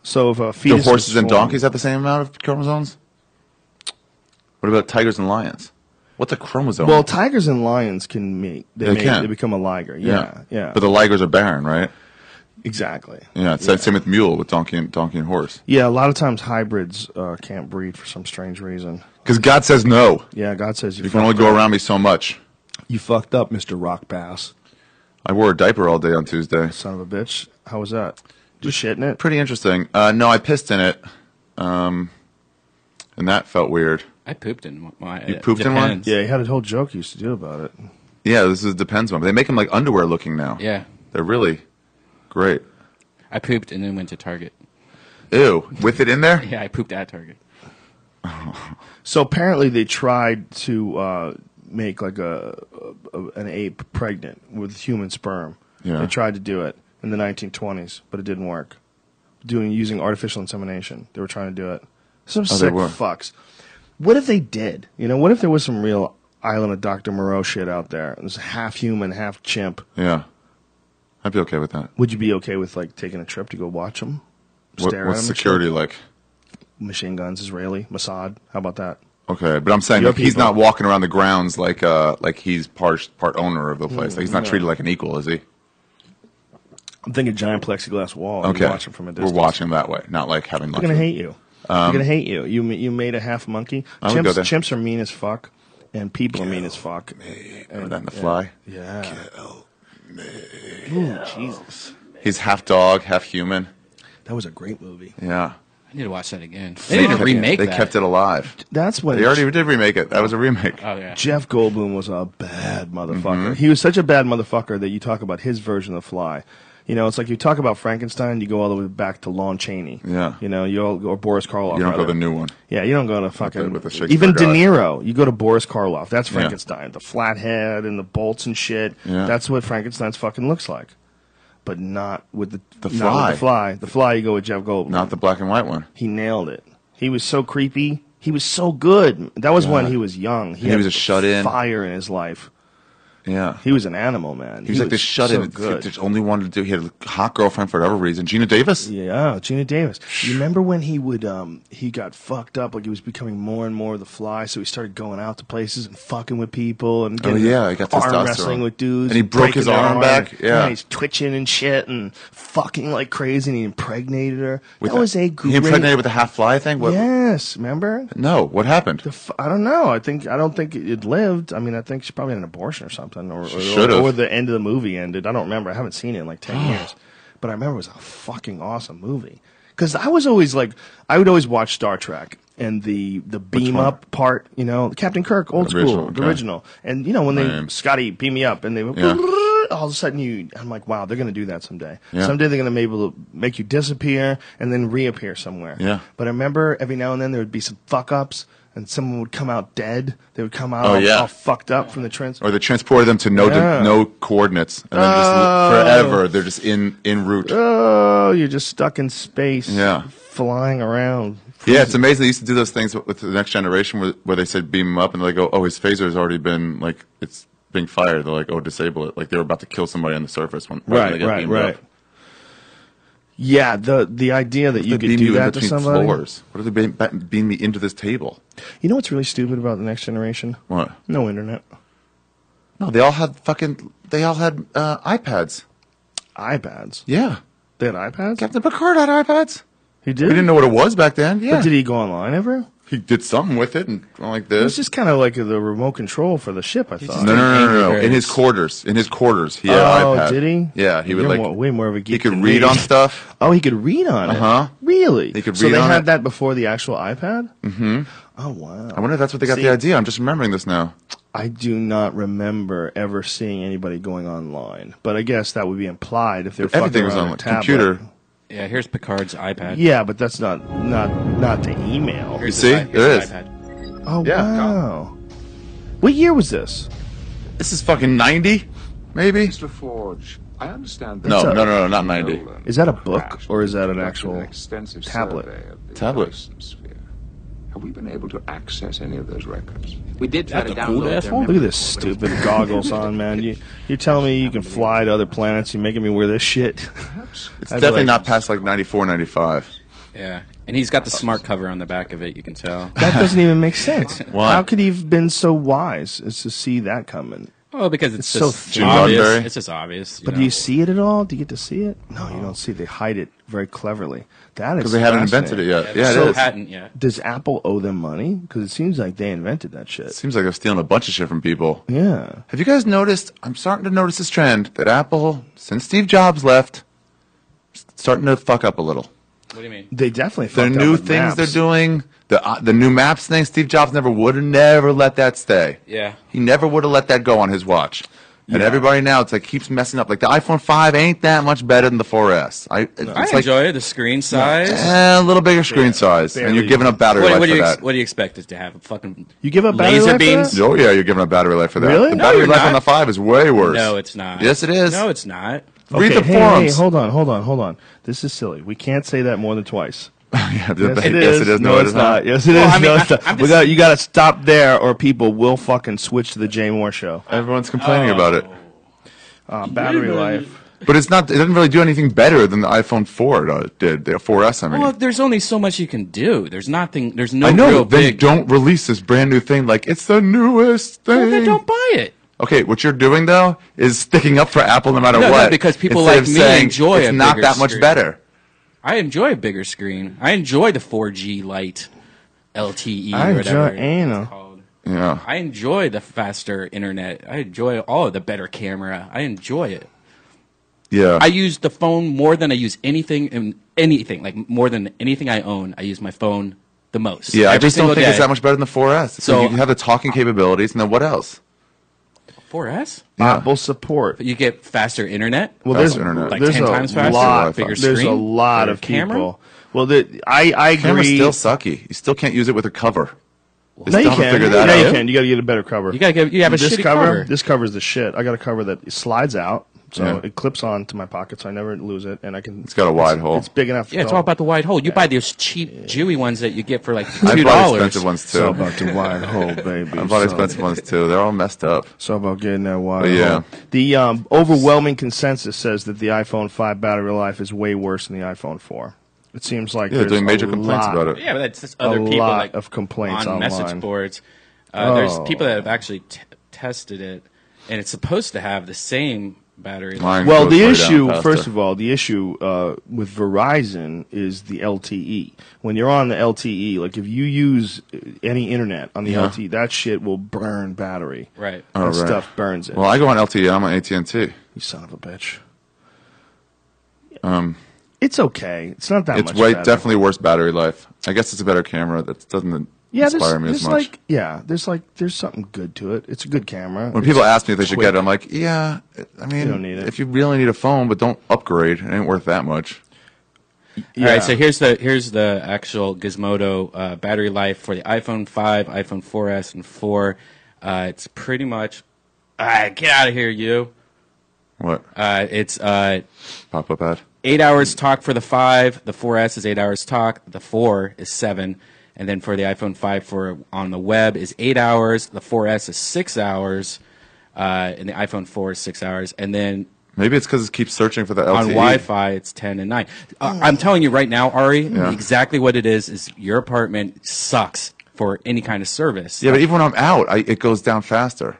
A: So if a
B: Do
A: fetus
B: horses
A: was
B: and
A: formed-
B: donkeys have the same amount of chromosomes? What about tigers and lions? What's a chromosome?
A: Well, tigers and lions can mate. They,
B: They
A: mate.
B: can.
A: They become a liger. Yeah, yeah.
B: But the ligers are barren, right?
A: exactly.
B: Yeah, it's the same with mule, with donkey and donkey and horse.
A: Yeah, a lot of times hybrids uh, can't breed for some strange reason.
B: Because God says no.
A: Yeah, God says you,
B: You can only
A: fucked
B: go
A: up.
B: around me so much.
A: You fucked up, Mister Rock Bass,
B: I wore a diaper all day on Tuesday.
A: son of a bitch. How was that? Just shitting it.
B: Pretty interesting. Uh, no, I pissed in it, um, and that felt weird.
C: I pooped in my.
B: You pooped in one?
C: Depends.
A: Yeah, he had a whole joke he used to do about it.
B: Yeah, this is depends one. They make them like underwear looking now.
C: Yeah.
B: they're really great.
C: I pooped and then went to Target.
B: Ew, with it in there.
C: Yeah, I pooped at Target.
A: So apparently they tried to uh, make like a, a an ape pregnant with human sperm.
B: Yeah.
A: They tried to do it in the 1920s, but it didn't work. Doing using artificial insemination, they were trying to do it. Some
B: Oh, they
A: sick
B: were.
A: fucks. What if they did? You know, what if there was some real Island of Dr. Moreau shit out there? It was half human, half chimp.
B: Yeah, I'd be okay with that.
A: Would you be okay with like taking a trip to go watch them?
B: What, what's security like?
A: Machine guns, Israeli, Mossad. How about that?
B: Okay, but I'm saying
A: Your
B: like, he's
A: people.
B: not walking around the grounds like uh like he's part part owner of the place.
A: Mm,
B: like he's not
A: no.
B: treated like an equal, is he?
A: I'm thinking giant plexiglass wall. and
B: okay,
A: You watch them from a distance.
B: we're watching that way, not like having.
A: They're
B: lunch
A: gonna
B: with-
A: hate you. They're
B: Um,
A: gonna hate you. You ma- you made a half monkey.
B: I would go
A: Chimps,
B: there.
A: chimps are mean as fuck, and people are mean as fuck.
B: Remember that in the
A: yeah.
B: fly?
A: Yeah. Ooh, Jesus,
B: He's half dog, half human.
A: that was a great movie.
B: Yeah.
C: I need to watch that again. They need to remake
B: They
C: that.
B: kept it alive.
A: That's when
B: They already did remake it. That was a remake.
C: Oh yeah.
A: Jeff Goldblum was a bad
B: Mm-hmm.
A: motherfucker. He was such a bad motherfucker that you talk about his version of the fly. You know, it's like you talk about Frankenstein, you go all the way back to Lon Chaney.
B: Yeah.
A: You know, you all, or Boris Karloff.
B: You don't go
A: rather.
B: the new one.
A: Yeah, you don't go to fucking
B: with the Shakespeare
A: even De
B: guy.
A: Niro. You go to Boris Karloff. That's
B: Yeah.
A: Frankenstein. The flathead and the bolts and shit.
B: Yeah.
A: That's what Frankenstein's fucking looks like. But not with the
B: The
A: not with
B: Fly.
A: the fly. The fly. You go with Jeff Goldblum.
B: Not the black and white one.
A: he nailed it. He was so creepy. He was so good. That was when
B: God.
A: he was young. He,
B: And he
A: had
B: was a shut-in.
A: Fire in his life.
B: Yeah.
A: He was an animal, man.
B: He was like this shut
A: so
B: in.
A: good.
B: Just only wanted to do. He had a hot girlfriend for whatever reason. Gina Davis.
A: Yeah, Gina Davis. You remember when he would um he got fucked up like he was becoming more and more of the fly, so he started going out to places and fucking with people and
B: Oh,
A: getting
B: yeah, I got
A: arm
B: testosterone.
A: wrestling with dudes
B: And he broke his
A: breaking their
B: arm back,
A: and-
B: yeah.
A: he's twitching and shit and fucking like crazy and he impregnated her.
B: With
A: that was a great
B: He impregnated with a half fly thing. What?
A: Yes, remember?
B: No. What happened?
A: F- I don't know. I think I don't think it lived. I mean, I think she probably had an abortion or something, or or,
B: should've.
A: or the end of the movie ended. I don't remember. I haven't seen it in like ten years, but I remember it was a fucking awesome movie. Because I was always like, I would always watch Star Trek and the the beam
B: one?
A: up part, you know, Captain Kirk, old
B: Original,
A: school,
B: okay.
A: the original, and you know when
B: Lame.
A: they Scotty beam me up and they
B: Yeah.
A: all of a sudden you, I'm like, wow, they're gonna do that someday.
B: Yeah.
A: Someday they're gonna be able to make you disappear and then reappear somewhere.
B: Yeah.
A: But I remember every now and then there would be some fuck ups, and someone would come out dead. They would come out
B: Oh,
A: all,
B: yeah.
A: all fucked up from the trans.
B: Or they transported them to no
A: Yeah.
B: no coordinates, and then just
A: Oh.
B: l- forever they're just in in route.
A: Oh, you're just stuck in space.
B: Yeah.
A: Flying around.
B: Yeah, it's amazing. They used to do those things with with the next generation where, where they said beam him up and they go, oh, his phaser has already been like, it's being fired. They're like, oh, disable it. Like they were about to kill somebody on the surface when when they
A: Right,
B: got
A: right,
B: beamed
A: right.
B: up.
A: Yeah, the the idea that you could
B: They beam
A: do
B: you in
A: that to
B: between
A: somebody.
B: floors. What if they beam, beam me into this table?
A: You know what's really stupid about the next generation?
B: What?
A: No internet.
B: No, they all had fucking, they all had uh, iPads.
A: iPads.
B: Yeah.
A: They had iPads.
B: Captain Picard had iPads.
A: He did.
B: We didn't know what it was back then. Yeah.
A: But did he go online ever?
B: He did something with it and went like
A: It was
B: this.
A: just kind of like the remote control for the ship. I thought.
B: No, no, no, no, no. In his quarters. In his quarters. He had
A: oh,
B: iPad.
A: did he?
B: Yeah. He would
A: You're
B: like,
A: more- way more of a geek.
B: he could
A: than
B: read
A: me.
B: on stuff.
A: Oh, he could read on it.
B: Uh-huh.
A: Really?
B: He could
A: so
B: read
A: they
B: on
A: had
B: it.
A: that before the actual iPad.
B: hmm
A: Oh wow.
B: I wonder if that's what they got
A: See-
B: the idea. I'm just remembering this now.
A: I do not remember ever seeing anybody going online, but I guess that would be implied if they're
B: Everything
A: fucking
B: was
A: around
B: on
A: a
B: like
A: tablet.
B: computer.
C: Yeah, here's Picard's iPad.
A: Yeah, but that's not not not the email.
C: Here's
B: see?
C: his i- here's
B: There is.
C: his iPad.
A: Oh wow. What year was this?
B: This is fucking 90, maybe?
M: Mr. Forge, I understand that
B: No,
A: That's
B: no,
A: a-
B: no, no, not 90.
A: Is that a book or is that an actual
M: extensive
A: tablet?
M: survey of the
B: Tablet.
M: atmosphere. Have we been able to access any of those records?
N: We did try to download their
A: Look at
N: memory.
A: this stupid goggles on, man. You you're telling me you can fly to other planets? You're making me wear this shit.
B: It's
A: I'd be
B: definitely
A: like-
B: not past like 94, 95.
C: Yeah, and he's got the smart cover on the back of it. You can tell.
A: That doesn't even make sense.
B: Why?
A: How could he have been so wise as to see that coming?
C: Oh, because it's,
A: It's so
C: just
A: thin.
C: obvious.
B: Roddenberry.
C: It's just obvious.
A: But do you see it at all? Do you get to see it? No, you don't see it. They hide it very cleverly. That is
B: 'Cause they haven't invented
A: fascinating.
B: it yet. Yeah, Yeah, it
C: so is. patent yet.
A: Does Apple owe them money? Because it seems like they invented that shit.
B: Seems like they're stealing a bunch of shit from people.
A: Yeah.
B: Have you guys noticed? I'm starting to notice this trend that Apple, since Steve Jobs left, s- starting to fuck up a little.
C: What do you mean?
A: They definitely
B: Their
A: fucked up
B: new
A: with maps.
B: things they're doing, the uh, the new maps thing. Steve Jobs never would have never let that stay.
C: Yeah.
B: He never would have let that go on his watch. And everybody now, it's like keeps messing up. Like the iPhone 5 ain't that much better than the 4S. I, it's
C: I
B: like
C: enjoy it. The screen size.
B: eh, a little bigger screen size, and you're
A: barely.
B: giving up battery
C: What,
B: life
C: what do
B: for
C: you
B: that.
C: ex- what do you expect us to have? A fucking
A: You give up battery life
C: laser
A: for
C: beams?
A: that?
B: Oh yeah, you're giving up battery life for that.
A: Really?
B: The
A: No,
B: battery
C: you're
B: life
C: not.
B: on the five is way worse.
C: No, it's not.
B: Yes, it is.
C: No, it's not.
B: Read the
A: hey,
B: forums.
A: Hey, hold on, hold on, hold on. This is silly. We can't say that more than twice.
B: Yeah, the-
A: Yes, it
B: yes,
A: is.
B: it is. No, it is not.
A: Yes, it is.
C: Well, I mean,
A: no,
C: I-
A: it's not.
C: I'm
A: we
C: just-
A: got, you got to stop there, or people will fucking switch to the Jay Moore show.
B: Everyone's complaining about
C: Oh.
B: it,
A: Uh, battery life.
B: but it's not. It doesn't really do anything better than the iPhone 4 uh, did. The 4S, I mean.
C: Well, there's only so much you can do. There's nothing. There's no
B: I know.
C: real
B: Then
C: big.
B: don't release this brand new thing. Like it's the newest thing.
C: Well, then don't buy it.
B: Okay, what you're doing though is sticking up for Apple no matter
C: No, no,
B: what.
C: because people
B: instead
C: like
B: of
C: me
B: saying,
C: enjoy
B: it's
C: a
B: not
C: bigger
B: that much
C: screen.
B: better.
C: I enjoy a bigger screen. I enjoy the 4G light, LTE.
A: I
C: or whatever
A: enjoy anal.
C: It's called.
B: Yeah.
C: I enjoy the faster internet. I enjoy all of the better camera. I enjoy it.
B: Yeah.
C: I use the phone more than I use anything in anything. Like more than anything I own, I use my phone the most.
B: yeah, I
C: Every
B: just don't
C: single
B: think it's
C: day.
B: that much better than the 4S. So
C: So-
B: you have the talking capabilities, and then what else?
C: 4S?
A: Apple support.
C: You get faster internet.
A: Well,
B: That's
A: there's
B: internet.
C: Like
A: there's
C: 10
A: a
C: times faster?
A: lot.
C: Bigger
A: there's a
C: screen?
A: lot
C: Better
A: of
C: camera?
A: people. Well, the, I I agree.
B: Camera's still sucky. You still can't use it with a cover.
A: no,
B: They still
A: you
B: haven't
A: can.
B: figured that
A: no,
B: out.
A: you can. You got to get a better cover.
C: You gotta get. You have a
A: this
C: shitty
A: cover,
C: cover.
A: This covers the shit. I got a cover that slides out, So
B: Yeah.
A: it clips on to my pocket, so I never lose it, and I can. It's
B: got a wide hole.
A: It's big enough.
C: Yeah, it's all about the wide hole. You buy those cheap Jewy ones that you get for like
B: I
C: two
B: bought
C: dollars.
B: expensive ones too.
A: So about the wide hole, baby.
B: I bought
A: So-
B: expensive ones too. They're all messed up.
A: So about getting that wide.
B: But yeah.
A: hole. The um, overwhelming consensus says that the iPhone 5 battery life is way worse than the iPhone 4. It seems like
B: Yeah, they're
A: there's
B: doing major
A: a
B: complaints
A: lot-
B: about it.
C: Yeah, but that's just other
A: a
C: people
A: lot
C: like
A: of complaints
C: on message
A: online.
C: boards. Uh, There's
A: Oh.
C: people that have actually t- tested it, and it's supposed to have the same battery. life.
A: Well, the issue, first of all, the issue uh, with Verizon is the LTE. When you're on the LTE, like if you use uh, any internet on the
B: Yeah.
A: LTE, that shit will burn battery.
C: Right.
A: That
B: All right.
A: stuff burns it.
B: Well, I go on LTE. I'm on AT and T.
A: You son of a bitch.
B: Um,
A: It's okay. It's not that
B: it's
A: much.
B: way
A: better.
B: definitely worse battery life. I guess it's a better camera that doesn't
A: Yeah, there's,
B: inspire me as
A: there's
B: much.
A: like yeah, there's like there's something good to it. It's a good camera.
B: when
A: It's
B: people ask me if they should
A: quick.
B: get it, I'm like, yeah. I mean,
A: You don't need it.
B: if you really need a phone, but don't upgrade, it ain't worth that much.
C: All right, so here's the here's the actual Gizmodo uh, battery life for the iPhone 5, iPhone 4s, and 4. Uh, it's pretty much. Ah, get out of here, you.
B: What?
C: Uh, it's uh,
B: Pop up ad.
C: eight hours talk for the five. The 4S is eight hours talk. The four is seven. And then for the iPhone 5 for on the web is eight hours. The 4S is six hours. Uh, and the iPhone 4 is six hours. And then
B: Maybe it's because it keeps searching for the E. LTE.
C: on Wi-Fi, it's ten and nine. Uh, I'm telling you right now, Ari,
B: Yeah.
C: exactly what it is is your apartment sucks for any kind of service.
B: Yeah, but even when I'm out, I, it goes down faster.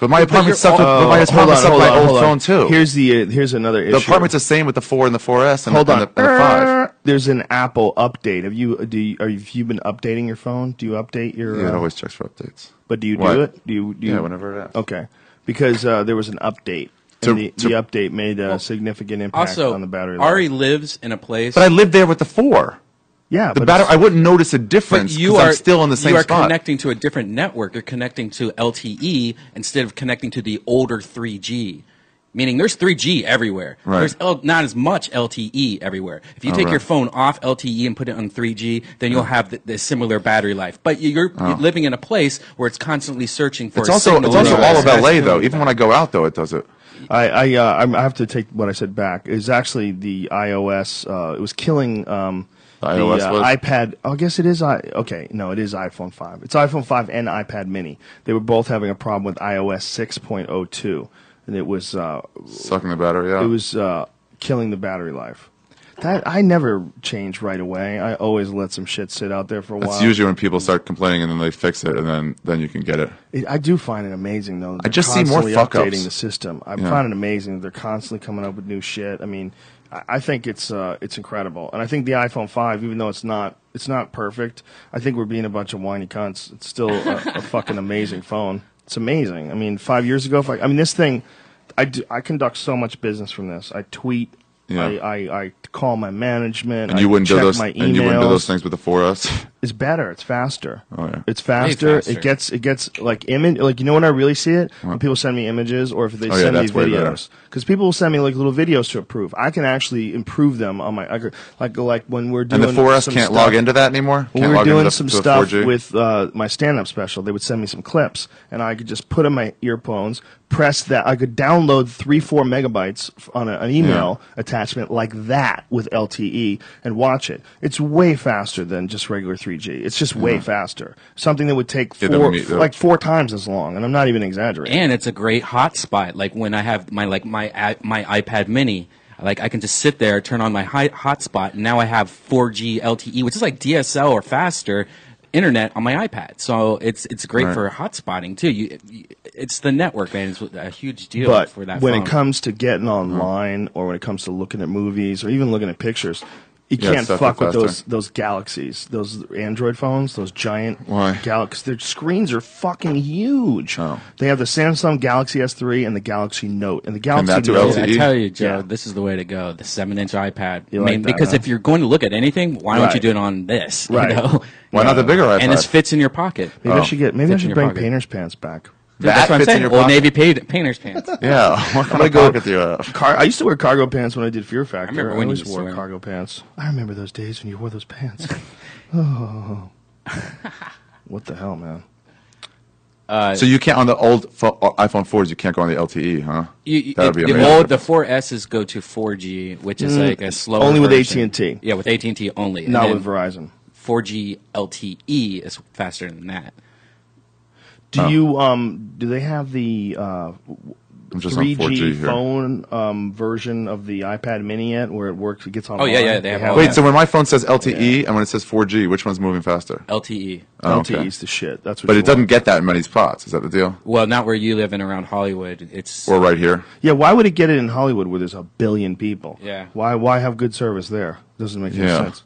B: But my apartment
C: you're-
B: sucked. with-
C: oh,
B: but my
C: hold
B: apartment
C: on,
B: sucked
C: hold
B: my
C: on,
B: old
C: hold
B: phone
C: on.
B: too.
A: Here's the uh, here's another issue.
B: the apartment's the same with the four and the 4S and,
A: Hold
B: the,
A: on. uh,
B: and, the, and the five.
A: There's an Apple update. Have you do you, are you, have you been updating your phone? Do you update your?
B: Yeah, it
A: uh,
B: always checks for updates.
A: But do you
B: What?
A: do it? Do you? Do you
B: Yeah, whenever it is.
A: Okay, because uh, there was an update.
B: To-
A: and the,
B: to-
A: the update made a significant impact
C: Also,
A: on the battery. life.
C: Ari lives in a place.
B: But I live there with the four.
A: yeah,
B: The
A: but
B: battery,
A: it's-
B: I wouldn't notice a
C: but
B: difference.
C: you
B: 'cause
C: are
B: I'm still in the same
C: You are
B: spot.
C: connecting to a different network. You're connecting to LTE instead of connecting to the older 3G. Meaning there's 3G everywhere.
B: Right.
C: There's L- not as much LTE everywhere. If you
B: Oh,
C: take your
B: right.
C: phone off LTE and put it on 3G, then you'll have the, the similar battery life. But you- you're,
B: Oh.
C: you're living in a place where it's constantly searching for.
B: it's
C: a
B: also
C: signal
B: it's also
C: to
B: all
C: us.
B: of LA though. Even when I go out though, it does it.
A: I I, uh, I'm- I have to take what I said back. Is actually the iOS. Uh, it was killing um,
B: The iOS
A: uh,
B: was?
A: iPad. Oh, I guess it is. I okay. No, it is iPhone five. It's iPhone five and iPad Mini. They were both having a problem with iOS six point oh two, and it was uh,
B: Sucking the battery out.
A: it was uh, killing the battery life. That I never change right away. I always let some shit sit out there for a
B: That's
A: while.
B: usually when people start complaining and then they fix it and then then you can get it.
A: It, I do find it amazing though. that
B: I
A: they're
B: just see more
A: constantly
B: fuck-ups.
A: updating the system. I
B: Yeah.
A: find it amazing that they're constantly coming up with new shit. I mean, I, I think it's uh, it's incredible, and I think the iPhone five, even though it's not it's not perfect, I think we're being a bunch of whiny cunts. It's still a, a fucking amazing phone. It's amazing. I mean, five years ago, if I, I mean this thing, I do, I conduct so much business from this. I tweet.
B: Yeah.
A: I, I, I call my management.
B: And you
A: I
B: wouldn't do
A: check
B: those
A: my
B: and you wouldn't do
A: emails.
B: those things with the 4S.
A: It's better. It's faster.
B: Oh yeah.
A: It's faster.
C: faster.
A: It gets it gets like image like you know when I really see it when people send me images or if they
B: Oh, yeah,
A: send me
B: that's way better.
A: videos because people will send me like little videos to approve. I can actually improve them on my I could- like like when we're
B: And
A: doing
B: the 4S
A: some
B: can't
A: stuff-
B: log into that anymore.
A: When
B: can't
A: we were
B: log
A: doing
B: into the-
A: some
B: to a
A: stuff
B: 4G?
A: with uh, my stand-up special, they would send me some clips, and I could just put in my earphones, press that. I could download three, four megabytes f- on a, an email attachment like that with LTE and watch it. It's way faster than just regular 3G. It's just way faster. Something that would take
B: Yeah, the
A: four,
B: me- the-
A: like four times as long, and I'm not even exaggerating.
C: and it's a great hotspot. Like when I have my like my i- my iPad Mini, like I can just sit there, turn on my hi- hotspot, and now I have 4G LTE, E, which is like DSL or faster internet on my iPad. So it's it's great
B: Right.
C: for hotspotting too. You, you- it's the network, man. It's a huge deal
A: but
C: for that. Uh-huh.
A: when
C: phone.
A: it comes to getting online or when it comes to looking at movies or even looking at pictures you
B: Yeah,
A: can't
B: it's
A: fuck with
B: definitely
A: those
B: faster.
A: those galaxies those android phones those giant
B: Why?
A: galaxies their screens are fucking huge
B: Oh.
A: they have the samsung galaxy s3 and the galaxy note and the
B: that
A: galaxy
B: do
A: note
B: LTE?
C: I tell you, Joe,
A: Yeah.
C: this is the way to go. The seven-inch iPad.
A: You
C: I mean,
A: like that,
C: because
A: huh?
C: if you're going to look at anything, why don't you
A: Right.
C: do it on this? you
A: Right.
C: know?
B: Why not the bigger iPad?
C: And it fits in your pocket.
A: maybe i
B: Oh.
A: should get maybe i
C: Fits in
A: should
C: your
A: bring
C: pocket.
A: painter's pants back
C: Dude, that's
B: That
C: what I'm
B: fits in
C: saying.
B: your
C: Old
B: pocket?
C: Navy pa- painter's pants.
B: yeah. What kind of
A: go-
B: pocket do you have?
A: Car- I used to wear cargo pants when I did Fear Factor. I,
C: remember when you
A: always
C: used to
A: wore
C: wear 'em.
A: cargo pants. I remember those days when you wore those pants. oh, what the hell, man?
C: Uh,
B: so you can't on the old pho- iPhone fours. You can't go on the LTE, huh?
C: You, you,
B: That'd
C: it-
B: be
C: the
B: amazing.
C: old the four S's go to 4G, which is
A: Mm,
C: like a slower
A: only with
C: version.
A: AT&T.
C: Yeah, with AT and T only, And
A: Not
C: then
A: with Verizon.
C: 4G LTE E is faster than that.
A: Do
C: Oh.
A: you um do they have the uh
C: I'm just on
A: 3G
B: 4G here.
A: phone um version of the iPad mini yet where it works it gets on
B: Wait, so when my phone says LTE and when it says 4G, which one's moving faster?
C: LTE.
B: Oh,
A: LTE is the shit. That's what
B: But
A: you
B: it doesn't
A: want.
B: get that in many spots. Is that the deal?
C: Well, not where you live and around Hollywood. It's
B: Or right here?
A: Yeah, why would it get it in Hollywood where there's a billion people?
C: Yeah.
A: Why why have good service there? Doesn't make any
B: Yeah.
A: sense.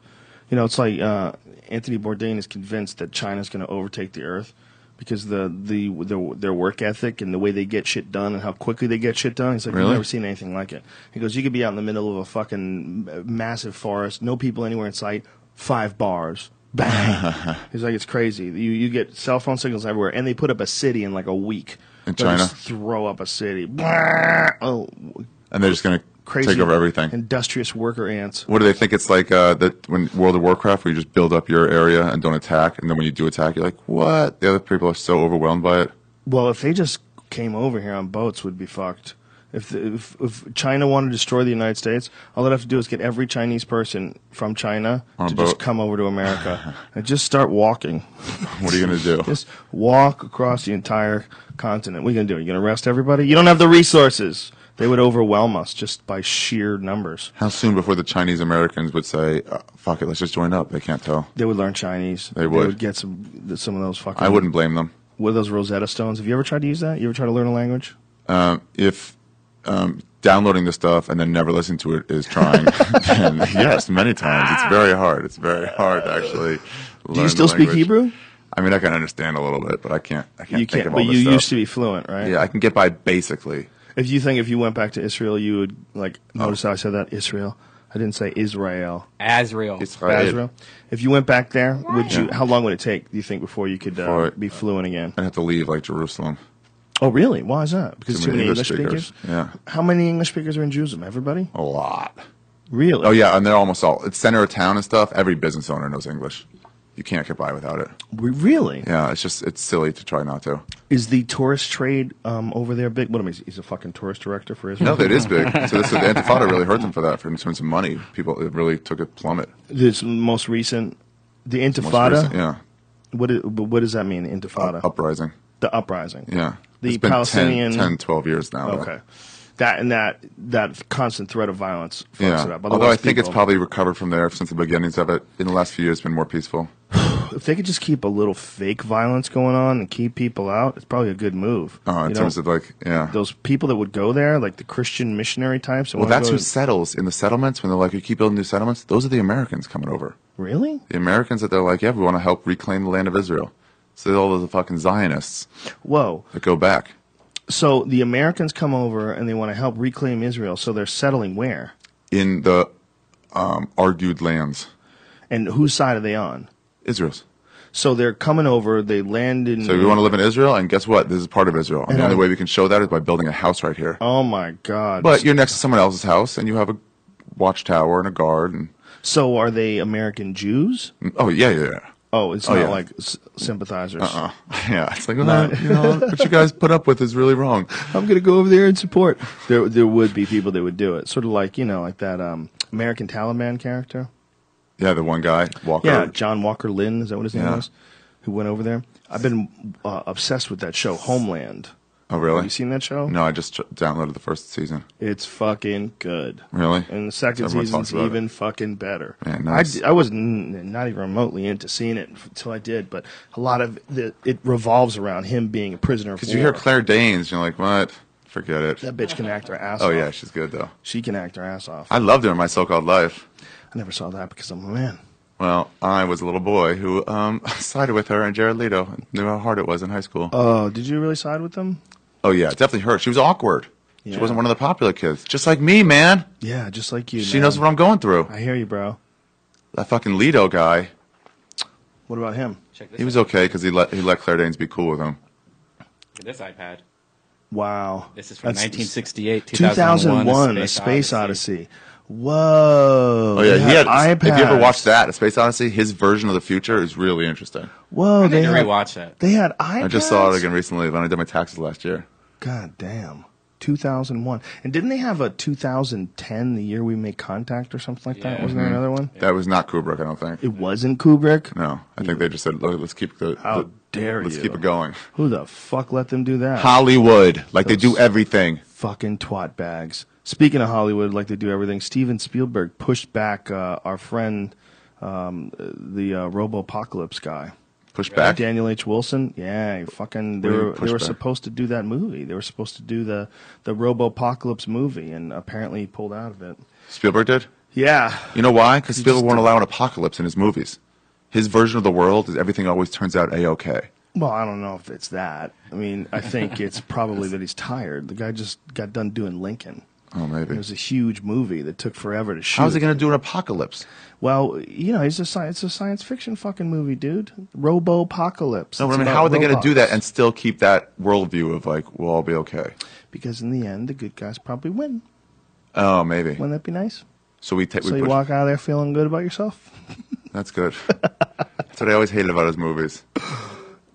A: You know, it's like uh, Anthony Bourdain is convinced that China's going to overtake the earth because the, the the their work ethic and the way they get shit done and how quickly they get shit done. He's like,
B: Really?
A: you've never seen anything like it. He goes, you could be out in the middle of a fucking m- massive forest, no people anywhere in sight, five bars. Bang. He's like, it's crazy. You you get cell phone signals everywhere, and they put up a city in like a week.
B: In
A: They'll just
B: China?
A: throw up a city. Oh,
B: And they're just going to
A: crazy
B: take over everything.
A: Industrious worker ants.
B: What do they think it's like uh, that when World of Warcraft, where you just build up your area and don't attack, and then when you do attack, you're like, what? The other people are so overwhelmed by it.
A: Well, if they just came over here on boats, we'd be fucked. If, the, if if China wanted to destroy the United States, all they'd have to do is get every Chinese person from China
B: On a
A: to
B: boat.
A: just come over to America and just start walking.
B: What are you going to do?
A: Just walk across the entire continent. What are you gonna do? You gonna arrest everybody? You don't have the resources. They would overwhelm us just by sheer numbers.
B: How soon before the Chinese Americans would say, uh, fuck it, let's just join up? They can't tell.
A: They would learn Chinese.
B: They would.
A: get some some of those fucking.
B: I wouldn't blame them.
A: What are those Rosetta Stones? Have you ever tried to use that? You ever try to learn a language?
B: um, if um, downloading the stuff and then never listening to it is trying, then yes, many times it's very hard. It's very hard to actually. Learn
A: Ah. Do you
B: the
A: still speak
B: language.
A: Hebrew?
B: I mean, I can understand a little bit, but I can't. I can't
A: You
B: think
A: can't,
B: of all
A: but
B: this
A: you
B: stuff.
A: used to be fluent, right?
B: Yeah, I can get by basically.
A: If you think if you went back to Israel, you would like
B: Oh.
A: notice how I said that Israel. I didn't say Israel.
C: Azrael.
A: Israel. If you went back there, would you?
B: Yeah.
A: How long would it take? Do you think before you could uh,
B: Before-
A: be fluent again?
B: I'd have to leave like Jerusalem.
A: Oh, really? Why is that? Because too, many English speakers.
B: Yeah,
A: How many English speakers are in Jerusalem? Everybody?
B: a lot.
A: Really?
B: Oh yeah, and they're almost all. It's center of town and stuff. Every business owner knows English. You can't get by without it.
A: Re- Really?
B: Yeah, it's just it's silly to try not to.
A: Is the tourist trade um, over there big? What am I? He's a fucking tourist director for Israel.
B: No, that is big. So this the Antifada really hurt them for that. For in terms of money, people it really took a plummet.
A: This most recent, the
B: Most
A: Intifada.
B: recent- yeah,
A: What, is, but what does that mean? Intifada.
B: uprising.
A: the uprising.
B: Yeah,
A: The
B: it's been 10,
A: Palestinian.
B: 10, 12 years now. though.
A: Okay. That and that that constant threat of violence fucks
B: Yeah.
A: it up.
B: Although I
A: Otherwise,
B: think it's
A: people-
B: probably recovered from there since the beginnings of it. In the last few years, it's been more peaceful.
A: if they could just keep a little fake violence going on and keep people out, it's probably a good move.
B: Uh, in
A: You know,
B: terms of like, yeah.
A: those people that would go there, like the Christian missionary types. that
B: Well,
A: wanna
B: that's
A: go
B: who
A: to-
B: settles in the settlements when they're like, you keep building new settlements. Those are the Americans coming over.
A: really.
B: The Americans that they're like, yeah, we want to help reclaim the land of Israel. So they're all the fucking Zionists
A: Whoa.
B: that go back.
A: So the Americans come over and they want to help reclaim Israel. So they're settling where
B: in the um, argued lands.
A: and whose side are they on?
B: Israel's.
A: So they're coming over. They land in.
B: So if you want to live in Israel, and guess what? This is part of Israel. And the
A: And
B: only
A: I-
B: way we can show that is by building a house right here.
A: Oh my God!
B: But you're next to someone else's house, and you have a watchtower and a guard. And
A: so are they American Jews?
B: oh yeah, yeah, yeah.
A: Oh, it's
B: Oh,
A: not
B: yeah.
A: like s- sympathizers.
B: Uh-uh. Yeah, it's like well,
A: No.
B: that- you know, what you guys put up with is really wrong.
A: I'm gonna go over there and support. There, there would be people that would do it. Sort of like you know, like that um, American Taliban character.
B: Yeah, the one guy Walker.
A: Yeah, John Walker Lynn is that what his name
B: Yeah.
A: was? Who went over there? I've been uh, obsessed with that show, Homeland.
B: Oh really?
A: Have you seen that show?
B: No, I just ch- downloaded the first season.
A: It's fucking good.
B: Really?
A: And the second
B: Everyone talks
A: season's
B: about it.
A: even fucking better.
B: Yeah, nice.
A: I, d- I was n- not even remotely into seeing it until I did, but a lot of the, it revolves around him being a prisoner of
B: Because
A: war.
B: you hear Claire Danes, you're like, what? Forget it.
A: that bitch can act her ass
B: oh
A: off.
B: yeah, she's good though.
A: She can act her ass off.
B: I loved her in my so-called life.
A: I never saw that because I'm a man.
B: Well, I was a little boy who um, sided with her and Jared Leto and knew how hard it was in high school.
A: Oh, did you really side with them?
B: oh, yeah, definitely her. She was awkward.
A: Yeah.
B: She wasn't one of the popular kids. Just like me, man.
A: Yeah, just like you.
B: she
A: man.
B: knows what I'm going through.
A: I hear you, bro.
B: That fucking Leto guy,
A: What about him?
B: he was okay because he let, he let Claire Danes be cool with him.
C: This iPad.
A: Wow.
C: This is from
A: That's-
C: 1968,
A: 2001,
C: 2001,
A: A Space Odyssey. Whoa.
B: Oh yeah,
A: they
B: he had.
A: iPads.
B: If you ever watched that, A Space Odyssey, his version of the future is really interesting.
A: Whoa,
C: I
A: they
C: need to
A: had,
C: rewatch that.
A: They had iPads.
B: I just saw it again recently when I did my taxes last year.
A: God damn. 2001. And didn't they have a 2010, the year we made contact or something like that? Wasn't there
B: Mhm.
A: another one?
B: That was not Kubrick, I don't think.
A: It wasn't Kubrick.
B: No, I think they just said, "Look, let's keep the
A: How dare
B: let's
A: you.
B: keep it going."
A: Who the fuck let them do that?
B: Hollywood, like they do everything.
A: fucking twat bags. Speaking of Hollywood, like they do everything, Steven Spielberg pushed back uh, our friend, um, the uh, Robopocalypse guy.
B: Push back?
A: Daniel H. Wilson. Yeah, he fucking. They
B: What do you
A: were
B: mean
A: they
B: push
A: were
B: back?
A: supposed to do that movie. They were supposed to do the the Robopocalypse movie, and apparently he pulled out of it.
B: Spielberg did.
A: Yeah,
B: You know why? Because Spielberg won't allow an apocalypse in his movies. His version of the world is everything always turns out a okay.
A: Well, I don't know if it's that. I mean, I think it's probably that he's tired. The guy just got done doing Lincoln.
B: Oh, maybe.
A: It was a huge movie that took forever to shoot.
B: How's he going to do an apocalypse?
A: Well, you know, it's a science, it's a science fiction fucking movie, dude. Robo apocalypse.
B: No, but I mean, how are they going to do that and still keep that worldview of like we'll all be okay?
A: Because in the end, the good guys probably win.
B: Oh, maybe.
A: Wouldn't that be nice?
B: So we take.
A: so
B: we
A: you
B: push-
A: walk out of there feeling good about yourself.
B: That's good. That's what I always hated about his movies.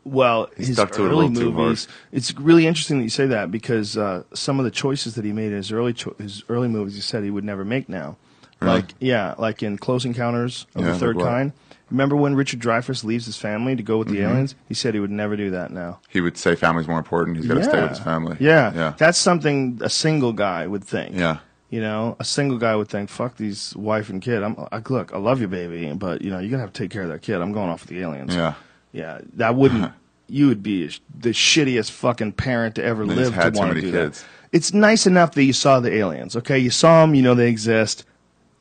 A: Well,
B: He
A: his
B: stuck to it a
A: early
B: little too hard.
A: movies. It's really interesting that you say that because uh, some of the choices that he made in his early cho- his early movies, he said he would never make now.
B: Really?
A: Like yeah, like in Close Encounters of
B: Yeah,
A: the Third
B: like what?
A: Kind. Remember when Richard Dreyfuss leaves his family to go with the
B: Mhm.
A: aliens? He said he would never do that now.
B: He would say family's more important. He's got to stay with his family.
A: Yeah.
B: yeah,
A: That's something a single guy would think.
B: yeah.
A: You know, a single guy would think, "Fuck these wife and kid." I'm I, look, I love you, baby, but you know you're gonna have to take care of that kid. I'm going off with the aliens.
B: Yeah.
A: yeah. That wouldn't. you would be the shittiest fucking parent to ever
B: They just
A: live to
B: had too
A: want to
B: many
A: do
B: kids.
A: that. It's nice enough that you saw the aliens. Okay, you saw them. You know they exist.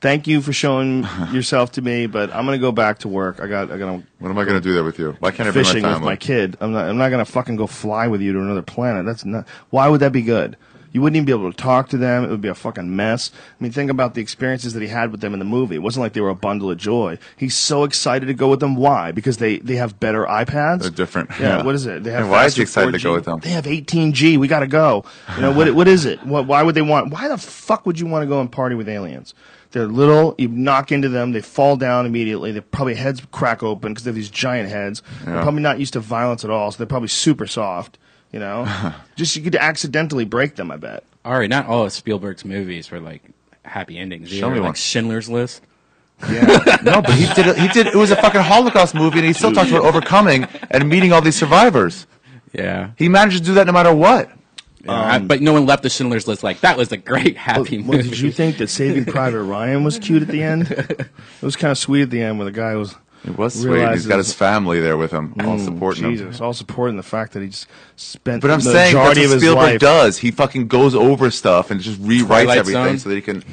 A: Thank you for showing yourself to me, but I'm gonna go back to work. I got. I got.
B: What am I going to do there with you? Why can't I bring my
A: Fishing
B: family?
A: with my kid. I'm not. I'm not gonna fucking go fly with you to another planet. That's not. Why would that be good? You wouldn't even be able to talk to them. It would be a fucking mess. I mean, think about the experiences that he had with them in the movie. It wasn't like they were a bundle of joy. He's so excited to go with them. Why? Because they they have better iPads.
B: They're different.
A: Yeah, what is it? They have
B: and why is
A: faster
B: he excited to
A: 4G?
B: go with them?
A: They have 18G. We got to go. You know what? What is it? What, why would they want? Why the fuck would you want to go and party with aliens? They're little. You knock into them, they fall down immediately. Their probably heads crack open because they have these giant heads. They're
B: Yeah.
A: probably not used to violence at all, so they're probably super soft. You know, just you could accidentally break them. I bet.
C: All right, not all of Spielberg's movies were like happy endings.
A: Show
C: either,
A: me
C: like
A: one.
C: Schindler's List.
B: no, but he did. It, he did. It was a fucking Holocaust movie, and he still talks about overcoming and meeting all these survivors.
C: Yeah.
B: He managed to do that no matter what.
C: Yeah, I- but no one left the Schindler's List like that was the great happy
A: Well,
C: movie.
A: Um, did you think that Saving Private Ryan was cute at the end? It was kind of sweet at the end where the guy was. Oh,
B: It was sweet. and He's got his family there with him, all supporting
A: Mm, Jesus, all supporting the fact that he just spent.
B: him. But I'm
A: the
B: saying that's
A: majority of
B: what
A: his
B: Spielberg
A: life.
B: does. He fucking goes over stuff and just rewrites
A: Twilight
B: everything
A: Zone?
B: so that he can.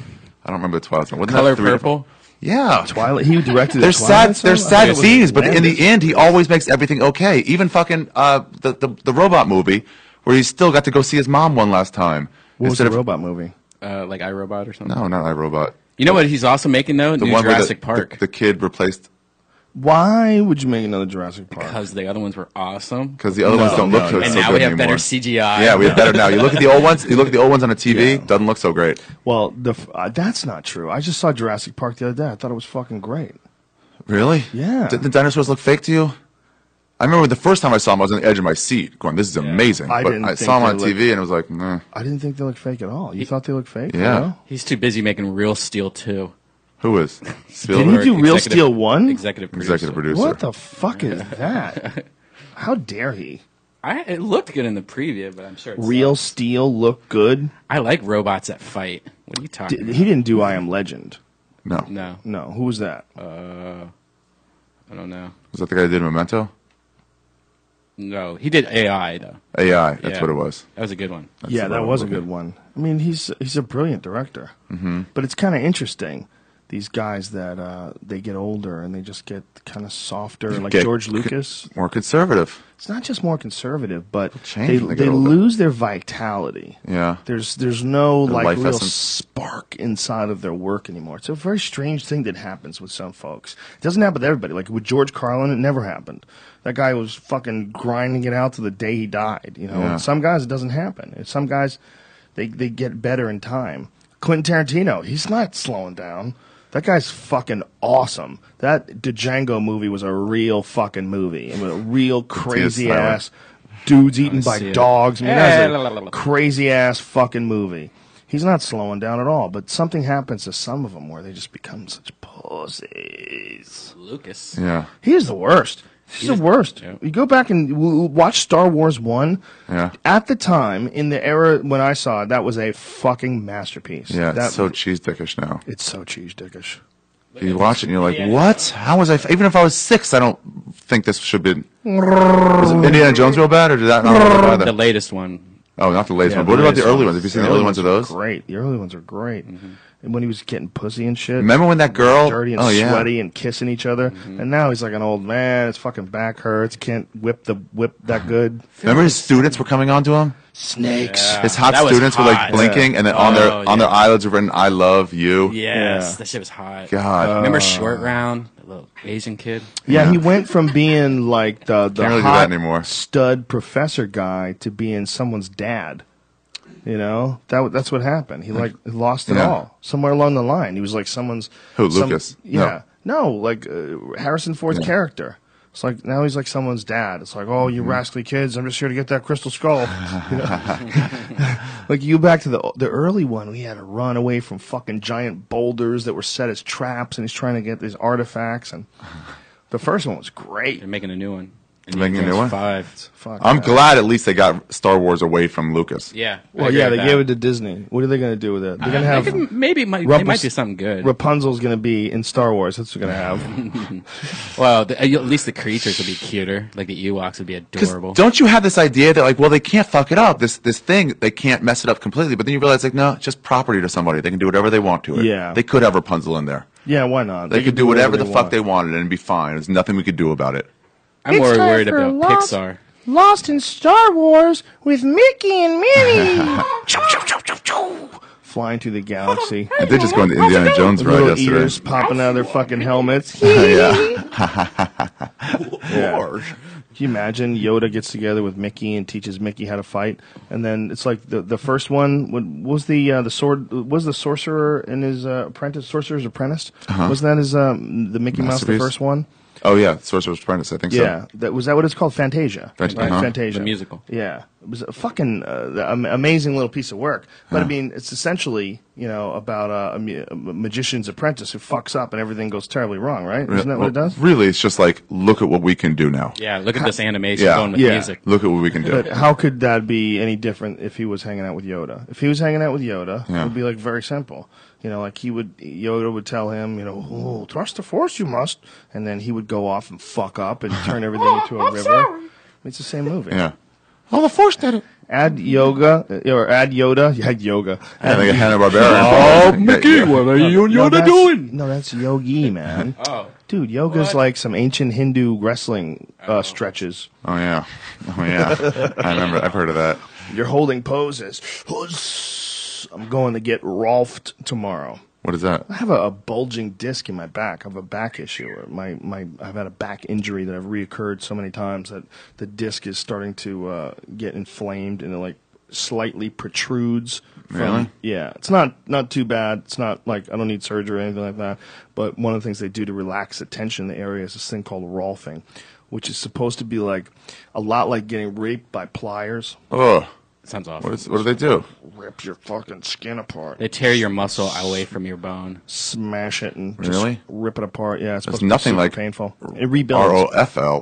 B: I don't remember the Twilight Zone. Wasn't that
C: Color
B: three different-
C: Purple.
B: Yeah,
A: Twilight. He directed.
B: They're
A: the Twilight
B: sad. They're
A: Zone?
B: sad
A: That was
B: scenes, but in
A: outlandish.
B: the end, he always makes everything okay. Even fucking uh, the, the the robot movie, where he still got to go see his mom one last time.
A: What was
B: Instead
A: the
B: of-
A: robot movie?
C: Uh, like iRobot or something.
B: No, not iRobot.
C: You know what he's also making though? New
B: where the-
C: Jurassic
B: the,
C: Park.
B: The, kid replaced
A: Why would you make another Jurassic Park?
C: Because the other ones were awesome.
B: 'Cause the other ones don't look so-
C: And
B: so
C: now
B: good
C: we have
B: anymore.
C: better CGI.
B: Yeah, we have better now. You look at the old ones. You look at the old ones on a TV. Doesn't look so great.
A: Well, the f- uh, that's not true. I just saw Jurassic Park the other day. I thought it was fucking great.
B: Really?
A: Yeah.
B: Did the dinosaurs look fake to you? I remember the first time I saw him, I was on the edge of my seat, going, "This is amazing."
A: I
B: but
A: didn't
B: I
A: think
B: saw him
A: they
B: on
A: looked-
B: TV, and it was like, nah.
A: I didn't think they looked fake at all. You thought they looked fake?
B: Yeah.
A: No?
C: He's too busy making Real Steel 2.
B: Who is?
A: Did he do Real Steel one?
C: Executive producer.
B: Hmm. Executive producer.
A: What the fuck is that? How dare he?
C: I, it looked good in the preview, but I'm sure it's
A: Real Steel looked good.
C: I like robots that fight. What are you talking
A: Did,
C: about?
A: he didn't do I Am Legend.
B: No.
C: No.
A: No. Who was that?
C: Uh, I don't know.
B: Was that the guy that did Memento?
C: No, he did AI though.
B: AI, that's what it was.
C: That was a good one.
A: yeah, that was a good one. I mean, he's he's a brilliant director.
B: Mm-hmm.
A: But it's kind of interesting. These guys that uh, they get older and they just get kind of softer, like
B: Get-
A: George Lucas.
B: More conservative.
A: It's not just more conservative, but
B: change
A: they,
B: when they
A: they
B: get older.
A: lose their vitality.
B: Yeah.
A: There's there's no
B: The
A: like
B: life
A: real
B: essence.
A: spark inside of their work anymore. It's a very strange thing that happens with some folks. It doesn't happen with everybody. Like with George Carlin, it never happened. That guy was fucking grinding it out to the day he died. You know,
B: Yeah.
A: And some guys it doesn't happen. And some guys they they get better in time. Quentin Tarantino. He's not slowing down. That guy's fucking awesome. That Django movie was a real fucking movie. It was a real crazy
B: silent.
A: ass dudes eaten
B: I
A: by
B: see it.
A: dogs. I mean, that
B: Yeah,
A: was
B: la, la,
A: a
B: la, la.
A: crazy ass fucking movie. He's not slowing down at all, but something happens to some of them where they just become such pussies.
C: Lucas.
B: Yeah.
A: He is the worst. He's the worst. You go back and w- w- watch Star Wars 1.
B: Yeah.
A: At the time, in the era when I saw it, that was a fucking masterpiece.
B: Yeah,
A: That-
B: it's so cheese dickish now.
A: it's so cheese dickish.
B: You watch it and you're like, what? How was I? F-? Even if I was six, I don't think this should be. Was Indiana Jones real bad, or did that not look bad either?
C: The latest one.
B: Oh, not the latest
A: Yeah,
B: one. But what about the
A: latest
B: early ones? Have you seen the early ones of
A: are
B: those? Mm-hmm.
A: Great. The early ones are great. And when he was getting pussy and shit.
B: Remember when that girl-
A: Dirty and
B: Oh, yeah. Mm-hmm.
A: sweaty and kissing each other. And now he's like an old man. His fucking back hurts. Can't whip the whip
B: Mm-hmm.
A: that good.
B: Remember his students were coming on to him?
A: Snakes.
B: His hot
A: That was
B: students were like
A: hot.
B: blinking,
A: Yeah.
B: and then on their
C: Oh,
B: on their
C: yeah.
B: eyelids were written "I love you."
C: Yes, that shit was hot.
B: God.
C: remember
B: Uh.
C: Short Round, the little Asian kid?
A: Yeah, he went from being like the the
C: Can't really do
A: hot
C: that anymore.
A: stud professor guy to being someone's dad. You know that w- that's what happened. He like lost it
B: Yeah.
A: all somewhere along the line. He was like someone's
B: Who,
A: some-
B: Lucas? No.
A: Yeah, no, like uh, Harrison Ford's
B: Yeah.
A: character. It's like now he's like someone's dad. It's like, oh, you
B: Mm-hmm.
A: rascally kids! I'm just here to get that crystal skull. You know? like you back to the the early one. We had to run away from fucking giant boulders that were set as traps, and he's trying to get these artifacts. And the first one was great.
C: They're making a new one.
B: They're making a new one?
C: Five.
A: Fuck
B: I'm
A: that.
B: glad at least they got Star Wars away from Lucas.
C: Yeah.
A: Well, yeah, they gave it to Disney. What are they going to do with it? They're going to
C: Uh,
A: have
C: they could- maybe it might- they
A: Rumpel-
C: might do something good.
A: Rapunzel's going to be in Star Wars. That's what they're going to have.
C: well, the, uh, at least the creatures would be cuter. Like the Ewoks would be adorable.
B: Don't you have this idea that like, well, they can't fuck it up. This this thing, they can't mess it up completely. But then you realize like, no, it's just property to somebody. They can do whatever they want to it.
A: Yeah.
B: They could have Rapunzel in there.
A: yeah, why not?
B: They, could do whatever, the fuck they wanted and it'd be fine. There's nothing we could do about it.
A: I'm It's more time worried for about lots-
C: Pixar.
A: Lost in Star Wars with Mickey and Minnie. Flying through the galaxy.
B: I did just go into Indiana Jones
A: With
B: ride
A: little
B: yesterday.
A: ears popping out of their fucking helmets. uh,
B: yeah.
A: Yeah. Can you imagine Yoda gets together with Mickey and teaches Mickey how to fight, and then it's like the the first one what was the uh, the sword was the sorcerer and his uh, apprentice sorcerer's apprentice
B: Uh-huh.
A: wasn't that his um, the Mickey Mouse the
B: Masterpiece?
A: first one
B: Oh yeah, Sorcerer's Apprentice. I think
A: yeah
B: so.
A: that was that what it's called Fantasia
B: Fant-
A: Right,
B: uh-huh.
A: Fantasia
C: The musical.
A: yeah it was a fucking uh, am- amazing little piece of work but I
B: Yeah.
A: mean it's essentially you know about uh, a, a mu- a magician's apprentice who fucks up and everything goes terribly wrong right isn't that what
B: Well,
A: it does
B: Really, it's just like look at what we can do now.
C: Yeah, look at this animation
B: yeah.
C: going with
A: Yeah.
C: music.
B: Look at what we can do.
A: But how could that be any different if he was hanging out with Yoda? If he was hanging out with Yoda, it
B: Yeah.
A: would be like very simple. You know, like he would Yoda would tell him, you know, oh, trust the force you must, and then he would go off and fuck up and turn everything into a river. It's the same movie.
B: yeah.
A: Oh, the force did it. Add yoga uh, or add Yoda. Yeah, add yoga.
B: I think Hanna
A: Oh,
B: Barbera.
A: Mickey,
B: what are you
A: No, that's- No, that's yogi, man.
C: Oh.
A: Dude, yoga's like some ancient Hindu wrestling uh, stretches.
B: Oh yeah. Oh yeah. I remember. I've heard of that.
A: You're holding poses. Huss. I'm going to get Rolfed tomorrow.
B: What is that?
A: I have a, a bulging disc in my back. I have a back issue. My my I've had a back injury that I've reoccurred so many times that the disc is starting to uh, get inflamed and it like slightly protrudes. From,
B: Really?
A: Yeah, it's not not too bad. It's not like I don't need surgery or anything like that. But one of the things they do to relax the tension in the area is this thing called Rolfing, which is supposed to be like a lot like getting raped by pliers.
B: Oh.
C: Sounds awful.
B: What, is, what do they do?
A: Rip your fucking skin apart.
C: They tear your muscle away from your bone.
A: smash it and
B: Really?
A: just rip it apart. Yeah, it's
B: That's
A: supposed to be
B: nothing
A: super
B: like
A: painful. It rebuilds.
B: R O F L.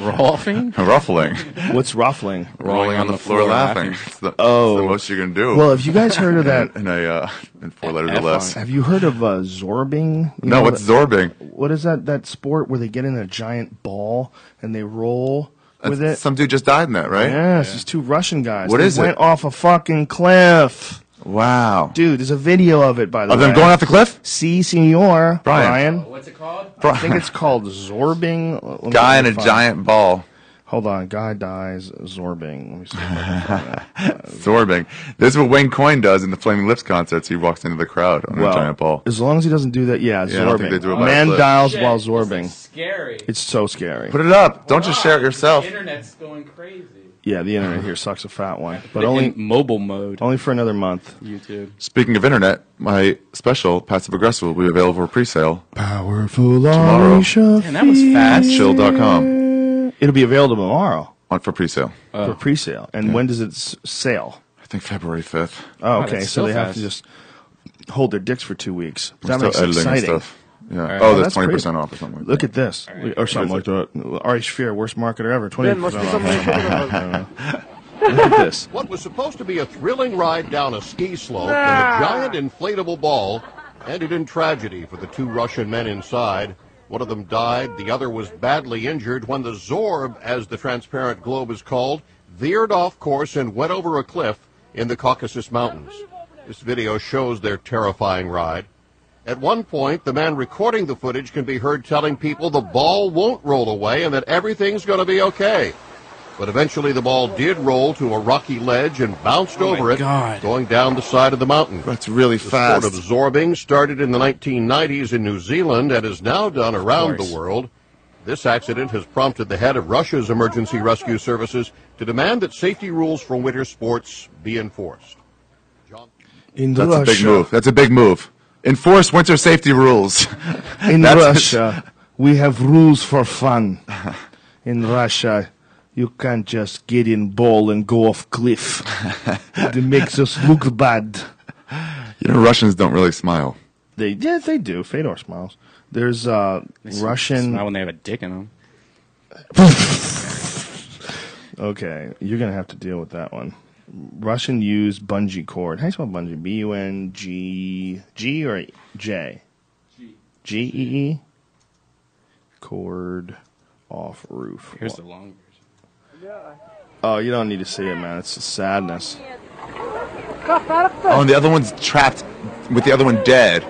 C: Rolfing?
B: Ruffling.
A: What's ruffling?
B: Rolling on the floor laughing. It's the,
A: Oh.
B: oh. the most you can do.
A: Well, have you guys heard of that-
B: In, in a uh, in four letters or less.
A: Have you heard of uh, zorbing? You
B: No,
A: know
B: what's
A: the-
B: zorbing?
A: What is that? That sport where they get in a giant ball and they roll with it.
B: That's- Some dude just died in that, right?
A: Yes, these two Russian guys.
B: What
A: they
B: is it?
A: Went off a fucking cliff.
B: Wow.
A: Dude, there's a video of it, by the
B: Of
A: way.
B: them going off the cliff?
A: See, senor.
B: Brian.
A: Uh, What's it called? I think it's called zorbing. Let me-
B: Guy
A: let
B: in
A: me
B: a
A: find-
B: giant ball.
A: Hold on. Guy dies zorbing. Let me see. if I can find that.
B: Zorbing. This is what Wayne Coyne does in the Flaming Lips concerts. He walks into the crowd on
A: Well,
B: a giant ball.
A: As long as he doesn't do that, yeah,
B: Yeah, I don't
A: zorbing.
B: think they do it by
A: Man
B: clip.
A: dials
C: Shit,
A: while
C: this is
A: zorbing.
C: scary.
A: It's so scary.
B: Put it up. Don't just share it yourself.
C: internet's going crazy.
A: Yeah, the internet here sucks a fat one, but
C: But in
A: only
C: mobile mode.
A: Only for another month.
C: YouTube.
B: Speaking of internet, my special Passive Aggressive will be available for pre-sale.
A: Powerful
B: Tomorrow.
A: Arisha
C: Man, that was fast.
B: Chill.com.
A: It'll be available tomorrow
B: on for pre-sale.
C: Oh.
A: for pre-sale. And when does it s- sale?
B: I think February fifth.
A: Oh,
B: Wow,
A: okay.
B: that's
A: so
B: so
A: they have
B: fast.
A: to just hold their dicks for two weeks.
B: We're
A: That
B: still
A: makes it
B: editing and
A: exciting.
B: stuff. Yeah. All right. Oh, that's
A: great.
B: 20% off or something like
A: Look at this, or something like that. Ari Shafir, worst marketer ever, twenty
N: must be
A: percent off.
N: something they should have-
A: I don't know. Look at this.
N: What was supposed to be a thrilling ride down a ski slope with a giant inflatable ball ended in tragedy for the two Russian men inside. One of them died, the other was badly injured when the Zorb, as the transparent globe is called, veered off course and went over a cliff in the Caucasus Mountains. This video shows their terrifying ride. At one point, the man recording the footage can be heard telling people the ball won't roll away and that everything's going to be okay. But eventually the ball did roll to a rocky ledge and bounced over it, going down the side of the mountain. That's
B: really
N: The sport of zorbing started in the 1990s in New Zealand and is now done around the world. This accident has prompted the head of Russia's emergency rescue services to demand that safety rules for winter sports be enforced.
A: In
B: That's a big move. That's a big move. Enforce winter safety rules.
A: In
B: That's-
A: Russia, we have rules for fun. In Russia, you can't just get in ball and go off cliff. it makes us look bad.
B: You know, Russians don't really smile.
A: They yeah, they do. Fedor smiles. There's uh, Russian.
C: Not when they have a dick in them.
A: Okay, you're gonna have to deal with that one. Russian used bungee cord. How do you spell bungee? B U N G E G or J? G E E. Cord off roof.
C: Here's the long
A: Oh, you don't need to see it, man. It's just sadness.
B: Oh, and the other one's trapped with the other one dead.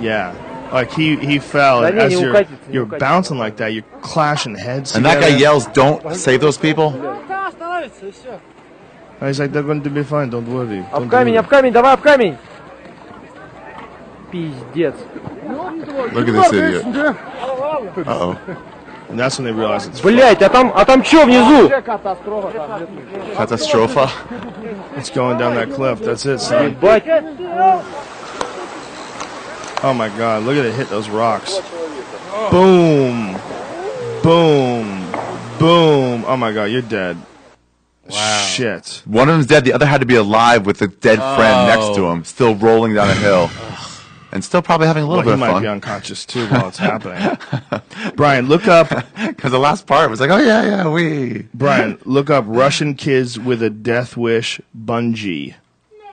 A: Yeah, like he he fell, and
B: Yeah,
A: as
B: you
A: you're
B: guys- you
A: you're
B: guys-
A: bouncing like that, you're clashing heads.
B: And that guy
A: together.
B: yells, "Don't save those people!"
A: And He's like, they're going to be fine. Don't worry.
O: Об
A: Don't
O: камень,
A: worry.
O: об камень, давай об камень! Пиздец.
A: Look at this idiot.
B: oh.
A: And that's when they realize it's
O: Блять, а там, а там чё внизу?
A: Catastrophe. It's going down that cliff. That's it, son. Oh my God! Look at it hit those rocks. Boom, boom, boom. Oh my God! You're dead. Wow. Shit.
B: One of them's dead. The other had to be alive with the dead
A: Oh.
B: friend next to him, still rolling down a hill, and still probably having a
A: Well,
B: little
A: he
B: bit of
A: might
B: fun.
A: be unconscious too while it's happening. Brian, look up
B: because the last part was like, oh yeah, yeah, we.
A: Brian, look up Russian kids with a death wish bungee.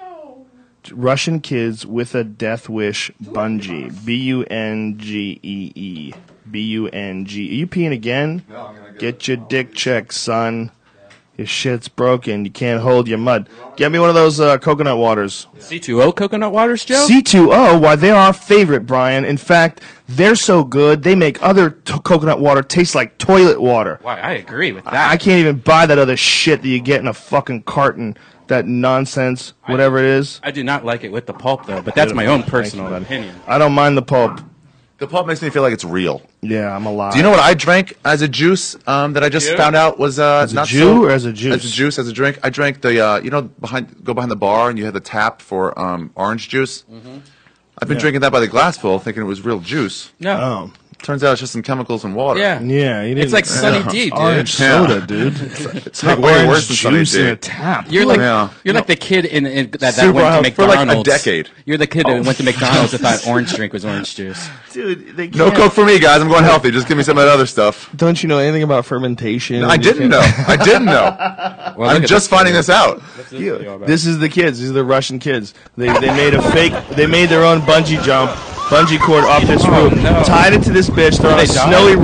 A: No. Russian kids with a death wish bungee. B U N G E E. B U N G. E. Are you peeing again? No, I'm gonna get, Oh, your dick checked, son. Your shit's broken. You can't hold your mud. Get me one of those uh, coconut waters.
C: C2O coconut waters, Joe?
A: C2O, why they're our favorite, Brian. In fact, they're so good, they make other t- coconut water taste like toilet water.
C: Why, I agree with that.
A: I I can't even buy that other shit that you get in a fucking carton. That nonsense, whatever it is.
C: I do not like it with the pulp, though, but that's my own
A: Thank you,
C: personal
A: bud.
C: opinion.
A: I don't mind the pulp.
B: The pulp makes me feel like it's real.
A: Yeah, I'm alive.
B: Do you know what I drank as a juice um, that I just
A: Jew?
B: found out was uh,
A: As a
B: not
A: Jew
B: so-
A: or as a juice?
B: As a juice, as a drink. I drank the uh, you know behind go behind the bar and you had the tap for um, orange juice.
A: Mm-hmm.
B: I've been
A: Yeah.
B: drinking that by the glassful, thinking it was real juice.
A: No.
B: Turns out it's just some chemicals and water.
A: Yeah. Oh, Yeah. you didn't-
C: It's like Sunny D, dude.
A: Orange
B: Yeah.
A: soda, dude.
B: It's- it's like way worse than Sunny
A: juice
B: D.
A: in a tap.
C: You're like
B: Yeah.
C: you're like the kid in, in that, that
B: Super
C: went to
B: healthy. For,
C: McDonald's
B: like, a decade.
C: You're the kid that
B: Oh.
C: went to McDonald's and thought orange drink was orange juice.
A: dude. They
B: No Coke for me, guys. I'm going healthy. Just give me some of that other stuff.
A: Don't you know anything about fermentation?
B: I didn't know. I didn't know.
A: Well,
B: I'm
A: look at
B: just
A: this
B: finding
A: video.
B: this out.
A: You- This is the kids. These are the Russian kids. They, they made a fake. They made their own bungee jump, bungee cord off this roof, tied it to this bitch. They're on a
C: Did Oh, they die?
A: snowy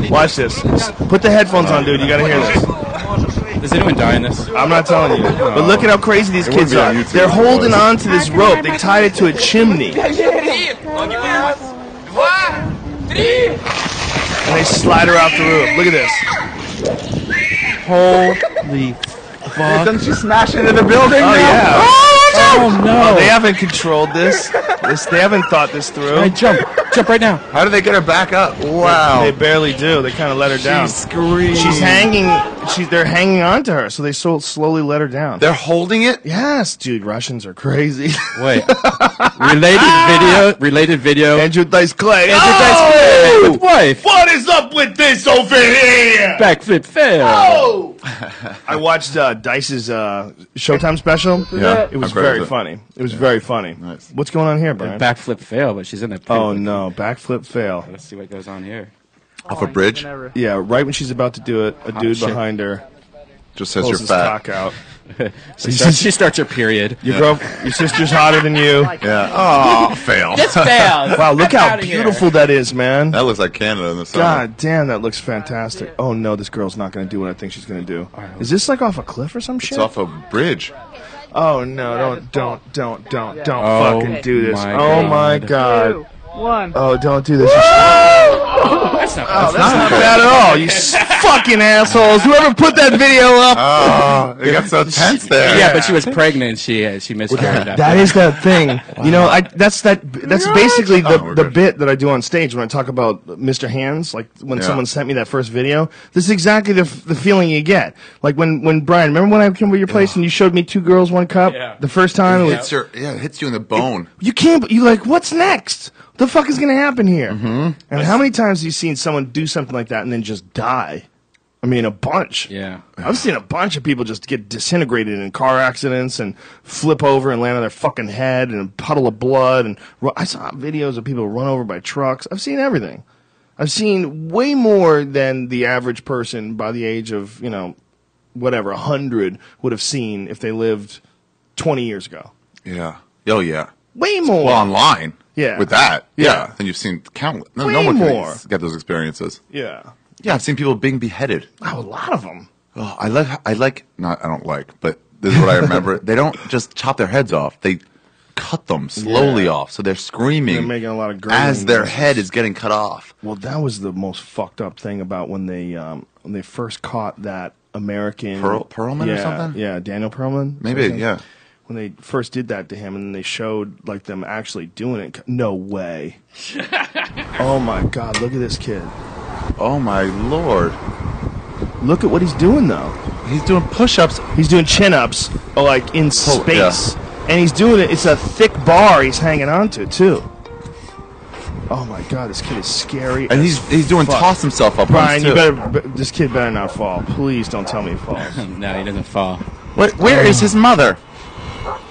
A: roof. Watch this. Put the headphones on, dude. You gotta hear this.
C: Does anyone die in this?
A: I'm not telling you. But look at how crazy these
C: It
A: kids
C: wouldn't be
A: are.
C: on YouTube
A: They're
C: if it
A: holding
C: was.
A: on to this rope. They tied it to a chimney, and they slide her off the roof. Look at this. Holy fuck!
B: Doesn't she smash into the building
A: Oh
B: now?
A: yeah.
B: Oh,
A: no! they haven't controlled this. This, they haven't thought this through.
C: Hey, jump. Jump right now.
B: How do they get her back up? Wow.
A: They, they barely do. They kind of let her down.
B: screams.
A: She's hanging. She's they're hanging on to her, so they so slowly let her down.
B: They're holding it.
A: Yes, dude. Russians are crazy.
C: Wait. related video. Related video.
A: Andrew Dice Clay.
C: Andrew Dice Clay with wife.
A: What is up with this over here?
C: Backflip fail.
A: Oh! I watched uh, Dice's uh, Showtime special.
B: Yeah,
A: it was
B: I've heard
A: very
B: of it.
A: funny. It was very funny. What's going on here, Brian?
C: Backflip fail, but she's in a.
A: oh no, backflip fail.
C: Let's see what goes on here.
B: Off a bridge.
A: Yeah, right when she's about to do it, a
C: Oh,
A: dude
C: shit.
A: behind her
B: Just says
A: pulls
B: you're
A: his
B: fat.
A: cock out.
C: She starts, she starts her period.
A: Your girl, your sister's hotter than you.
B: Yeah. Oh, fail.
C: failed.
A: Wow, look how beautiful that is, man.
B: That looks like Canada in the summer.
A: God damn, that looks fantastic. Oh no, this girl's not going to do what I think she's going to do. Is this like off a cliff or some
B: It's
A: shit?
B: off a bridge.
A: Oh no, don't, don't, don't, don't, don't
C: Oh,
A: fucking do this.
C: my
A: oh my
C: God.
A: god.
P: One.
A: Oh, don't do this.
C: That's not.
A: Oh, that's not bad at all, you s- fucking assholes. Whoever put that video up.
B: Oh, it got so tense there.
C: Yeah, but she was pregnant. and She uh, she
B: Oh,
C: miscarried. after
A: That is that thing. You know, I that's that that's basically the,
B: Oh, we're
A: the
B: good.
A: bit that I do on stage when I talk about Mr. Hands, like when
B: Yeah.
A: someone sent me that first video. This is exactly the f- the feeling you get. Like when when Brian, remember when I came over your place and you showed me two girls, one cup
C: Yeah.
A: the first time?
B: It
A: It
B: hits
A: was-
B: your, yeah, it hits you in the bone.
A: you can't you like what's next? The fuck is going to happen here? Mm-hmm. And how many times have you seen someone do something like that and then just die? I mean, a bunch.
C: Yeah.
A: I've seen a bunch of people just get disintegrated in car accidents and flip over and land on their fucking head and a puddle of blood. And ru- I saw videos of people run over by trucks. I've seen everything. I've seen way more than the average person by the age of you know, whatever, hundred would have seen if they lived twenty years ago.
B: Yeah. Oh, yeah.
A: Way more.
B: Well, online.
A: Yeah.
B: With that.
A: Yeah.
B: Yeah. Then you've seen countless. No,
A: Way
B: no one
A: more.
B: can get those experiences.
A: yeah.
B: Yeah, I've seen people being beheaded.
A: Oh, a lot of them.
B: Oh, I like. I like. Not. I don't like. But this is what I remember. they don't just chop their heads off. They cut them slowly
A: Yeah.
B: off, so they're screaming.
A: They're making a lot of gurgling
B: as their
A: noises.
B: head is getting cut off.
A: Well, that was the most fucked up thing about when they um, when they first caught that American
B: Pearl- Pearlman or
A: yeah,
B: something?
A: Yeah, Daniel Pearlman. is
B: Maybe,
A: his name?
B: yeah.
A: When they first did that to him, and they showed like them actually doing it. No way. oh my God! Look at this kid.
B: Oh my lord!
A: Look at what he's doing though.
B: He's doing push-ups.
A: He's doing chin-ups, uh, like in
B: Oh, yeah.
A: space, and he's doing it. It's a thick bar he's hanging onto too. Oh my God! This kid is scary.
B: And
A: as
B: he's he's doing
A: fuck.
B: toss himself up.
A: Brian,
B: ones,
A: you
B: too.
A: better. b- This kid better not fall. Please don't tell me he falls.
C: no, he doesn't fall.
B: What, where is his mother?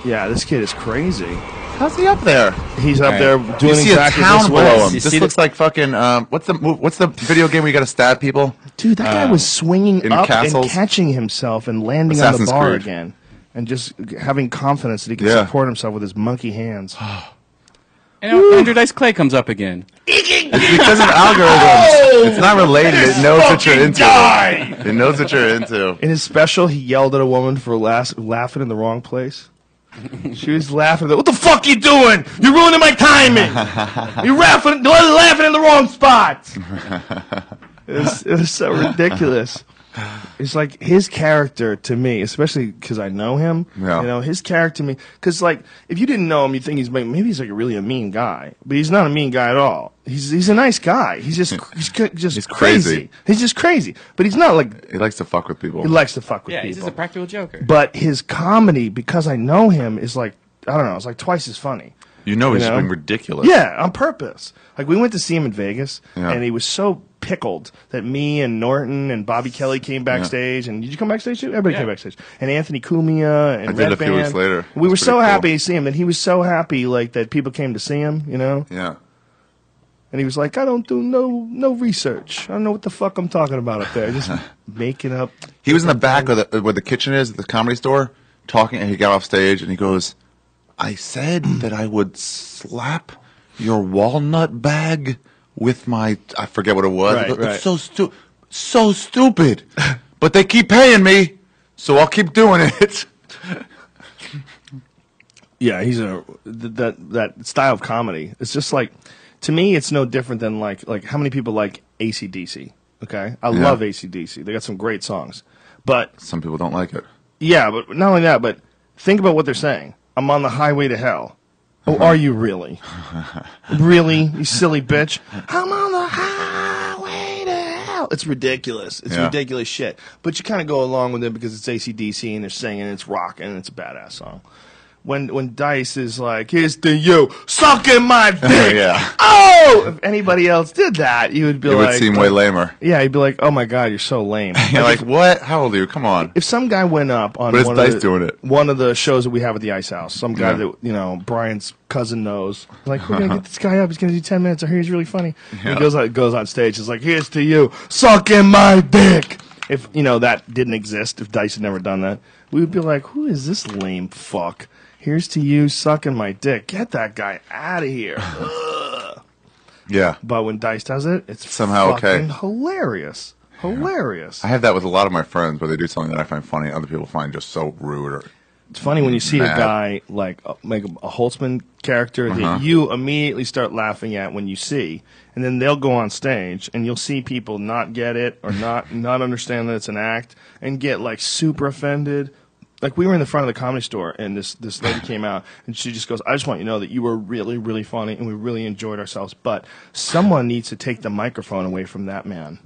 A: yeah, this kid is crazy.
B: How's he up there?
A: He's up
C: Right.
A: there
B: Do you
A: doing
B: see
A: exactly
B: a town
A: this
B: below
A: way.
B: him.
C: You
B: This
C: see
B: looks like fucking. Um, what's the move- what's the video game where you got to stab people?
A: Dude, that guy was swinging
B: uh, in
A: up and
B: castles.
A: catching himself and landing on
B: Assassin's
A: the bar
B: Creed.
A: again, and just having confidence that he can
B: Yeah.
A: support himself with his monkey hands.
C: And now Andrew Dice Clay comes up again.
B: It's because of
A: Oh!
B: algorithms. It's not related. It knows what you're into. It knows what you're into.
A: In his special, he yelled at a woman for las- laughing in the wrong place. she was laughing. At the, what the fuck you doing? You're ruining my timing. You're laughing, laughing in the wrong spot. it, was, it was so ridiculous. It's like his character to me, especially because I know him.
B: Yeah.
A: You know his character to me, because like if you didn't know him, you would think he's like, maybe he's like really a mean guy, but he's not a mean guy at all. He's he's a nice guy. He's just he's c- just
B: He's
A: crazy.
B: crazy.
A: He's just crazy, but he's not like
B: He likes to fuck with people.
A: he likes to fuck with
C: Yeah,
A: people.
C: he's just a practical joker.
A: but his comedy, because I know him, is like I don't know, it's like twice as funny.
B: you know he's
A: you know?
B: being ridiculous.
A: Yeah, on purpose. Like we went to see him in Vegas,
B: Yeah.
A: and he was so pickled that me and Norton and Bobby Kelly came backstage, and did you come backstage too? Everybody came
C: Yeah.
A: backstage, and Anthony Cumia and
B: I did
A: Red
B: a few weeks
A: Band.
B: later. It
A: We were
B: was
A: so
B: pretty cool.
A: happy to see him that he was so happy like that people came to see him, you know.
B: Yeah.
A: And he was like, "I don't do no no research. I don't know what the fuck I'm talking about up there, just making up."
B: He was in the back of the, where the kitchen is at the comedy store talking, and he got off stage and he goes, I said that I would slap your walnut bag with my, I forget what it was.
A: Right,
B: He goes,
A: right.
B: It's so, stu- so stupid, but they keep paying me, so I'll keep doing it.
A: Yeah, he's a th- that that style of comedy. It's just like to me, it's no different than like like how many people like ACDC. Okay, I
B: Yeah.
A: love ACDC. They got some great songs, but
B: Some people don't like it.
A: yeah, but not only that, but think about what they're saying. I'm on the highway to hell. Oh, are you really? really, you silly bitch? I'm on the highway to hell. It's ridiculous. It's
B: Yeah.
A: ridiculous shit. But you kind of go along with it because it's ACDC and they're singing, and it's rock, and it's a badass song. When when Dice is like, here's to you, sucking my dick.
B: yeah.
A: Oh, if anybody else did that, you would be
B: It
A: like, uh,
B: would seem way lamer.
A: Yeah, you'd be like, oh my god, you're so lame.
B: You're like, what? How old are you? Come on.
A: If some guy went up on
B: But it's
A: one
B: Dice
A: of the,
B: doing it.
A: one of the shows that we have at the Ice House, some guy
B: Yeah.
A: that you know Brian's cousin knows, like we're gonna get this guy up. He's gonna do ten minutes. I hear he's really funny.
B: Yeah.
A: He goes on, goes on stage. He's like, "Here's to you, sucking my dick." If you know that didn't exist, if Dice had never done that, we would be like, "Who is this lame fuck?" Here's to you, sucking my dick. Get that guy out of here. Ugh.
B: Yeah.
A: but when Dice does it, it's
B: Somehow okay.
A: fucking hilarious. Hilarious.
B: I have that with a lot of my friends where they do something that I find funny, other people find just so rude or.
A: It's funny when you see
B: Mad.
A: a guy like uh, make a, a Holtzman character
B: Uh-huh.
A: that you immediately start laughing at when you see, and then they'll go on stage and you'll see people not get it or not not understand that it's an act and get like super offended. Like we were in the front of the comedy store and this this lady came out and she just goes, "I just want you to know that you were really really funny and we really enjoyed ourselves, but someone needs to take the microphone away from that man."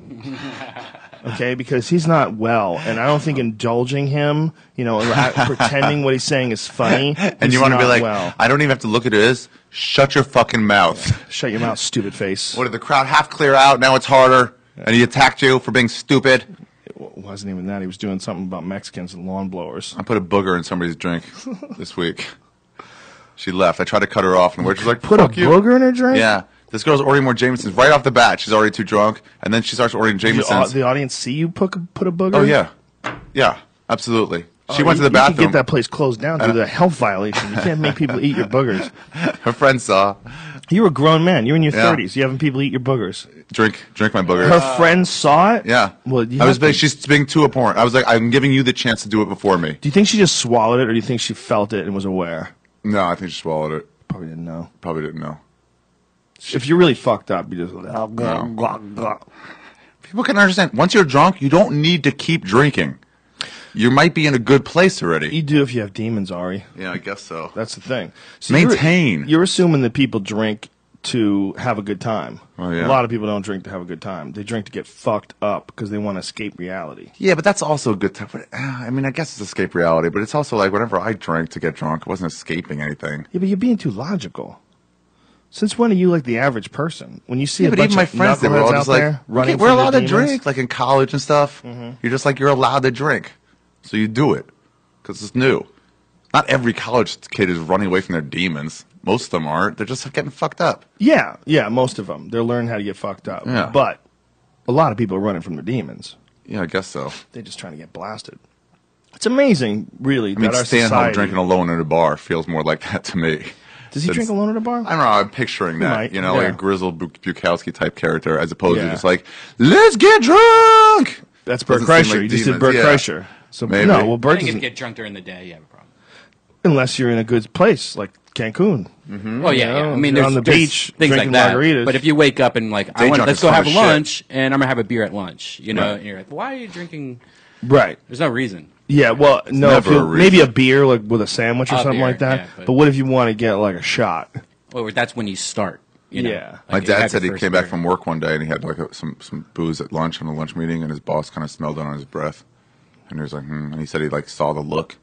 A: okay? Because he's not well, and I don't think indulging him, you know, and act- pretending what he's saying is funny.
B: and you want to be like,
A: well.
B: I don't even have to look at this. Shut your fucking mouth.
A: shut your mouth, stupid face.
B: What did the crowd half clear out? Now it's harder, and he attacked you for being stupid.
A: It w- wasn't even that. He was doing something about Mexicans and lawn blowers.
B: I put a booger in somebody's drink this week. She left. I tried to cut her off, and we're just like,
A: Put a
B: "Fuck you."
A: booger in her drink?
B: Yeah, this girl's ordering more Jamesons right off the bat. She's already too drunk, and then she starts ordering
A: Did you-
B: Jamesons.
A: the audience see you put, put a booger?
B: oh yeah, yeah, absolutely. She
A: Oh,
B: went
A: you- You
B: to the
A: could
B: bathroom.
A: get that place closed down through the health violation. You can't make people eat your boogers.
B: Her friend saw.
A: You're a grown man. You're in your
B: Yeah.
A: 30s. You having people eat your boogers.
B: Drink, drink my booger.
A: Her friends saw it.
B: Yeah.
A: Well, you
B: I
A: have
B: was
A: to-
B: being, she's being too abhorrent. I was like, I'm giving you the chance to do it before me.
A: Do you think she just swallowed it, or do you think she felt it and was aware?
B: No, I think she swallowed it.
A: Probably didn't know.
B: Probably didn't know.
A: If you're really fucked up, you just.
B: People can understand. Once you're drunk, you don't need to keep drinking. You might be in a good place already.
A: You do if you have demons, Ari.
B: Yeah, I guess so.
A: That's the thing.
B: Maintain.
A: You're, you're assuming that people drink to have a good time.
B: Oh, yeah.
A: A lot of people don't drink to have a good time. They drink to get fucked up because they want to escape reality.
B: Yeah, but that's also a good time. But, uh, I mean, I guess it's escape reality, but it's also like whenever I drank to get drunk, I wasn't escaping anything.
A: Yeah, but you're being too logical. Since when are you like the average person? When you see
B: yeah,
A: a
B: but
A: bunch
B: even my
A: of
B: friends, they were
A: knuckleheads
B: all
A: out
B: just
A: there
B: like,
A: running
B: "Okay, we're
A: from their
B: allowed to
A: demons,
B: drink, like in college and stuff.
A: Mm-hmm.
B: You're just like, you're allowed to drink. So you do it because it's new. Not every college kid is running away from their demons. Most of them aren't. They're just getting fucked up.
A: Yeah, yeah, most of them. They're learning how to get fucked up.
B: Yeah.
A: But a lot of people are running from their demons.
B: Yeah, I guess so.
A: They're just trying to get blasted. It's amazing, really,
B: I mean,
A: that our
B: staying home
A: society.
B: drinking alone at a bar feels more like that to me.
A: Does he
B: Than-
A: drink alone at a bar?
B: I don't know. I'm picturing
A: He
B: that,
A: might,
B: you know,
A: yeah.
B: like a grizzled Bu- Bukowski type character, as opposed to
A: Yeah.
B: just like, let's get drunk.
A: That's Bert
B: Doesn't
A: Kreischer.
B: seem like
A: you just did
B: demons,
A: Bert
B: yeah.
A: Kreischer. So
B: Maybe.
A: no, well,
C: I
A: Bert
C: think if you
A: doesn't,
C: get drunk during the day, you have a problem.
A: unless you're in a good place like Cancun. Mm-hmm.
C: Well, Oh, yeah, yeah. I mean,
A: you're
C: there's
A: on the
C: there's
A: beach
C: things
A: drinking
C: like that.
A: margaritas.
C: But if you wake up and like, I
A: Day
C: want,
A: drunk
C: let's
A: is
C: go
A: fun
C: have
A: as shit.
C: lunch, and I'm gonna have a beer at lunch. You know,
A: Right.
C: and you're like, why are you drinking?
A: right.
C: There's no reason.
A: Yeah, well, no, if
C: never
A: you-
C: a
A: maybe a beer like with a sandwich or
C: A
A: something
C: beer,
A: like that.
C: yeah,
A: but,
C: but-
A: what if you want to get like a shot?
C: Well, that's when you start. You know?
A: Yeah.
B: My
C: Like, you
B: dad
C: have
B: said he
C: your
B: came
C: first
B: back
C: beer.
B: from work one day and he had like a, some some booze at lunch on a lunch meeting, and his boss kind of smelled it on his breath, and he was like, hmm. and he said he like saw the look,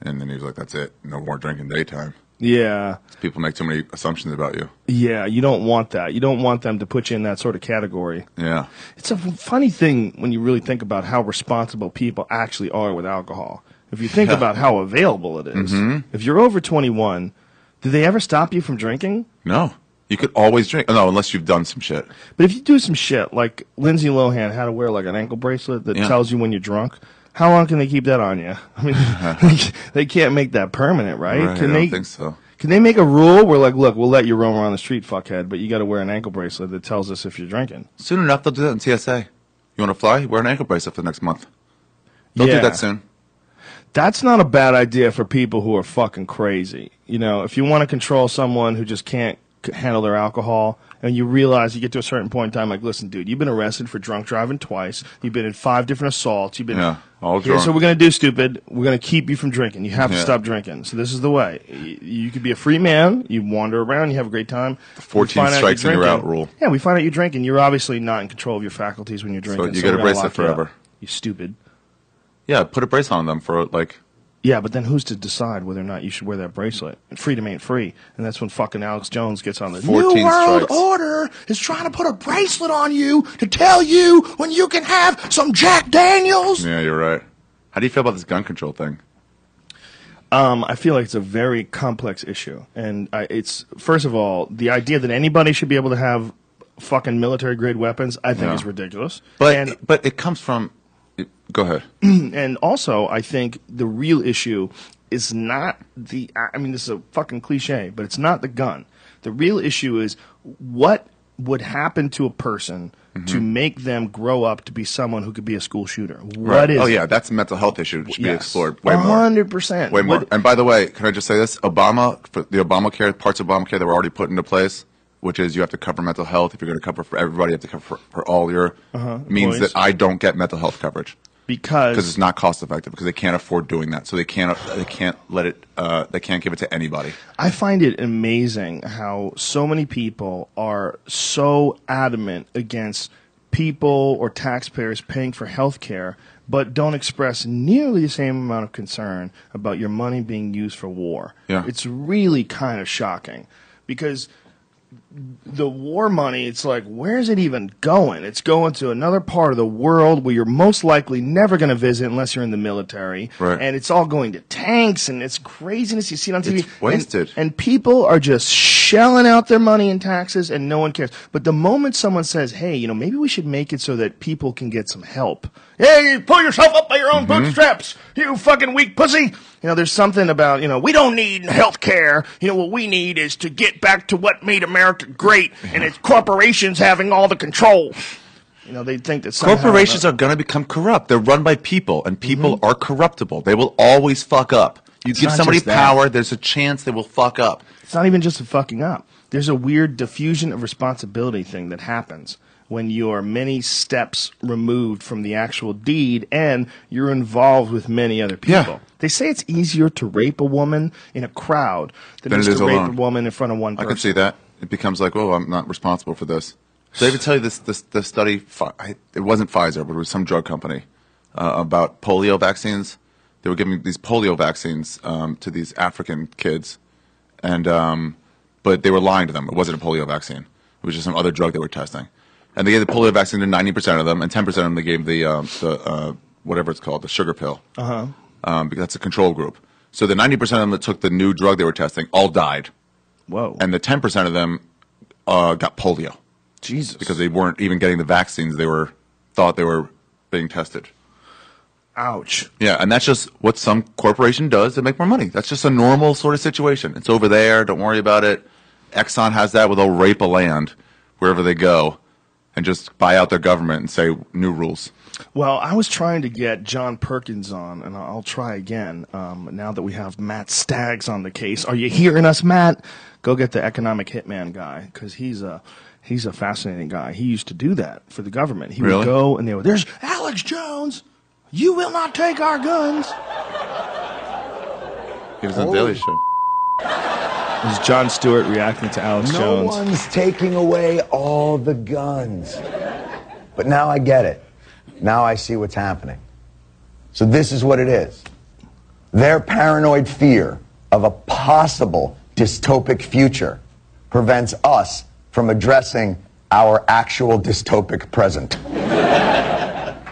B: and then he was like, that's it, no more drinking daytime.
A: Yeah,
B: People make too many assumptions about you.
A: yeah. You don't want that. You don't want them to put you in that sort of category.
B: Yeah.
A: It's a funny thing when you really think about how responsible people actually are with alcohol. If you think
B: Yeah.
A: about how available it is.
B: Mhm.
A: if you're over 21, do they ever stop you from drinking?
B: No, you could always drink. No, unless you've done some shit.
A: But if you do some shit like Lindsay Lohan had to wear like an ankle bracelet that
B: Yeah.
A: tells you when you're drunk, how long can they keep that on you? I mean, they- they can't make that permanent, right?
B: Right, I
A: can
B: don't
A: they?
B: think so.
A: Can they make a rule where like, look, we'll let you roam around the street, fuckhead, but you got to wear an ankle bracelet that tells us if you're drinking?
B: Soon enough, they'll do that in TSA. You want to fly? Wear an ankle bracelet for the next month. They'll
A: Yeah.
B: do that soon.
A: That's not a bad idea for people who are fucking crazy. You know, if you want to control someone who just can't c- handle their alcohol. And you realize you get to a certain point in time, like, listen, dude, you've been arrested for drunk driving twice. You've been in five different assaults. You've been
B: Yeah, all
A: Here's
B: drunk.
A: what we're gonna do, stupid. We're gonna keep you from drinking. You have to
B: Yeah.
A: stop drinking. So this is the way. You, you could be a free man. You wander around. You have a great time. We
B: 14
A: find out
B: strikes and you're
A: drinking.
B: out rule.
A: Yeah, we find out you're drinking. You're obviously not in control of your faculties when you're drinking.
B: so you get
A: we're
B: a
A: gonna
B: bracelet
A: lock you up.
B: forever.
A: You stupid.
B: Yeah, put a bracelet on them for like.
A: Yeah, but then who's to decide whether or not you should wear that bracelet? And freedom ain't free, and that's when fucking Alex Jones gets on the
B: 14
A: New World
B: strikes.
A: Order is trying to put a bracelet on you to tell you when you can have some Jack Daniels.
B: Yeah, you're right. How do you feel about this gun control thing?
A: Um, I feel like it's a very complex issue, and I, it's first of all the idea that anybody should be able to have fucking military grade weapons. I think
B: Yeah.
A: is ridiculous.
B: But but it comes from. it- go ahead.
A: and also, I think the real issue is not the. I I mean, this is a fucking cliche, but it's not the gun. The real issue is what would happen to a person
B: Mm-hmm.
A: to make them grow up to be someone who could be a school shooter. What
B: Right.
A: is?
B: Oh yeah, that's a mental health issue. It should be
A: Yes.
B: explored way more.
A: hundred percent.
B: Way more. And by the way, can I just say this? Obama, for the Obamacare, parts of Obamacare that were already put into place, which is you have to cover mental health. If you're going to cover for everybody, you have to cover for, for all your,
A: Uh-huh,
B: means
A: employees.
B: that I don't get mental health coverage.
A: Because-
B: it's not cost effective because they can't afford doing that. So they can't, they can't let it, uh, they can't give it to anybody.
A: I find it amazing how so many people are so adamant against people or taxpayers paying for health care, but don't express nearly the same amount of concern about your money being used for war.
B: Yeah.
A: It's really kind of shocking because the war money, it's like, where's it even going? It's going to another part of the world where you're most likely never going to visit unless you're in the military.
B: Right.
A: And it's all going to tanks and it's craziness. You see it on TV.
B: It's wasted.
A: And, and people are just shelling out their money in taxes and no one cares. But the moment someone says, hey, you know, maybe we should make it so that people can get some help. Hey, you pull yourself up by your own
B: Mm-hmm.
A: bootstraps, you fucking weak pussy. You know, there's something about, you know, we don't need health care. You know, what we need is to get back to what made America great, and it's corporations having all the control. You know, they think that somehow Mm-hmm.
B: Corporations are going to become corrupt. They're run by people, and people are corruptible. They will always fuck up. You
A: It's
B: give
A: not
B: somebody
A: just that.
B: power, there's a chance they will fuck up.
A: It's not even just a fucking up. There's a weird diffusion of responsibility thing that happens when you are many steps removed from the actual deed and you're involved with many other people.
B: Yeah.
A: They say it's easier to rape a woman in a crowd than,
B: Than it
A: it is
B: is
A: to rape
B: alone.
A: a woman in front of one
B: I
A: person.
B: can see that. It becomes like, oh, I'm not responsible for this. Did I ever tell you this? This the study. Fi- I, it wasn't Pfizer, but it was some drug company uh, about polio vaccines. They were giving these polio vaccines um, to these African kids, and um, but they were lying to them. It wasn't a polio vaccine. It was just some other drug they were testing. And they gave the polio vaccine to 90% of them, and 10% of them they gave the um, the uh, whatever it's called, the sugar pill
A: Uh-huh.
B: um, because that's a control group. So the 90% of them that took the new drug they were testing all died.
A: Whoa.
B: And the 10% of them uh, got polio.
A: Jesus.
B: Because they weren't even getting the vaccines they were thought they were being tested.
A: Ouch.
B: Yeah, and that's just what some corporation does to make more money. That's just a normal sort of situation. It's over there. Don't worry about it. Exxon has that where they'll rape a land wherever they go and just buy out their government and say new rules.
A: Well, I was trying to get John Perkins on, and I'll try again um, now that we have Matt Staggs on the case. Are you hearing us, Matt? Go get the economic hitman guy because he's a he's a fascinating guy. He used to do that for the government. He
B: Really?
A: would go and they would there's Alex Jones. You will not take our guns.
B: He was on Daily Show.
A: It was John Stewart reacting to Alex
P: no
A: Jones.
P: one's taking away all the guns. But now I get it. Now I see what's happening. So this is what it is. Their paranoid fear of a possible dystopic future prevents us from addressing our actual dystopic present.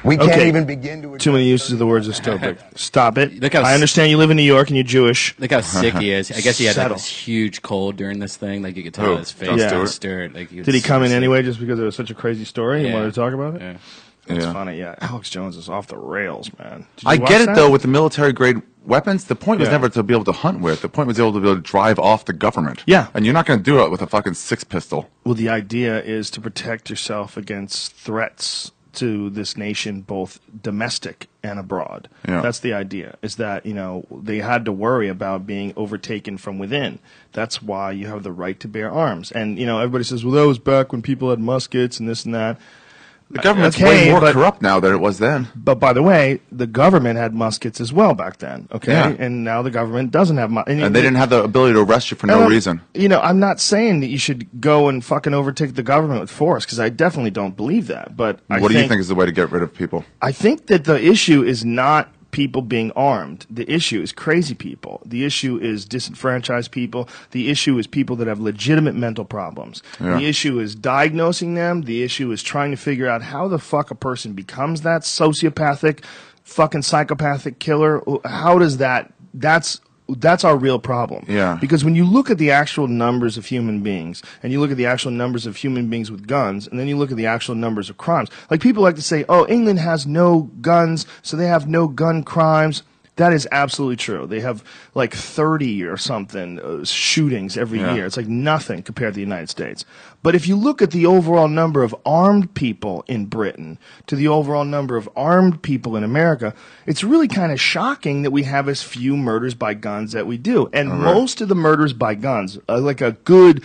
P: We can't
A: Okay.
P: even begin to
A: Too many uses of the words dystopic. Stop it.
C: how
A: I
C: s-
A: understand you live in New York and you're Jewish.
C: Look how sick he is. I guess he had like,
A: Settle.
C: this huge cold during this thing. Like you could tell
A: Who?
C: on his
A: John
C: face. Yeah.
A: Stewart?
C: Stewart. Like, he was
A: Did he come in
C: sick.
A: anyway just because it was such a crazy story and
C: Yeah.
A: wanted to talk about it?
C: Yeah.
A: That's
B: Yeah.
A: funny. Yeah, Alex Jones is off the rails, man. Did you
B: I
A: watch
B: get it
A: that?
B: though with the military grade weapons. The point was
A: Yeah.
B: never to be able to hunt with. The point was able to be able to drive off the government.
A: Yeah.
B: and you're not going to do it with a fucking six pistol.
A: Well, the idea is to protect yourself against threats to this nation, both domestic and abroad.
B: Yeah.
A: That's the idea. Is that you know they had to worry about being overtaken from within. That's why you have the right to bear arms. And you know everybody says, well, that was back when people had muskets and this and that.
B: The government's way more corrupt now than it was then.
A: But by the way, the government had muskets as well back then. Okay,
B: Yeah.
A: and now the government doesn't have muskets.
B: And they didn't have the ability to arrest you for
A: And
B: no
A: I'm-
B: reason.
A: You know, I'm not saying that you should go and fucking overtake the government with force because I definitely don't believe that. But I
B: what do
A: think,
B: you think is the way to get rid of people?
A: I think that the issue is not people being armed. The issue is crazy people. The issue is disenfranchised people. The issue is people that have legitimate mental problems.
B: Yeah.
A: The issue is diagnosing them. The issue is trying to figure out how the fuck a person becomes that sociopathic, fucking psychopathic killer. How does that? That's that's our real problem.
B: Yeah.
A: Because when you look at the actual numbers of human beings, and you look at the actual numbers of human beings with guns, and then you look at the actual numbers of crimes, like people like to say, oh, England has no guns, so they have no gun crimes. That is absolutely true. They have like 30 or something uh, shootings every
B: Yeah.
A: year. It's like nothing compared to the United States. But if you look at the overall number of armed people in Britain to the overall number of armed people in America, it's really kind of shocking that we have as few murders by guns that we do. And
B: All right.
A: most of the murders by guns, uh, like a good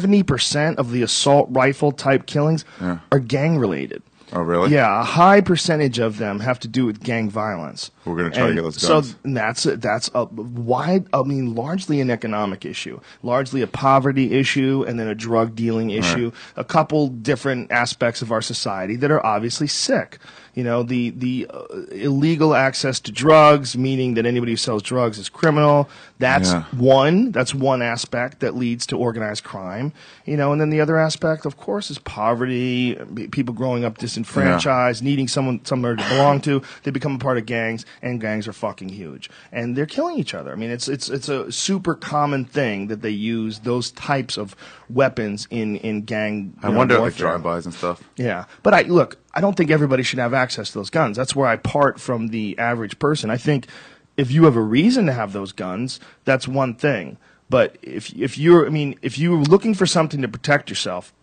A: 70% of the assault rifle type killings,
B: Yeah.
A: are gang related.
B: Oh, really?
A: Yeah, a high percentage of them have to do with gang violence.
B: We're gonna try to
A: And
B: get those
A: So
B: guns.
A: and that's a, that's a wide, I mean, largely an economic issue, largely a poverty issue, and then a drug dealing issue. A couple different aspects of our society that are obviously sick. You know, the the uh, illegal access to drugs, meaning that anybody who sells drugs is criminal. That's
B: Yeah.
A: one. That's one aspect that leads to organized crime. You know, and then the other aspect, of course, is poverty. be- People growing up disenfranchised, needing someone somewhere to belong to. They become a part of gangs, and gangs are fucking huge, and they're killing each other. I mean, it's it's it's a super common thing that they use those types of weapons in in gang.
B: I
A: you know,
B: wonder, like,
A: warfare.
B: drive-bys and stuff.
A: Yeah, but I look. I don't think everybody should have access to those guns. That's where I part from the average person. I think if you have a reason to have those guns, that's one thing. But if if you're, I mean, if you're looking for something to protect yourself,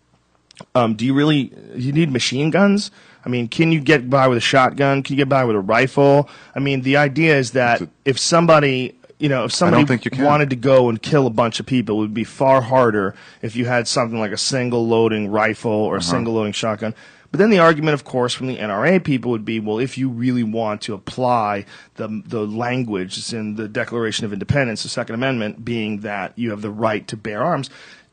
A: um, do you really you need machine guns? I mean, can you get by with a shotgun? Can you get by with a rifle? I mean, the idea is that if somebody, you know, if somebody
B: think you can.
A: wanted to go and kill a bunch of people, it would be far harder if you had something like a single loading rifle or a
B: Uh-huh.
A: single loading shotgun. But then the argument, of course, from the NRA people would be, well, if you really want to apply the the language that's in the Declaration of Independence, the Second Amendment, being that you have the right to bear arms,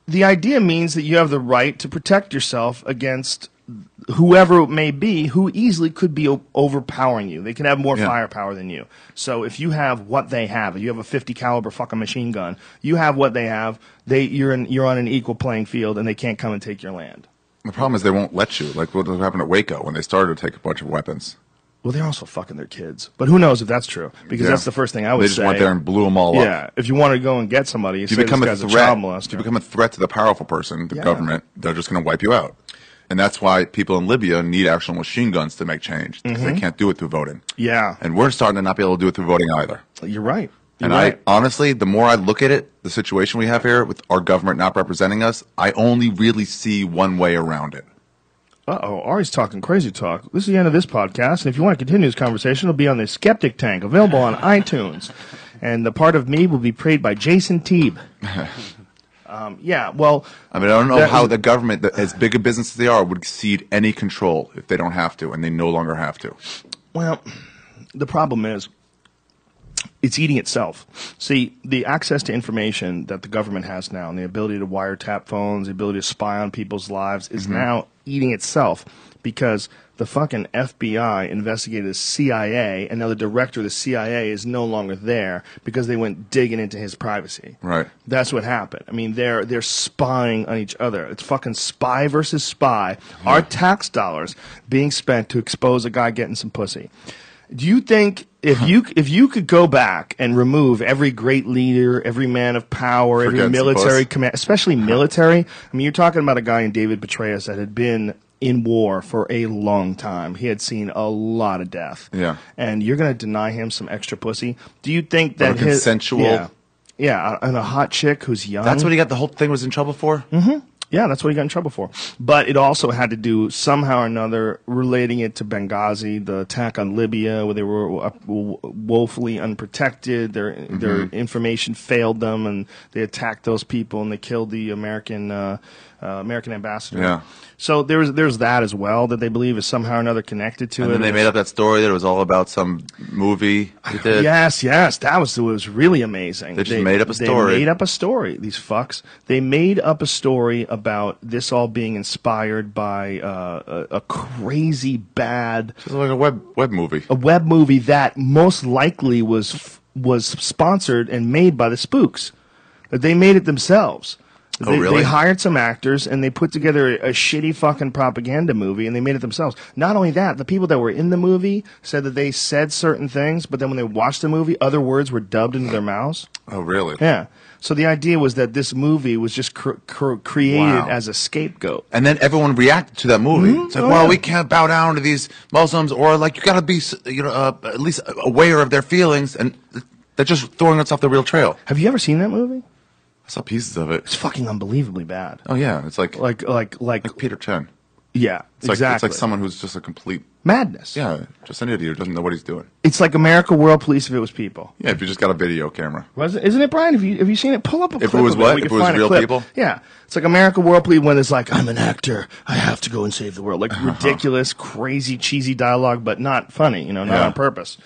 A: the idea means that you have the right to protect yourself against whoever it may be who easily could be o- overpowering you. They can have more
B: Yeah.
A: firepower than you. So if you have what they have, if you have a 50 caliber fucking machine gun, you have what they have, they you're in, you're on an equal playing field and they can't come and take your land.
B: The problem is they won't let you. Like what happened at Waco when they started to take a bunch of weapons.
A: Well, they're also fucking their kids. But who knows if that's true? Because
B: Yeah.
A: that's the first thing I would
B: They just
A: say.
B: went there and blew 'em all up.
A: Yeah. If you want to go and get somebody, you,
B: If you
A: say
B: become
A: this
B: a
A: guy's a child
B: threat,
A: molester.
B: if you become a threat to the powerful person, the
A: Yeah.
B: government, they're just going to wipe you out. And that's why people in Libya need actual machine guns to make change because
A: Mhm.
B: they can't do it through voting.
A: yeah.
B: And we're starting to not be able to do it through voting either.
A: You're right. You're
B: And
A: right.
B: I honestly, the more I look at it, the situation we have here with our government not representing us, I only really see one way around it.
A: Uh oh, Ari's talking crazy talk. This is the end of this podcast, and if you want to continue this conversation, it'll be on the Skeptic Tank, available on iTunes. And the part of me will be played by Jason Teeb. Um, yeah, well,
B: I mean, I don't know
A: That-
B: how the government, that- as big a business as they are, would cede any control if they don't have to, and they no longer have to.
A: well, the problem is it's eating itself. See, the access to information that the government has now, and the ability to wiretap phones, the ability to spy on people's lives, is
B: Mhm.
A: now eating itself because the fucking FBI investigated the CIA, and now the director of the CIA is no longer there because they went digging into his privacy.
B: Right.
A: That's what happened. I mean, they're they're spying on each other. It's fucking spy versus spy. Our tax dollars being spent to expose a guy getting some pussy. Do you think if you if you could go back and remove every great leader, every man of power,
B: For
A: every
B: getting some
A: military
B: puss?
A: command, especially military? I mean, you're talking about a guy in David Petraeus that had been in war for a long time. He had seen a lot of death.
B: Yeah.
A: And you're going to deny him some extra pussy? Do you think
B: But
A: that
B: a
A: his-
B: consensual-
A: yeah. Yeah, and a hot chick who's young.
B: That's what he got. The whole thing was in trouble for.
A: Mm-hmm. Yeah, that's what he got in trouble for. But it also had to do somehow or another relating it to Benghazi, the attack on Libya, where they were uh, wo- woefully unprotected. Their their
B: Mhm.
A: information failed them, and they attacked those people, and they killed the American uh, uh, American ambassador.
B: Yeah.
A: So there's there's that as well that they believe is somehow or another connected to
B: and
A: it.
B: then they made up that story that it was all about some movie. They did.
A: Yes, yes, that was it was really amazing.
B: They just made up a story.
A: They made up a story. These fucks. They made up a story about this all being inspired by uh, a, a crazy bad.
B: It's like a web web movie.
A: A web movie that most likely was f- was sponsored and made by the Spooks. That They made it themselves.
B: Oh,
A: they,
B: really?
A: they hired some actors and they put together a, a shitty fucking propaganda movie and they made it themselves. Not only that, the people that were in the movie said that they said certain things, but then when they watched the movie, other words were dubbed into their mouths.
B: Oh, really?
A: Yeah. So the idea was that this movie was just cr- cr- created
B: Wow.
A: as a scapegoat.
B: And then everyone reacted to that movie. It's like,
A: Oh,
B: well,
A: yeah.
B: we can't bow down to these Muslims, or like you got to be, s- you know, uh, at least aware of their feelings, and th- they're just throwing us off the real trail.
A: Have you ever seen that movie?
B: I saw pieces of it. It's
A: fucking unbelievably bad.
B: Oh yeah, it's like
A: like like like,
B: Peter Chen.
A: Yeah,
B: It's like,
A: exactly.
B: It's like someone who's just a complete
A: Madness.
B: Yeah, just an idiot who doesn't know what he's doing.
A: It's like America World Police if it was people.
B: Yeah, if you just got a video camera.
A: Was it, isn't it, Brian? Have you have you seen it? Pull up a
B: If it
A: clip. of
B: was what?
A: We
B: If
A: can
B: it was
A: find a
B: real
A: clip.
B: people?
A: Yeah, it's like America World Police when it's like I'm an actor, I have to go and save the world. Like ridiculous, crazy, cheesy dialogue, but not funny. You know, not
B: Yeah.
A: on purpose.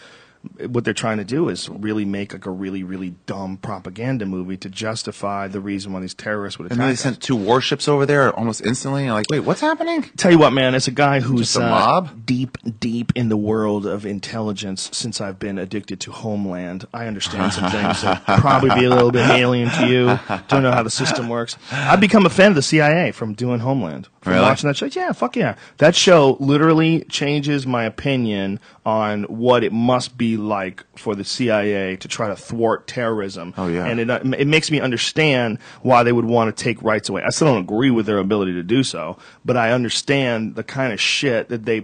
A: What they're trying to do is really make like a really really dumb propaganda movie to justify the reason why these terrorists would
B: And then
A: attack.
B: they
A: us.
B: sent two warships over there almost instantly. And like, wait, what's happening?
A: Tell you what, man, it's a guy who's uh,
B: Just a mob?
A: deep, deep in the world of intelligence. Since I've been addicted to Homeland, I understand some things that probably be a little bit alien to you. Don't know how the system works. I've become a fan of the CIA from doing Homeland, from
B: Really?
A: watching that show. Yeah, fuck yeah, that show literally changes my opinion on what it must be like for the CIA to try to thwart terrorism. Oh
B: yeah.
A: and it uh, it makes me understand why they would want to take rights away. I still don't agree with their ability to do so, but I understand the kind of shit that they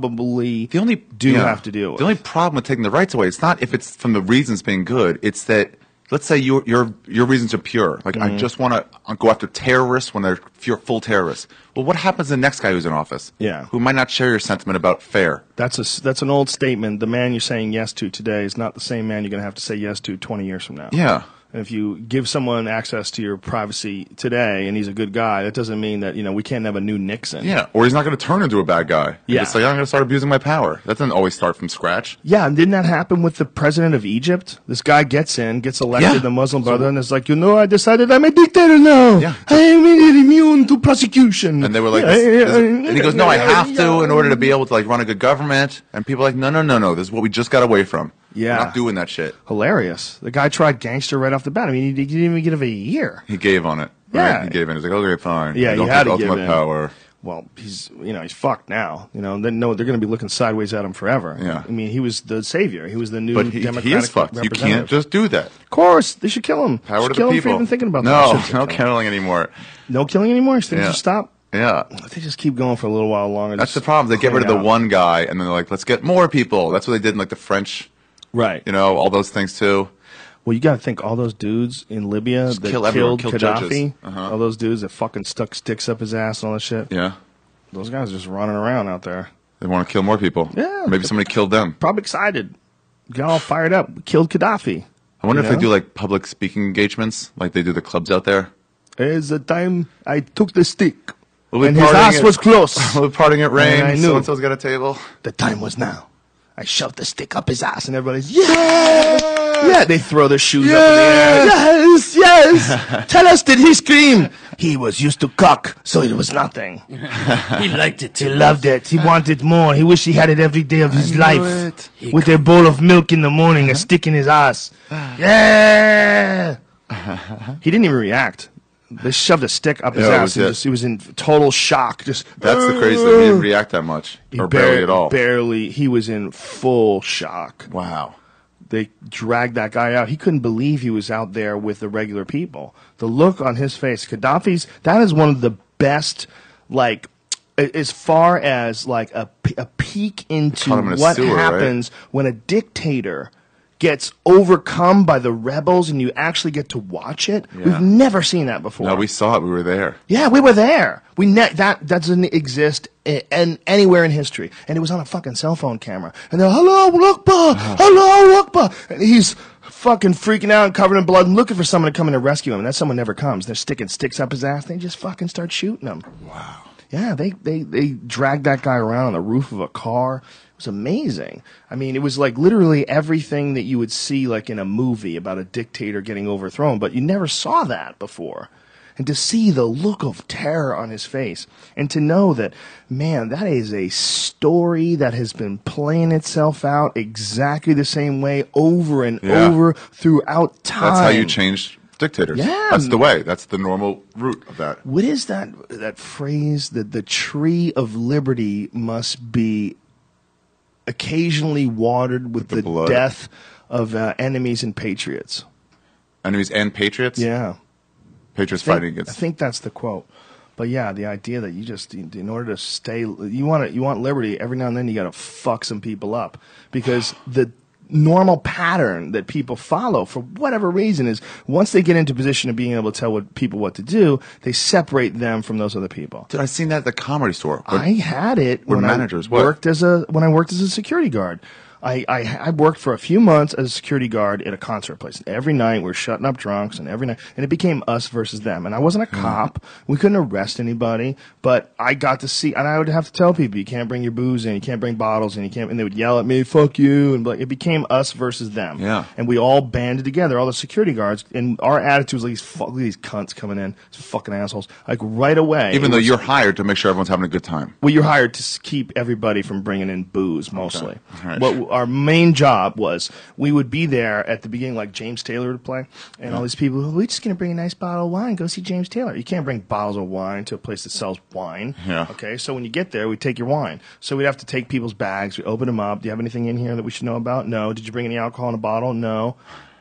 A: probably the
B: only
A: do
B: Yeah.
A: have to deal with.
B: The only problem with taking the rights away, it's not if it's from the reasons being good. It's that let's say your your your reasons are pure. Like I
A: Mhm.
B: just want to go after terrorists when they're fu- full terrorists. Well, what happens to the next guy who's in office?
A: Yeah.
B: who might not share your sentiment about fair.
A: that's a s- that's an old statement. The man you're saying yes to today is not the same man you're going to have to say yes to 20 years from now.
B: Yeah.
A: And If you give someone access to your privacy today and he's a good guy, that doesn't mean that, you know, we can't have a new Nixon.
B: Yeah, or he's not going to turn into a bad guy.
A: Yeah.
B: it's like I'm going to start abusing my power. That doesn't always start from scratch.
A: Yeah, and didn't that happen with the president of Egypt? This guy gets in, gets elected,
B: Yeah.
A: the Muslim brother, and it's like, you know, I decided I'm a dictator now. Yeah. I am immune to prosecution.
B: And they were like,
A: Yeah,
B: this-
A: yeah,
B: this-
A: yeah,
B: and he goes, no, I
A: yeah,
B: have
A: yeah.
B: to in order to be able to like run a good government. And people are like, no, no, no, no, this is what we just got away from.
A: Yeah.
B: We're not doing that shit.
A: Hilarious. The guy tried gangster right off the bat. I mean, he didn't even give a year.
B: He gave on it.
A: Yeah.
B: Right? He gave in. He's like, okay, fine.
A: Yeah,
B: I
A: you
B: don't
A: had
B: think
A: to give
B: ultimate
A: in.
B: power.
A: Well, he's you know he's fucked now. You know, then no, they're going to be looking sideways at him forever.
B: Yeah.
A: I mean, he was the savior. He was the new
B: But he,
A: democratic
B: he is fucked. You
A: representative.
B: can't just do that.
A: Of course, they should kill him.
B: Power
A: should
B: to
A: kill
B: the
A: him for
B: people.
A: even thinking about
B: no,
A: that. Should-
B: no killing anymore.
A: no killing anymore. Things
B: Yeah.
A: just stop.
B: Yeah.
A: They just keep going for a little while longer.
B: That's
A: Just
B: the problem. They get rid of
A: hang
B: the
A: out.
B: one guy and then they're like, let's get more people. That's what they did in like the French,
A: Right.
B: you know, all those things too.
A: Well, you got to think all those dudes in Libya
B: Just
A: that
B: kill everyone,
A: killed
B: kill judges.
A: Gaddafi,
B: Uh-huh.
A: all those dudes that fucking stuck sticks up his ass and all that shit.
B: Yeah.
A: Those guys just running around out there.
B: They want to kill more people.
A: Yeah.
B: Maybe somebody killed them.
A: Probably excited. Got all fired up. We killed Gaddafi.
B: I wonder
A: You
B: if
A: know?
B: they do like public speaking engagements, like they do the clubs out there.
A: Is the time I took the stick.
B: We'll be
A: and his
B: partying
A: ass
B: at-
A: was close.
B: We'll be partying at rain.
A: And I knew
B: So-and-so's got a table.
A: the time was now. I shoved the stick up his ass, and everybody's, yeah! Yeah, they throw their shoes
Q: Yes!
A: up in the air. Yes, yes. Tell us, did he scream? He was used to cock, so it was nothing.
Q: he liked it.
A: He loved it. He wanted more. He wished he had it every day of his life.
Q: it.
A: With a bowl of milk in the morning, a
B: Uh-huh.
A: stick in his ass. Yeah! he didn't even react. They shoved a stick up his
B: Yeah, it
A: ass.
B: was
A: He,
B: it.
A: just, he was in total shock. Just
B: That's the crazy thing. He didn't react that much,
A: He
B: or barely at all.
A: Barely. He was in full shock.
B: Wow.
A: They dragged that guy out. He couldn't believe he was out there with the regular people. The look on his face, Gaddafi's. That is one of the best, like, a- as far as like a, p- a peek into
B: Caught him in a
A: what
B: sewer, right?
A: happens when a dictator gets overcome by the rebels and you actually get to watch it.
B: Yeah.
A: We've never seen that before.
B: No, we saw it. We were there.
A: Yeah, we were there. We ne- that that doesn't exist in, in anywhere in history, and it was on a fucking cell phone camera. And they're hello, Akbar, hello, Akbar, and he's fucking freaking out and covered in blood and looking for someone to come in and rescue him. And that someone never comes. They're sticking sticks up his ass. They just fucking start shooting him. Wow. Yeah, they they they dragged that guy around on the roof of a car. It was amazing. I mean, it was like literally everything that you would see like in a movie about a dictator getting overthrown, but you never saw that before and to see the look of terror on his face and to know that man that is a story that has been playing itself out exactly the same way over and
B: Yeah.
A: over throughout time
B: That's how you change dictators.
A: Yeah.
B: That's the way. That's the normal route of that.
A: what is that that phrase that the tree of liberty must be occasionally watered with, the,
B: blood.
A: death of uh, enemies and patriots
B: Enemies and patriots.
A: Yeah.
B: Patriots
A: think-
B: fighting
A: I
B: against.
A: think that's the quote. But yeah, the idea that you just, in in order to stay, you want to, you want liberty. Every now and then, you got to fuck some people up because the normal pattern that people follow for whatever reason is once they get into position of being able to tell what people what to do, they separate them from those other people.
B: Dude, I seen that at the comedy store. When-
A: I had it
B: We're
A: when
B: managers.
A: I
B: What?
A: worked as a when I worked as a security guard. I, I I worked for a few months as a security guard at a concert place. Every night we're shutting up drunks, and every night and it became us versus them. And I wasn't a
B: Mm-hmm.
A: cop. We couldn't arrest anybody, but I got to see. And I would have to tell people, you can't bring your booze in, you can't bring bottles in, you can't. And they would yell at me, "Fuck you!" And like it became us versus them.
B: Yeah.
A: And we all banded together, all the security guards, and our attitude was like, "These fuck, look at these cunts coming in, these fucking assholes!" Like right away. it
B: Even though
A: was-
B: you're hired to make sure everyone's having a good time.
A: well, you're hired to s- keep everybody from bringing in booze mostly.
B: All right.
A: What w- our main job was, we would be there at the beginning, like James Taylor would play, and all these people, "Oh, we're just going to bring a nice bottle of wine, go see James Taylor. You can't bring bottles of wine to a place that sells wine.
B: Yeah.
A: Okay, so when you get there, we take your wine. So we'd have to take people's bags, we open them up. Do you have anything in here that we should know about? No. Did you bring any alcohol in a bottle? No.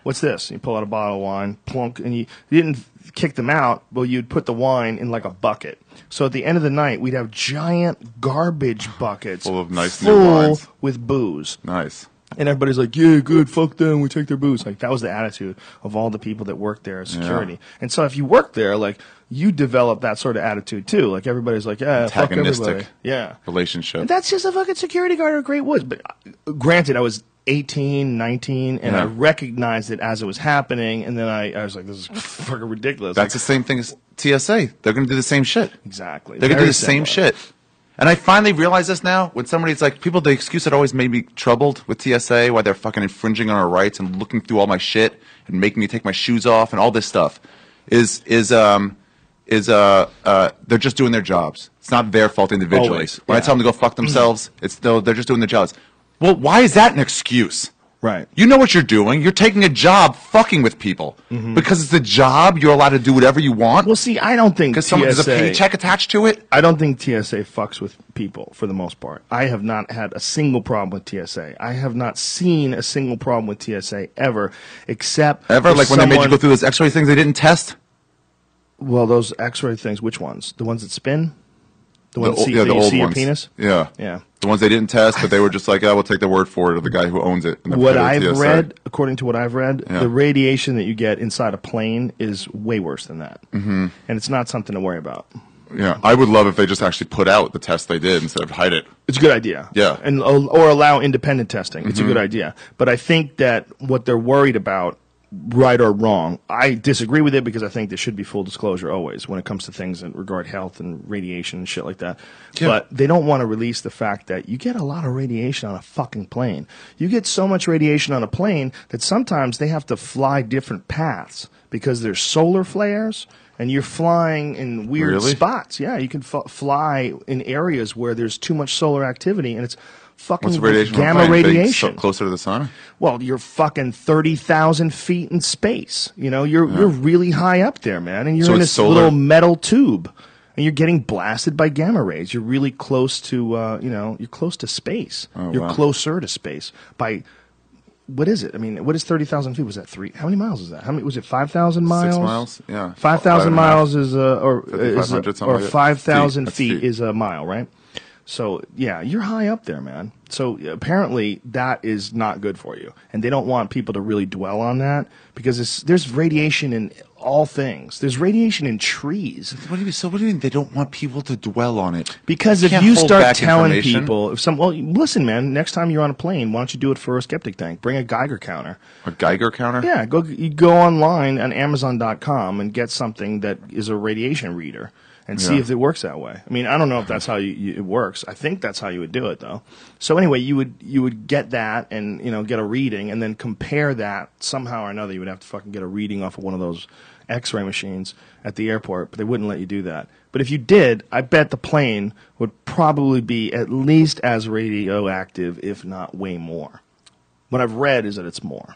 A: What's this? You pull out a bottle of wine, plunk, and you, you didn't kick them out, but you'd put the wine in like a bucket. So at the end of the night, we'd have giant garbage buckets
B: Full of nice new
A: full
B: wines.
A: with booze.
B: Nice.
A: And everybody's like, yeah, good, fuck them, we take their booze. Like, that was the attitude of all the people that worked there as
B: Yeah.
A: security. And so if you work there, like, you develop that sort of attitude too. Like, everybody's like, yeah, fuck everybody.
B: Antagonistic.
A: Yeah.
B: Relationship.
A: And that's just a fucking security guard at Great Woods. But uh, granted, I was 18, 19, and
B: Yeah.
A: I recognized it as it was happening. And then I, I was like, this is fucking ridiculous.
B: That's the same thing as TSA. They're going to do the same shit.
A: Exactly.
B: They're going to do
A: Very
B: the same
A: similar.
B: shit. And I finally realize this now when somebody's like, people, the excuse that always made me troubled with TSA, why they're fucking infringing on our rights and looking through all my shit and making me take my shoes off and all this stuff is, is, um, is, uh, uh, they're just doing their jobs. It's not their fault individually.
A: Always,
B: When I
A: yeah.
B: tell them to go fuck themselves, it's no, they're just doing their jobs. Well, why is that an excuse?
A: Right.
B: You know what you're doing. You're taking a job fucking with people. Because it's a job, you're allowed to do whatever you want.
A: Mm-hmm. Well, see, I don't think
B: because someone there's a
A: TSA
B: paycheck attached to it.
A: I don't think TSA fucks with people for the most part. I have not had a single problem with TSA. I have not seen a single problem with TSA ever, except
B: Ever
A: if
B: like when they made you
A: someone-
B: go through those X-ray things they didn't test.
A: Well, those X-ray things. Which ones? The ones that spin. The ones that
B: ol-
A: see, that you see your penis.
B: Yeah,
A: Yeah.
B: The ones they didn't test, but they were just like, "I will take the word for it of the guy who owns it." and the
A: What
B: head of
A: I've
B: TSA.
A: read, according to what I've read,
B: Yeah.
A: the radiation that you get inside a plane is way worse than that, mm-hmm. and it's not something to worry about.
B: Yeah, I would love if they just actually put out the test they did instead of hide it.
A: It's a good idea.
B: Yeah.
A: And uh, or allow independent testing. It's
B: Mhm.
A: a good idea. But I think that what they're worried about, right or wrong, I disagree with it because I think there should be full disclosure always when it comes to things that regard health and radiation and shit like that.
B: Yeah.
A: But they don't want to release the fact that you get a lot of radiation on a fucking plane. You get so much radiation on a plane that sometimes they have to fly different paths because there's solar flares and you're flying in weird
B: Really?
A: spots. Yeah, you can f- fly in areas where there's too much solar activity and it's fucking
B: What's the radiation? from a
A: gamma
B: plane? Being
A: radiation.
B: so- closer to the sun.
A: Well, you're fucking thirty thousand feet in space. You know, you're you're really high up there, man, and you're
B: So
A: in this
B: it's solar-
A: little metal tube, and you're getting blasted by gamma rays. You're really close to, uh, you know, you're close to space.
B: Oh,
A: you're
B: wow.
A: closer to space by. What is it? I mean, what is thirty thousand feet? Was that three? How many miles is that? How many was it? Five thousand miles.
B: Six miles. Yeah.
A: Five
B: Five
A: thousand
B: and a half.
A: miles is a or is a-
B: 5,500, something
A: or
B: like that.
A: five thousand
B: Feet.
A: feet is a mile, right? So yeah, you're high up there, man. So apparently that is not good for you, and they don't want people to really dwell on that because it's, there's radiation in all things. There's radiation in trees.
B: What do you mean? So what do you mean they don't want people to dwell on it?
A: Because if
B: Can't
A: you
B: hold
A: start
B: back
A: telling
B: information.
A: people, if some, well, listen, man, next time you're on a plane, why don't you do it for a skeptic thing? Bring a Geiger counter.
B: a Geiger counter,
A: Yeah, go you go online on Amazon.com and get something that is a radiation reader and see
B: Yeah.
A: if it works that way. I mean, I don't know if that's how you, you, it works. I think that's how you would do it though. So anyway, you would you would get that and you know get a reading and then compare that somehow or another. You would have to fucking get a reading off of one of those X-ray machines at the airport, but they wouldn't let you do that. But if you did, I bet the plane would probably be at least as radioactive, if not way more. What I've read is that it's more.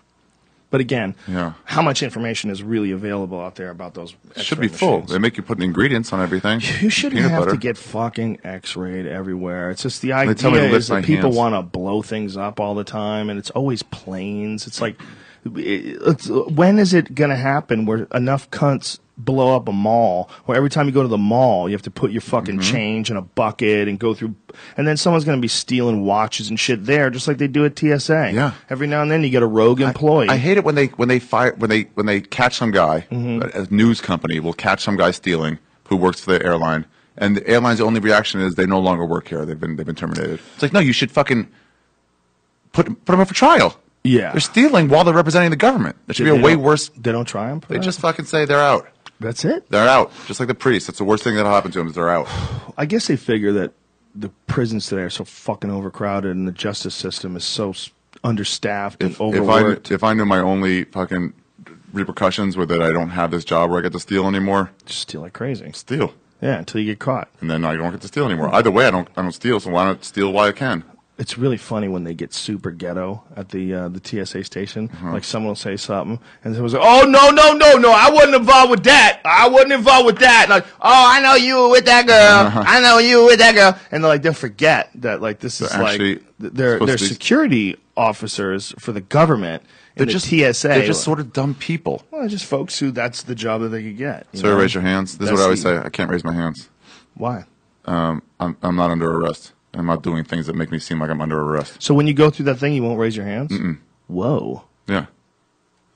A: But again,
B: Yeah.
A: how much information is really available out there about those?
B: It should
A: X-ray
B: be full.
A: machines?
B: They make you put ingredients on everything.
A: You shouldn't
B: Peanut
A: have
B: butter.
A: to get fucking X-rayed everywhere. It's just the idea
B: tell me to lift
A: is
B: my
A: that people
B: hands.
A: want to blow things up all the time, and it's always planes. It's like, it's, when is it going to happen where enough cunts blow up a mall? Where every time you go to the mall, you have to put your fucking
B: Mm-hmm.
A: change in a bucket and go through, and then someone's going to be stealing watches and shit there, just like they do at TSA. Yeah. Every now and then you get a rogue employee.
B: I hate it when they when they fire when they when they catch some guy.
A: Mm-hmm.
B: A a news company will catch some guy stealing who works for the airline, and the airline's only reaction is they no longer work here. They've been they've been terminated. It's like no, you should fucking put put them up for trial.
A: Yeah,
B: they're stealing while they're representing the government. That should be a
A: They
B: way
A: don't-
B: worse.
A: They don't try them.
B: They just fucking say they're out.
A: That's it.
B: They're out. Just like the priests. That's the worst thing that'll happen to them is they're out.
A: I guess they figure that the prisons today are so fucking overcrowded and the justice system is so s- understaffed and
B: if I
A: overworked.
B: if I knew my only fucking repercussions were that I don't have this job where I get to steal anymore,
A: just steal like crazy.
B: Steal,
A: yeah, until you get caught.
B: and then I don't get to steal anymore. Either way, I don't I don't steal, so why not steal while I can?
A: It's really funny when they get super ghetto at the uh, the TSA station.
B: Uh-huh.
A: Like someone will say something, and someone's like, "Oh no, no, no, no! I wasn't involved with that. I wasn't involved with that." Like, "Oh, I know you were with that girl.
B: Uh-huh.
A: I know you were with that girl." And they're like, they'll forget that like this is
B: They're
A: like
B: actually
A: th- they're
B: supposed
A: they're
B: to be-
A: security officers for the government. and
B: They're
A: the
B: just-
A: TSA.
B: they're just sort of dumb people.
A: Well, they're just folks who that's the job that they could get. you
B: Sir,
A: know?
B: raise your hands. This is what
A: That's
B: I always
A: the-
B: say. I can't raise my hands.
A: Why?
B: Um, I'm I'm not under arrest. I'm not doing things that make me seem like I'm under arrest.
A: So when you go through that thing, you won't raise your hands.
B: Mm-mm.
A: Whoa.
B: Yeah.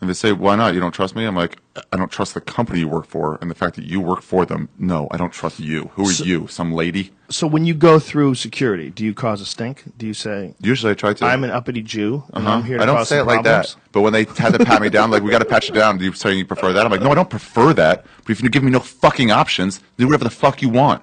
B: And they say, why not? You don't trust me? I'm like, I don't trust the company you work for and the fact that you work for them. No, I don't trust you. Who are
A: So-
B: you? Some lady?
A: So when you go through security, do you cause a stink? Do you say
B: Usually I try to.
A: I'm an uppity Jew and
B: Uh-huh.
A: I'm here to
B: I don't
A: cause
B: say
A: some
B: it like
A: problems?
B: that. But when they had to pat me down, like, we got to patch you down. Do you say you prefer that? I'm like, no, I don't prefer that. But if you give me no fucking options, do whatever the fuck you want.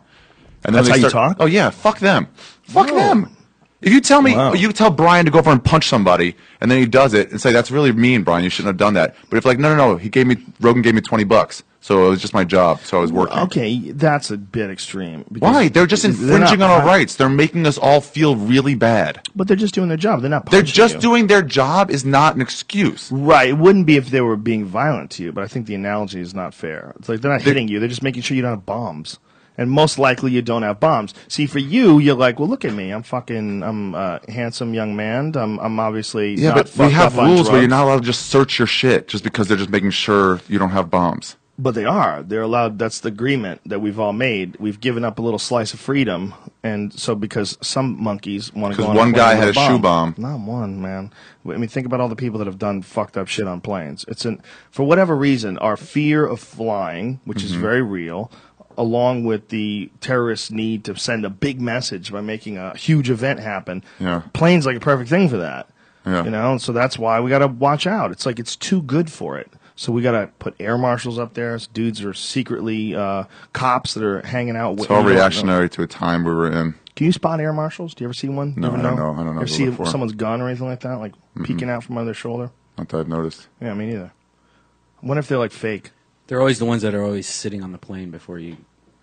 B: And
A: That's
B: they
A: how you
B: start-
A: talk?
B: Oh, yeah. Fuck them. Fuck them. If you tell me, you tell Brian to go over and punch somebody, and then he does it, and say that's really mean, Brian. You shouldn't have done that. But if like, no, no, no, he gave me Rogan gave me twenty bucks, so it was just my job, so I was working.
A: Okay, that's a bit extreme. because
B: Why? They're just
A: not
B: infringing on our
A: pu-
B: rights. They're making us all feel really bad.
A: But they're just doing their job. They're not.
B: They're
A: punching
B: just
A: you.
B: doing their job is not an excuse.
A: Right. It wouldn't be if they were being violent to you, but I think the analogy is not fair. It's like they're not hitting you. They're just making sure you don't have bombs. And most likely you don't have bombs. See, for you, you're like, well, look at me. I'm fucking, I'm a handsome young man. I'm, I'm obviously
B: Yeah,
A: not
B: but we
A: fucked
B: have
A: up on
B: rules where you're
A: drugs."
B: not allowed to just search your shit just because they're just making sure you don't have bombs.
A: But they are. They're allowed. That's the agreement that we've all made. We've given up a little slice of freedom, and so because some monkeys want to go.
B: Because
A: on a
B: one
A: plane
B: guy
A: with
B: had a shoe bomb.
A: Not one man. I mean, think about all the people that have done fucked up shit on planes. It's an for whatever reason, our fear of flying, which is
B: Mhm.
A: very real, along with the terrorist need to send a big message by making a huge event happen.
B: Yeah.
A: Planes like a perfect thing for that.
B: Yeah.
A: You know, and so that's why we got to watch out. It's like it's too good for it. So we got to put air marshals up there. So dudes are secretly uh, cops that are hanging out.
B: It's
A: with
B: all reactionary to a time we were in.
A: Can you spot air marshals? Do you ever see one?
B: No,
A: you ever
B: I don't know. I don't know
A: You
B: who
A: ever
B: to
A: see
B: look for.
A: someone's gun or anything like that, like peeking out from under their shoulder?
B: Not that I've noticed.
A: Yeah, me neither. I wonder if they're like fake.
C: They're always the ones that are always sitting on the plane before you.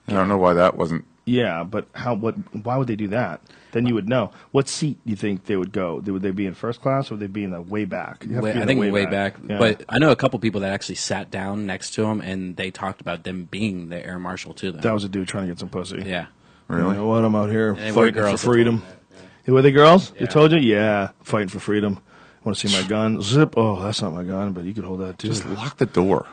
B: I don't know why that wasn't.
A: Yeah, but how? What? Why would they do that? Then you would know. What seat do you think they would go? Would they be in first class or would they be in the way back? You have to
C: Way,
A: be in
C: I
A: the
C: think way, back,
A: Yeah.
C: but I know a couple people that actually sat down next to him and they talked about them being the air marshal to them.
A: That was a dude trying to get some pussy.
C: Yeah.
A: You know what? I'm out here
C: And they were
A: fighting for
C: girls that
A: freedom. Were they girls? They told you? Yeah, fighting for freedom. Want to see my gun? Zip. Oh, that's not my gun, but you could hold that too.
B: Just lock the door.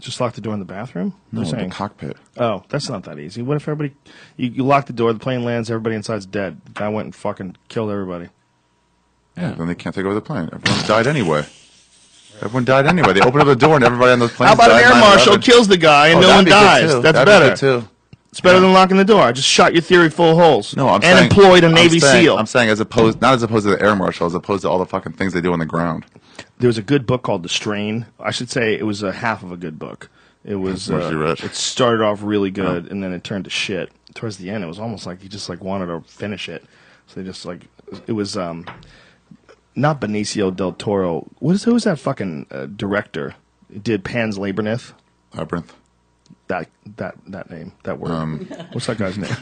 A: Just lock the door in the bathroom.
B: No,
A: They're
B: the
A: saying-
B: cockpit.
A: Oh, that's not that easy. What if everybody? You, you lock the door. The plane lands. Everybody inside's dead. The guy went and fucking killed everybody.
B: Yeah. Then they can't take over the plane. Everyone died anyway. Everyone died anyway. They opened up the door and everybody on those planes.
A: How about an
B: died
A: air
B: 9/11.
A: marshal kills the guy and
B: Oh,
A: no one
B: that'd be good,
A: dies?
B: too.
A: That's
B: That'd be
A: better
B: good, too.
A: It's better than locking the door. I just shot your theory full of holes.
B: No, I'm
A: and
B: saying,
A: employed a
B: I'm
A: Navy
B: saying-
A: SEAL.
B: I'm saying as opposed, not as opposed to the air marshal, as opposed to all the fucking things they do on the ground.
A: there was a good book called The Strain. I should say it was a half of a good book. It was
B: Must be
A: uh,
B: rich.
A: it started off really good and then it turned to shit. Towards the end it was almost like you just like wanted to finish it. So they just like it was um not Benicio del Toro. What is who was that fucking uh, director? Did Pan's Labyrinth?
B: Labyrinth.
A: That that that name, that word.
B: Um,
A: What's that guy's name?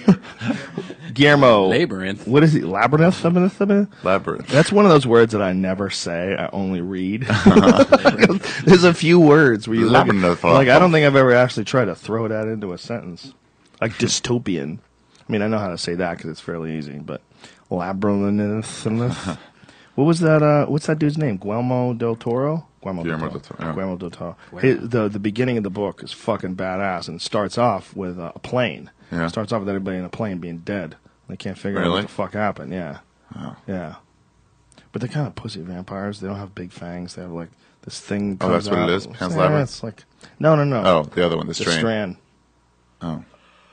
A: Guillermo Labyrinth. What is he? Labyrinth? Labyrinth? Labyrinth?
B: Labyrinth.
A: That's one of those words that I never say. I only read.
B: Uh-huh.
A: There's a few words where you look at-
B: Labyrinth.
A: like. I don't think I've ever actually tried to throw that into a sentence. Like dystopian. I mean, I know how to say that because it's fairly easy. But labyrinth. what was that? Uh, what's that dude's name? Guillermo del Toro. Guillermo
B: Guillermo
A: del
B: del
A: Toro.
B: Toro, yeah.
A: Guillermo del Toro. His- the the beginning of the book is fucking badass, and it starts off with uh, a plane.
B: Yeah.
A: It starts off with everybody in a plane being dead. They can't figure out
B: Really?
A: what the fuck happened. Yeah. Yeah. But they're kind of pussy vampires. They don't have big fangs. They have like this thing.
B: Oh,
A: comes
B: that's what it
A: out.
B: is? Pan's
A: Yeah,
B: Labyrinth?
A: It's like no, no, no.
B: Oh, the other one, The Strain.
A: Strand.
B: Oh.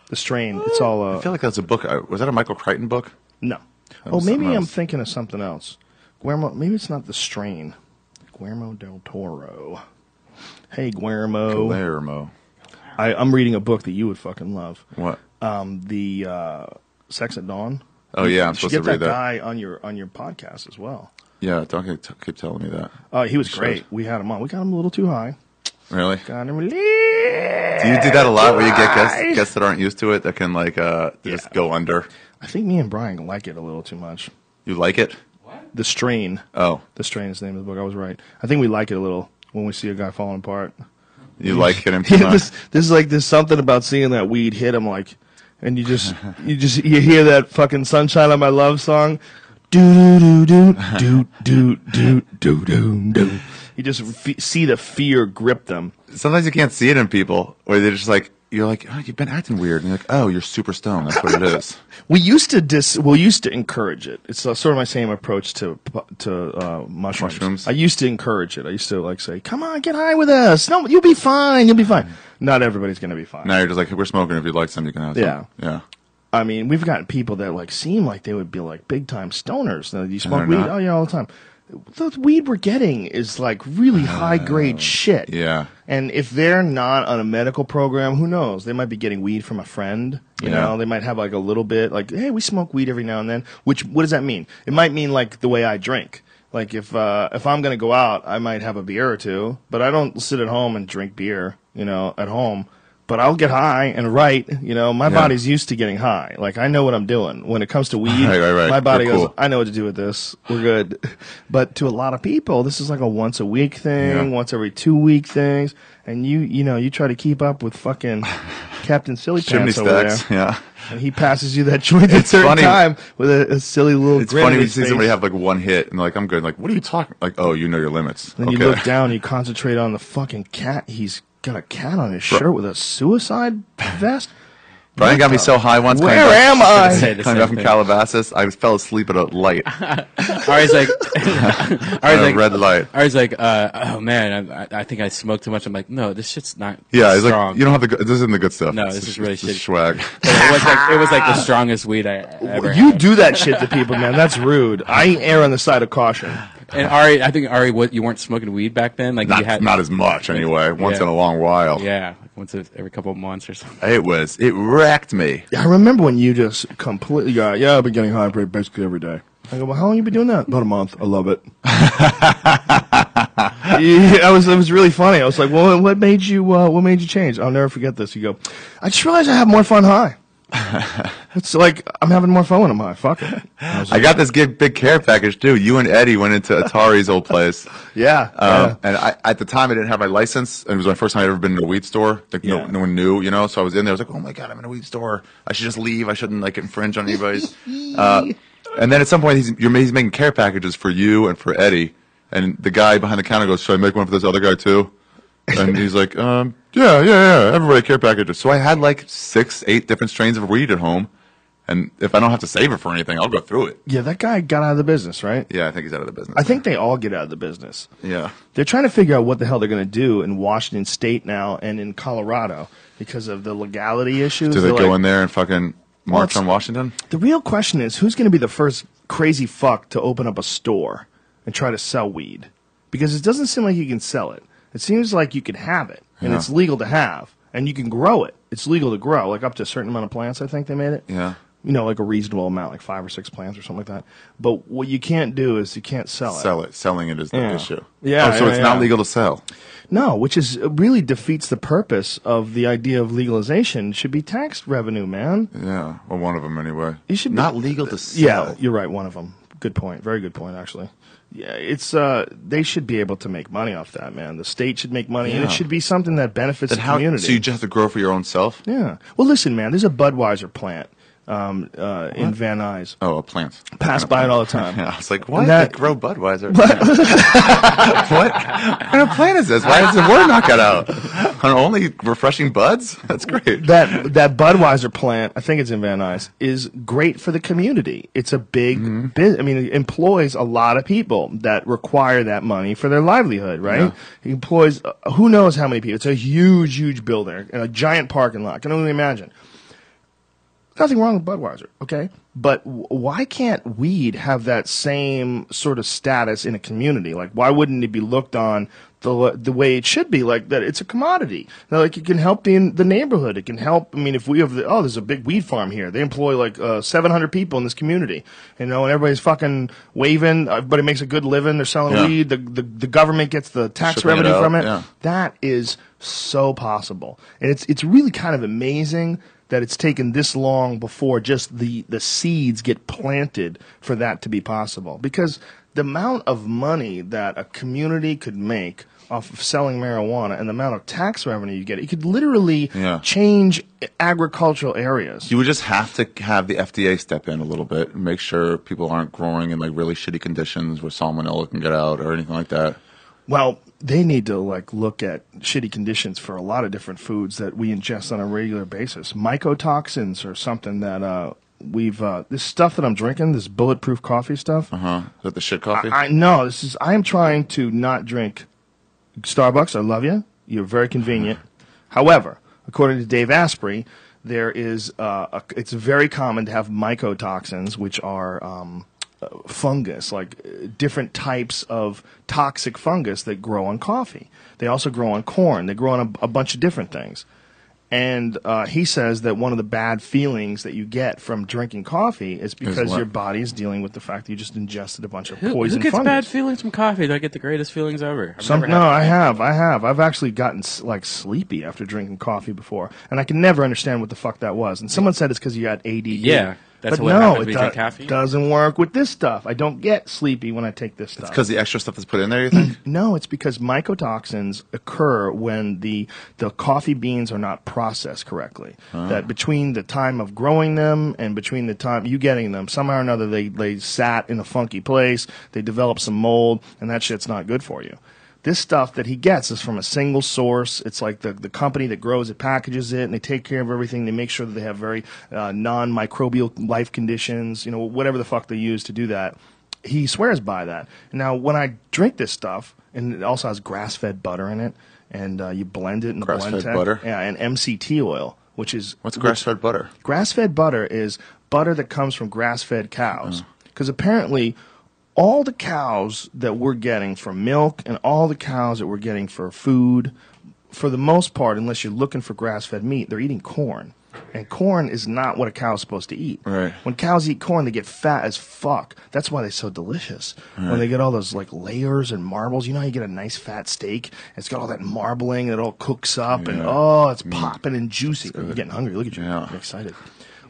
A: The strain. It's all. Uh,
B: I feel like that's a book. I, was that a Michael Crichton book?
A: No.
B: That
A: oh,
B: was
A: maybe
B: something
A: I'm
B: else.
A: thinking of something else. Guillermo. Maybe it's not the strain. Guillermo del Toro. Hey, Guillermo.
B: Guillermo.
A: I, I'm reading a book that you would fucking love.
B: What?
A: Um, the uh, Sex at Dawn.
B: Oh, yeah,
A: You
B: I'm
A: should
B: supposed to
A: get
B: read that.
A: guy on your on your podcast as well.
B: Yeah, don't keep, t- keep telling me that.
A: Uh, he was
B: You should.
A: great. We had him on. We got him a little too high.
B: Really?
A: Got him a little
B: Do you do that a lot where you get
A: high.
B: guests, guests that aren't used to it that can like uh, just go under?
A: I think me and Brian like it a little too much.
B: You like it?
A: The strain. uh,
B: Oh,
A: The strain is the name of the book. I was right. I think we like it a little when we see a guy falling apart.
B: you like it?
A: Yeah,
B: much.
A: this, this is like there's something about seeing that weed hit him like, and you just you just you hear that fucking sunshine on my love song, do do do do do do do do do. You just fe- see the fear grip them.
B: Sometimes you can't see it in people where they're just like, you're like, oh, you've been acting weird. And you're like, oh, you're super stoned. That's what it is.
A: We used to dis. We used to encourage it. It's uh, sort of my same approach to pu- to uh, mushrooms.
B: Mushrooms.
A: I used to encourage it. I used to like say, "Come on, get high with us. No, you'll be fine. You'll be fine." Not everybody's gonna be fine.
B: Now you're just like, we're smoking. If you'd like some, you can have some.
A: Yeah.
B: Yeah.
A: I mean, we've got people that like seem like they would be like big time stoners. Now, you
B: they're
A: smoke weed?
B: not.
A: Oh yeah, all the time. The weed we're getting is like really high grade shit.
B: Uh, Yeah.
A: And if they're not on a medical program, who knows? They might be getting weed from a friend. You
B: Yeah.
A: know, they might have like a little bit, like, hey, we smoke weed every now and then. Which, what does that mean? It might mean like the way I drink. Like if uh, if I'm gonna go out, I might have a beer or two, but I don't sit at home and drink beer. You know, at home. But I'll get high and write. You know, my
B: Yeah.
A: body's used to getting high. Like I know what I'm doing when it comes to weed.
B: Right, right, right.
A: My body
B: You're
A: goes,
B: cool.
A: I know what to do with this. We're good. But to a lot of people, this is like a once a week thing,
B: Yeah.
A: once every two week things. And you, you know, you try to keep up with fucking Captain Silly
B: Chimney
A: Pants over
B: stacks.
A: there.
B: Yeah.
A: And he passes you that joint at
B: It's
A: certain
B: funny.
A: time with a, a silly little
B: It's
A: grin
B: funny
A: on
B: when you
A: his
B: see
A: face.
B: somebody have like one hit and like, I'm good. Like, what are you talking? Like, oh, you know your limits.
A: Then
B: okay.
A: you look down, you concentrate on the fucking cat. He's got a cat on his shirt with a suicide vest.
B: Brian got me so high once.
A: Where
B: coming
A: am I? Say
B: back,
A: the
B: Coming
A: same
B: back from
A: thing.
B: Calabasas, I fell asleep at a light.
C: Ari's like, Ari's
B: a
C: like
B: red light.
C: Ari's like, uh, oh man, I, I- I think I smoked too much. I'm like, no, this shit's not.
B: Yeah, it's
C: strong.
B: like you don't have the. good- This isn't the good stuff.
C: No,
B: It's
C: this
B: the-
C: is really
B: it's the
C: shitty.
B: Swag.
C: But it was like it was like the strongest weed I ever.
A: You do that shit to people, man. That's rude. I err on the side of caution.
C: And Ari, I think Ari, what you weren't smoking weed back then? Like
B: Not,
C: you had
B: not as much anyway. Once
C: Yeah.
B: in a long while.
C: Yeah, like once a- every couple of months or something.
B: It was. It wrecked me.
A: I remember when you just completely, yeah, Uh, yeah, I've been getting high pretty basically every day. I go, well, how long you been doing that? About a month. I love it. yeah, I was, it was really funny. I was like, well, what made you, uh, what made you change? I'll never forget this. You go, I just realized I have more fun high. it's like, I'm having more fun when I'm high. Fuck it.
B: I got this good big care package too. You and Eddie went into Atari's old place.
A: Yeah.
B: Um, And I, at the time, I didn't have my license. And it was my first time I'd ever been in a weed store. Like, no,
A: Yeah.
B: no one knew, you know? So I was in there. I was like, oh my God, I'm in a weed store. I should just leave. I shouldn't, like, infringe on anybody's. uh, and then at some point, he's, you're, ma- he's making care packages for you and for Eddie. And the guy behind the counter goes, "Should I make one for this other guy too?" And he's like, um, "Yeah, yeah, yeah. Everybody care packages." So I had like six, eight different strains of weed at home, and if I don't have to save it for anything, I'll go through it.
A: Yeah, that guy got out of the business, right?
B: Yeah, I think he's out of the business.
A: I think they all get out of the business.
B: Yeah.
A: They're trying to figure out what the hell they're going to do in Washington State now and in Colorado because of the legality issues.
B: Do they
A: They're
B: go
A: like-
B: in there and
A: Well,
B: fucking march
A: it's-
B: on Washington?
A: The real question is who's going to be the first crazy fuck to open up a store and try to sell weed? Because it doesn't seem like you can sell it. It seems like you can have it, and
B: Yeah.
A: it's legal to have, and you can grow it. It's legal to grow, like up to a certain amount of plants. I think they made it.
B: Yeah.
A: You know, like a reasonable amount, like five or six plants or something like that. But what you can't do is you can't sell it.
B: Sell it. Selling it is the
A: Oh, Yeah.
B: issue.
A: Yeah,
B: Oh, so
A: yeah,
B: it's not
A: yeah.
B: legal to sell.
A: No, which is uh, really defeats the purpose of the idea of legalization. It should be tax revenue, man.
B: Yeah. Well, one of them anyway.
A: You should
B: not
A: be-
B: legal to
A: Yeah,
B: sell.
A: you're right. One of them. Good point. Very good point, actually. Yeah, it's uh, they should be able to make money off that, man. The state should make money, and
B: Yeah.
A: it should be something that benefits
B: Then
A: the
B: how?
A: community.
B: So you just have to grow for your own self.
A: yeah. Well, listen, man. There's a Budweiser plant um, uh, in Van Nuys.
B: Oh, a plant.
A: Pass by it all the time.
B: Yeah, I was like, why
A: And
B: did
A: that-
B: they grow Budweiser? What? what kind of plant is this? Why is the word not got out? On only refreshing buds? That's great.
A: that that Budweiser plant, I think it's in Van Nuys, is great for the community. It's a big, bu- I mean, it employs a lot of people that require that money for their livelihood, right? It employs uh, who knows how many people. It's a huge, huge building and a giant parking lot. Can only imagine. Nothing wrong with Budweiser, okay? But w- why can't weed have that same sort of status in a community? Like, why wouldn't it be looked on the the way it should be? Like that, it's a commodity. Now, like, it can help the the neighborhood. It can help. I mean, if we have the oh, there's a big weed farm here. They employ like uh, 700 people in this community, you know, and everybody's fucking waving. Everybody makes a good living. They're selling
B: Yeah.
A: weed. The, the the government gets the tax
B: Shipping it
A: revenue
B: out,
A: from it.
B: yeah.
A: That is so possible. And it's it's really kind of amazing that it's taken this long before just the, the seeds get planted for that to be possible. Because the amount of money that a community could make off of selling marijuana and the amount of tax revenue you get, it could literally
B: Yeah.
A: change agricultural areas.
B: You would just have to have the FDA step in a little bit and make sure people aren't growing in like really shitty conditions where salmonella can get out or anything like that.
A: Well, they need to like look at shitty conditions for a lot of different foods that we ingest on a regular basis. Mycotoxins or something that uh, we've uh, this stuff that I'm drinking, this bulletproof coffee stuff.
B: Uh huh. Is that the shit coffee?
A: I know this is. I am trying to not drink Starbucks. I love you. You're very convenient. However, according to Dave Asprey, there is. Uh, a, it's very common to have mycotoxins, which are um, uh, fungus, like uh, different types of toxic fungus that grow on coffee. They also grow on corn. They grow on a, a bunch of different things. And uh, he says that one of the bad feelings that you get from drinking coffee is because
C: what?
A: your body is dealing with the fact that you just ingested a bunch of
C: Who, who
A: poison
C: gets
A: fungus.
C: bad feelings from coffee? Do I get the greatest feelings ever? I've
A: Some,
C: never
A: no,
C: had-
A: I have, I have. I've actually gotten s- like sleepy after drinking coffee before, and I can never understand what the fuck that was. And someone said it's because you had ADD.
C: Yeah, that's
A: but
C: what
A: no,
C: happens
A: it
C: when you drink
A: do-
C: caffeine.
A: doesn't work with this stuff. I don't get sleepy when I take this stuff.
B: Because the extra stuff that's put in there, you think?
A: No, it's because mycotoxins occur when the the coffee beans are not processed correctly.
B: Ah.
A: That between the time of growing them and between the time you getting them, somehow or another they they sat in a funky place, they develop some mold, and that shit's not good for you. This stuff that he gets is from a single source. It's like the, the company that grows it packages it and they take care of everything. They make sure that they have very uh, non microbial life conditions, you know, whatever the fuck they use to do that he swears by that. Now, when I drink this stuff, and it also has grass-fed butter in it, and uh, you blend it in the
B: Grass-fed
A: blend tech,
B: butter?
A: yeah, and MCT oil, which is
B: What's grass fed butter?
A: Grass-fed butter is butter that comes from grass-fed cows, because apparently. All the cows that we're getting from milk and all the cows that we're getting for food, for the most part, unless you're looking for grass fed meat, they're eating corn. And corn is not what a cow is supposed to eat.
B: Right.
A: When cows eat corn, they get fat as fuck. That's why they're so delicious.
B: Right.
A: When they get all those like layers and marbles, you know how you get a nice fat steak? It's got all that marbling, it all cooks up, and
B: Yeah. Mm.
A: oh, it's popping and juicy. You're getting hungry. Look at you. I'm excited.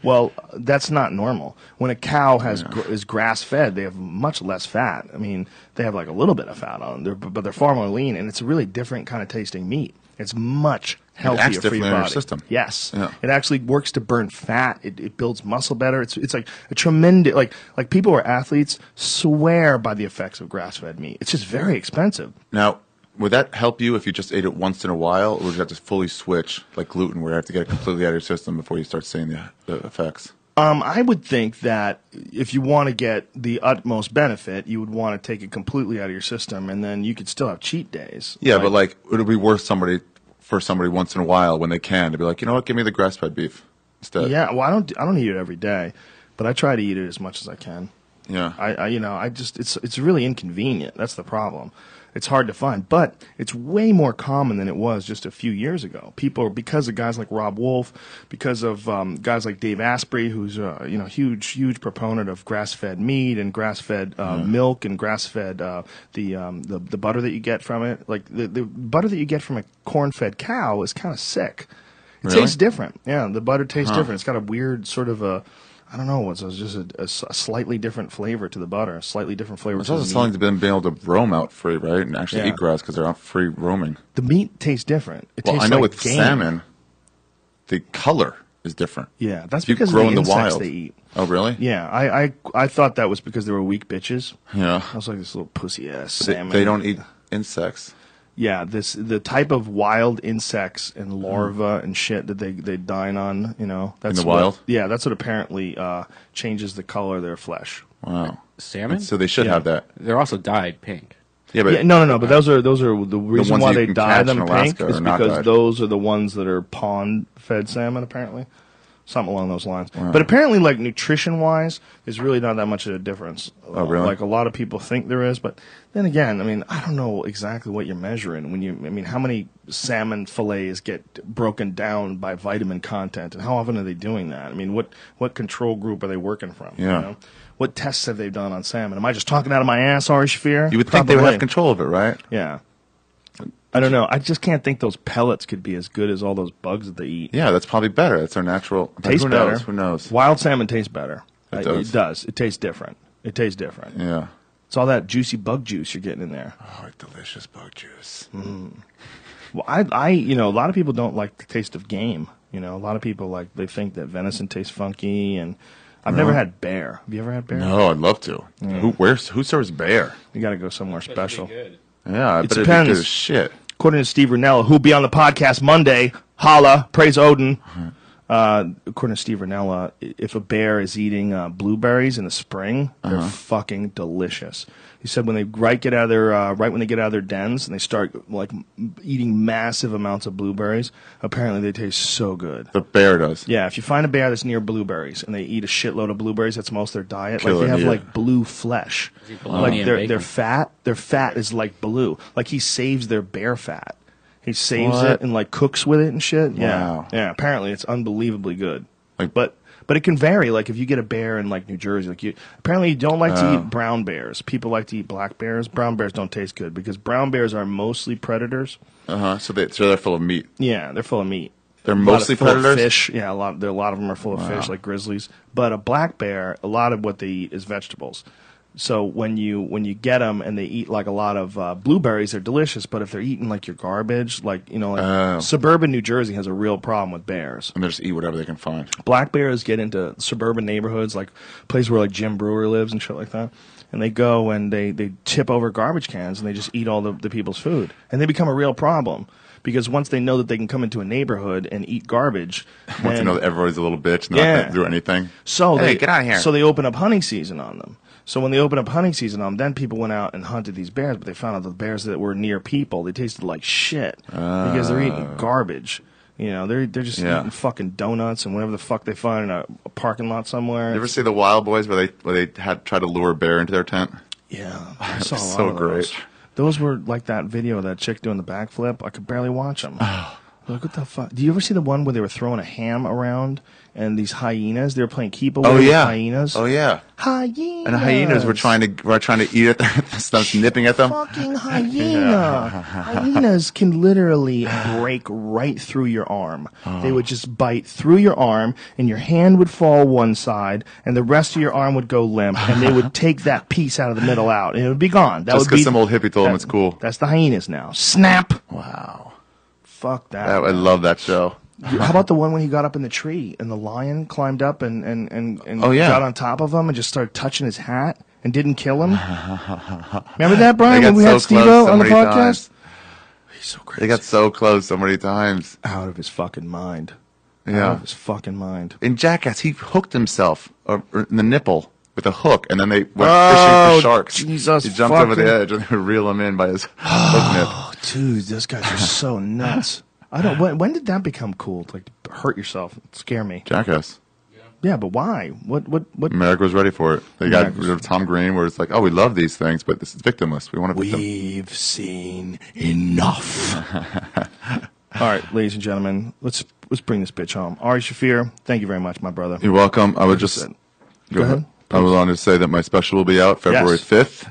A: Well, that's not normal. When a cow has gr- is grass fed, they have much less fat. I mean, they have like a little bit of fat on, them, they're, but they're far more lean, and it's a really different kind of tasting meat. It's much healthier
B: acts
A: for your
B: differently on your
A: body.
B: system.
A: Yes,
B: Yeah.
A: it actually works to burn fat. It, it builds muscle better. It's it's like a tremendous like like people who are athletes swear by the effects of grass fed meat. It's just very expensive.
B: Now, would that help you if you just ate it once in a while, or would you have to fully switch, like gluten, where you have to get it completely out of your system before you start seeing the, the effects?
A: Um, I would think that if you want to get the utmost benefit, you would want to take it completely out of your system, and then you could still have cheat days.
B: Yeah, but like, it would be worth somebody for somebody once in a while when they can to be like, you know what, give me the grass-fed beef instead.
A: yeah. Well, I don't I don't eat it every day, but I try to eat it as much as I can.
B: Yeah.
A: I, I you know I just it's it's really inconvenient. That's the problem. It's hard to find, but it's way more common than it was just a few years ago. People because of guys like Rob Wolf, because of um, guys like Dave Asprey, who's a you know huge huge proponent of grass fed meat and grass fed uh, milk and grass fed uh, the, um, the the butter that you get from it. Like the, the butter that you get from a corn fed cow is kind of sick. It
B: Really?
A: tastes different. Yeah, the butter tastes
B: Huh.
A: different. It's got a weird sort of a, I don't know, it's it's just a, a s- a slightly different flavor to the butter, a slightly different flavor
B: It's
A: to the
B: also
A: meat.
B: selling to them being able to roam out free, right, and actually
A: Yeah.
B: eat grass because they're out free roaming.
A: the meat tastes different. It
B: well,
A: tastes
B: I know
A: like
B: with
A: game.
B: salmon, the color is different.
A: Yeah, that's
B: You
A: because
B: grow
A: of
B: in
A: the
B: the
A: insects
B: wild.
A: they eat.
B: Oh, really?
A: Yeah, I, I I thought that was because they were weak bitches.
B: Yeah.
A: I was like this little pussy ass
B: They-
A: salmon.
B: they don't eat insects.
A: Yeah, this the type of wild insects and larvae and shit that they, they dine on. You know, that's
B: the
A: what-
B: wild?
A: Yeah, that's what apparently uh, changes the color of their flesh.
B: Wow.
C: Salmon?
B: So they should
A: Yeah.
B: have that.
C: They're also dyed pink.
B: Yeah,
A: yeah, no, no, no. But those are those are the reason
B: ones
A: why
B: you
A: they
B: can
A: dye
B: catch
A: them
B: in Alaska
A: pink is
B: are not
A: because
B: dyed.
A: those are the ones that are pond-fed salmon, apparently, something along those lines.
B: Wow.
A: But apparently, like nutrition-wise, there's really not that much of a difference.
B: Oh, really?
A: Like a lot of people think there is, but then again, I mean, I don't know exactly what you're measuring when you. I mean, how many salmon fillets get broken down by vitamin content, and how often are they doing that? I mean, what what control group are they working from? you
B: Yeah.
A: know? What tests have they done on salmon? Am I just talking out of my ass, Ari Shafir?
B: You would think they would
A: Probably.
B: have control of it, right?
A: Yeah. I don't know. I just can't think those pellets could be as good as all those bugs that they eat.
B: Yeah, that's probably better. That's their natural. but
A: Tastes
B: who knows?
A: better.
B: Who knows?
A: Wild salmon tastes better.
B: It
A: Uh,
B: does.
A: It does. It tastes different. It tastes different.
B: Yeah.
A: It's all that juicy bug juice you're getting in there.
B: Oh, delicious bug juice.
A: Well, I, I, you know, a lot of people don't like the taste of game. You know, a lot of people like they think that venison tastes funky, and I've never
B: Really?
A: had bear. Have you ever had bear?
B: No, I'd love to.
A: Yeah.
B: Who wears? Who serves bear?
A: You got to go somewhere special.
B: Yeah, I
A: It
B: bet it'd be
A: depends.
B: good as shit.
A: According to Steve Renella, who'll be on the podcast Monday, holla, praise Odin. Uh, according to Steve Renella, i- if a bear is eating uh, blueberries in the spring, they're
B: Uh-huh.
A: fucking delicious. He said when they right get out of their uh, right when they get out of their dens and they start like m- eating massive amounts of blueberries, apparently they taste so good.
B: The bear does.
A: Yeah, if you find a bear that's near blueberries and they eat a shitload of blueberries, that's most their diet.
B: Kill
A: like
B: it,
A: they have
B: yeah.
A: like blue flesh.
C: Is it bologna
A: Like
C: and
A: their
C: bacon?
A: their fat, their fat is like blue. Like he saves their bear fat. He saves
B: What?
A: it and like cooks with it and shit.
B: Wow.
A: Yeah. Yeah, apparently it's unbelievably good.
B: Like-
A: but but it can vary. Like if you get a bear in like New Jersey, like you apparently you don't like
B: Oh.
A: to eat brown bears. People like to eat black bears. Brown bears don't taste good because brown bears are mostly predators.
B: Uh huh. So they so they're full of meat.
A: Yeah, they're full of meat.
B: They're
A: A lot of-
B: mostly
A: full of
B: predators?
A: fish. Yeah, a lot. There, a lot of them are full of fish, like grizzlies. But a black bear, a lot of what they eat is vegetables. So when you when you get them and they eat like a lot of uh, blueberries, they're delicious. But if they're eating like your garbage, like you know, like
B: Oh.
A: suburban New Jersey has a real problem with bears.
B: And they just eat whatever they can find.
A: Black bears get into suburban neighborhoods, like places where like Jim Brewer lives and shit like that. And they go and they, they tip over garbage cans and they just eat all the, the people's food. And they become a real problem because once they know that they can come into a neighborhood and eat garbage,
B: Once you
A: then-
B: know that everybody's a little bitch and they're not
A: Yeah.
B: gonna do anything.
A: so
B: hey,
A: they
B: get out of here.
A: So they open up hunting season on them. So when they open up hunting season on them, then people went out and hunted these bears, but they found out the bears that were near people they tasted like shit because they're eating garbage. You know, they're they're just
B: Ah. Yeah.
A: eating fucking donuts and whatever the fuck they find in a, a parking lot somewhere.
B: you ever see the Wild Boys where they where they had try to lure a bear into their tent?
A: yeah, I saw a lot
B: so
A: of those.
B: great.
A: Those were like that video of that chick doing the backflip. I could barely watch them. Look what the fuck. Do you ever see the one where they were throwing a ham around and these hyenas? They were playing keep away
B: Oh
A: with
B: yeah.
A: hyenas.
B: Oh yeah.
A: Hyenas.
B: And the hyenas were trying to were trying to eat at them, stuff nipping at them.
A: fucking hyena. Hyenas can literally break right through your arm. They would just bite through your arm, and your hand would fall one side, and the rest of your arm would go limp, and they would take that piece out of the middle out, and it would be gone. That
B: Just
A: would be
B: because some old hippie told them
A: that-
B: it's cool.
A: That's the hyenas now. Snap.
B: Wow.
A: Fuck that.
B: That- Oh, I
A: man.
B: love that show.
A: How about the one when he got up in the tree and the lion climbed up and, and, and, and
B: Oh, yeah.
A: got on top of him and just started touching his hat and didn't kill him? Remember that, Brian,
B: They
A: when
B: got
A: we had
B: so
A: Steve
B: close so
A: on the
B: many
A: podcast?
B: times. They got so close so many times.
A: Out of his fucking mind.
B: Yeah.
A: Out of his fucking mind.
B: In Jackass, he hooked himself or, or in the nipple with a hook, and then they went
A: Oh,
B: fishing for sharks.
A: Jesus
B: He jumped over the
A: fucking-
B: edge and they reel him in by his hook nip.
A: Oh, Dude, those guys are so nuts. I don't. When, when did that become cool? To, like hurt yourself, scare me.
B: Jackass.
A: Yeah, but why? What? What? What?
B: America was ready for it. They got
A: America's-
B: rid of Tom Green, where it's like, oh, we love these things, but this is victimless. We want to victim.
A: We've seen enough. All right, ladies and gentlemen, let's let's bring this bitch home. Ari Shafir, thank you very much, my brother.
B: You're welcome. I would just
A: Go ahead.
B: I was on to say that my special will be out February
A: Yes.
B: fifth,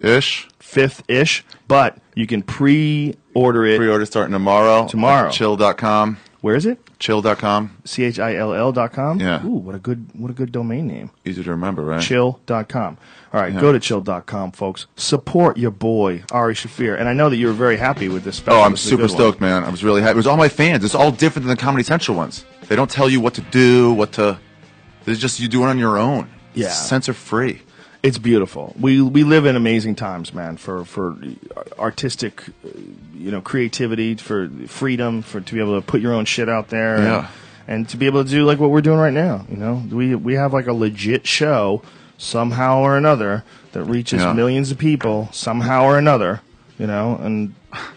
B: ish.
A: Fifth ish, but you can pre-order it.
B: Pre-order starting tomorrow.
A: Tomorrow.
B: At chill.com.
A: Where is it?
B: Chill.com.
A: C H I L L dot com.
B: Yeah.
A: Ooh, what a good what a good domain name.
B: Easy to remember, right?
A: chill.com. All right,
B: Yeah.
A: go to chill.com, folks. Support your boy, Ari Shafir. And I know that you were very happy with this special.
B: Oh, I'm
A: This is a
B: super
A: good one.
B: stoked, man. I was really happy. It was all my fans. It's all different than the Comedy Central ones. They don't tell you what to do, what to. It's just you do it on your own.
A: Yeah.
B: It's censor free.
A: It's beautiful. We, we live in amazing times, man, for, for artistic, uh, you know, creativity, for freedom, for to be able to put your own shit out there.
B: Yeah.
A: And, and to be able to do like what we're doing right now, you know? We we have like a legit show somehow or another that reaches
B: Yeah.
A: millions of people somehow or another, you know, and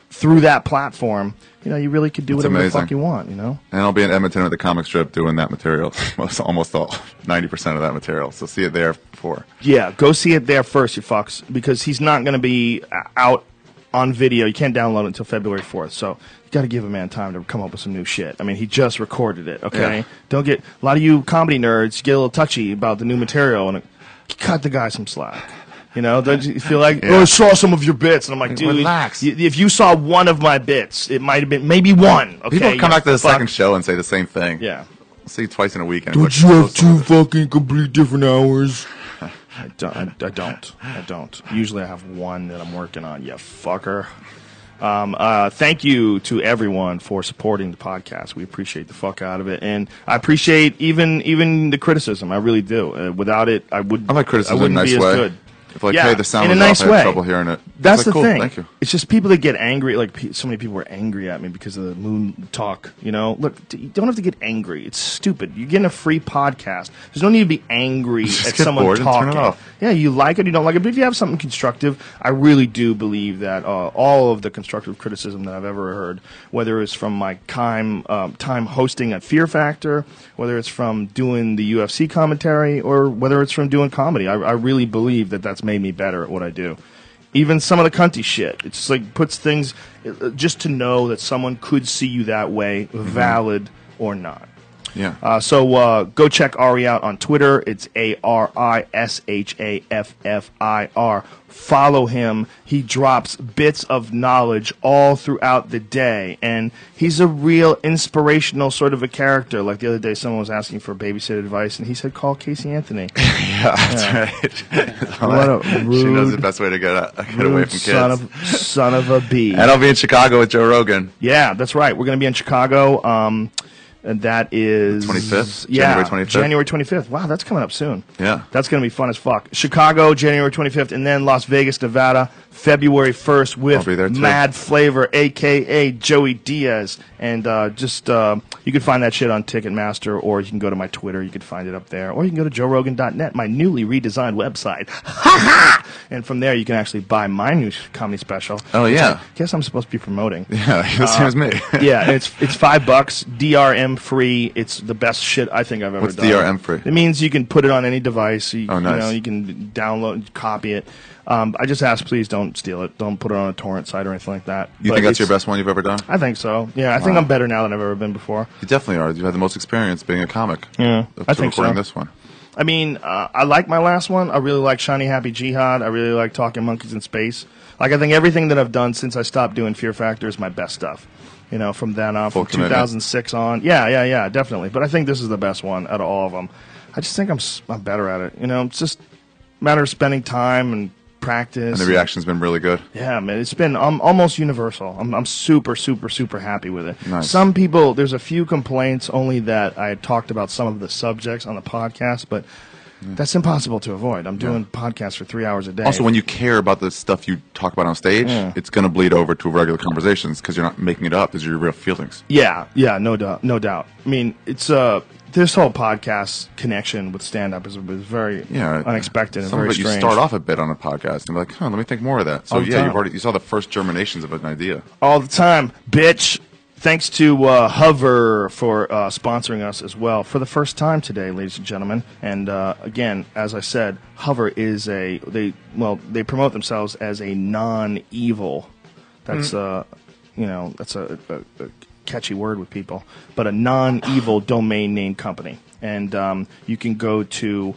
A: through that platform, you know, you really could do
B: It's
A: whatever the
B: amazing.
A: fuck you want, you know?
B: And I'll be in Edmonton at the comic strip doing that material. Most, almost all, 90% of that material. So see it there for.
A: Yeah, go see it there first, you fucks, because he's not going to be uh, out on video. You can't download it until February 4th. So you got to give a man time to come up with some new shit. I mean, he just recorded it, okay?
B: Yeah.
A: Don't get a lot of you comedy nerds get a little touchy about the new material and uh, cut the guy some slack. You know, don't you feel like,
B: Yeah.
A: oh, I saw some of your bits. And I'm like, dude,
B: Relax.
A: y- if you saw one of my bits, it might have been maybe one. Okay.
B: People come
A: you
B: back to the
A: fuck-
B: second show and say the same thing.
A: Yeah.
B: See you twice in a week. And
A: Don't
B: it's
A: you have
B: like,
A: two fucking complete different hours? I don't. I, I don't. I don't. Usually I have one that I'm working on, you fucker. Um, uh, thank you to everyone for supporting the podcast. We appreciate the fuck out of it, and I appreciate even even the criticism. I really do. Uh, without it, I wouldn't.
B: I like
A: I
B: criticism in a
A: wouldn't
B: nice
A: be as
B: way.
A: good.
B: If like,
A: Yeah,
B: hey, the sound
A: in a
B: was
A: nice
B: off, I
A: way.
B: had trouble hearing it. It's
A: That's
B: like,
A: the
B: cool,
A: thing.
B: Thank you.
A: It's just people that get angry. Like pe- so many people were angry at me because of the moon talk. You know, look, d- you don't have to get angry. It's stupid. You're getting a free podcast. There's no need to be angry
B: Just
A: at
B: get
A: someone
B: bored and
A: talking.
B: turn it off.
A: Yeah, you like it, you don't like it. But if you have something constructive, I really do believe that uh, all of the constructive criticism that I've ever heard, whether it's from my time um, time hosting at Fear Factor, whether it's from doing the UFC commentary, or whether it's from doing comedy, I, I really believe that that's made me better at what I do. Even some of the cunty shit, it's just like puts things uh, just to know that someone could see you that way,
B: Mm-hmm.
A: valid or not.
B: Yeah.
A: Uh, so uh, go check Ari out on Twitter. It's A R I S H A F F I R. Follow him. He drops bits of knowledge all throughout the day, and he's a real inspirational sort of a character. Like the other day, someone was asking for babysit advice, and he said, "Call Casey Anthony."
B: Yeah, that's
A: Uh,
B: right.
A: What a
B: she knows the
A: rude-
B: best way to get, a, get away from kids.
A: son of son of a bee.
B: and I'll be in Chicago with Joe Rogan.
A: Yeah, that's right. We're going to be in Chicago. Um, and that is
B: 25th?
A: Yeah,
B: January 25th?
A: January 25th. Wow, that's coming up soon.
B: Yeah.
A: That's going to be fun as fuck. Chicago, January 25th, and then Las Vegas, Nevada, February 1st
B: I'll
A: with
B: be there, too.
A: Mad Flavor, a.k.a. Joey Diaz. And uh, just, uh, you can find that shit on Ticketmaster, or you can go to my Twitter. You can find it up there. Or you can go to joerogan.net, my newly redesigned website. and from there, you can actually buy my new comedy special.
B: Oh,
A: which
B: yeah.
A: I guess I'm supposed to be promoting.
B: Yeah, the same as me.
A: Uh, yeah, it's it's five bucks, DRM free. It's the best shit I think I've ever
B: What's
A: done.
B: DRM free?
A: It means you can put it on any device. You,
B: Oh,
A: you
B: nice.
A: know, you can download, copy it. Um, I just ask, please don't steal it. Don't put it on a torrent site or anything like that.
B: You
A: But
B: think that's your
A: it's-
B: best one you've ever done?
A: I think so. Yeah, I think
B: Wow.
A: I'm better now than I've ever been before.
B: You definitely are. You've had the most experience being a comic.
A: Yeah,
B: up
A: I
B: to
A: think
B: recording
A: so.
B: this one.
A: I mean, uh, I like my last one. I really like Shiny Happy Jihad. I really like Talking Monkeys in Space. Like, I think everything that I've done since I stopped doing Fear Factor is my best stuff. You know, from then on,
B: Full
A: from
B: commitment.
A: 2006 on. Yeah, yeah, yeah, definitely. But I think this is the best one out of all of them. I just think I'm, s- I'm better at it. You know, it's just a matter of spending time and practice.
B: And the reaction's been really good.
A: Yeah, man, it's been um, almost universal. I'm, I'm super, super, super happy with it.
B: Nice.
A: Some people, there's a few complaints only that I had talked about some of the subjects on the podcast, but that's impossible to avoid. I'm doing podcasts for three hours a day.
B: Also, when you care about the stuff you talk about on stage,
A: Yeah.
B: it's going to bleed over to regular conversations because you're not making it up. These are your real feelings.
A: Yeah, yeah, no doubt, no doubt. I mean, it's uh, this whole podcast connection with stand up is, is very
B: Yeah,
A: unexpected and
B: Some
A: very
B: of it
A: strange.
B: you start off a bit on a podcast and be like, huh, let me think more of that. So
A: All the
B: yeah,
A: time.
B: you've already you saw the first germinations of an idea.
A: all the time, bitch. Thanks to uh, Hover for uh, sponsoring us as well for the first time today, ladies and gentlemen. And uh, again, as I said, Hover is a they well they promote themselves as a non-evil. That's uh, you know that's a, a, a catchy word with people, but a non-evil domain name company. And um, you can go to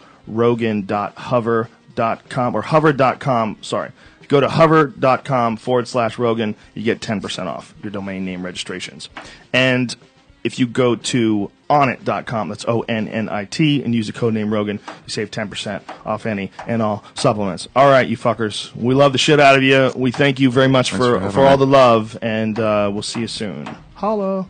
A: rogan.hover.com or hover.com. Sorry, Go to hover.com forward slash Rogan. You get 10% off your domain name registrations. And if you go to onit.com, that's O N N I T, and use the code name Rogan, you save 10% off any and all supplements. All right, you fuckers. We love the shit out of you. We thank you very much
B: Thanks for
A: for,
B: having
A: for all
B: me.
A: the love, and uh, we'll see you soon. Holla.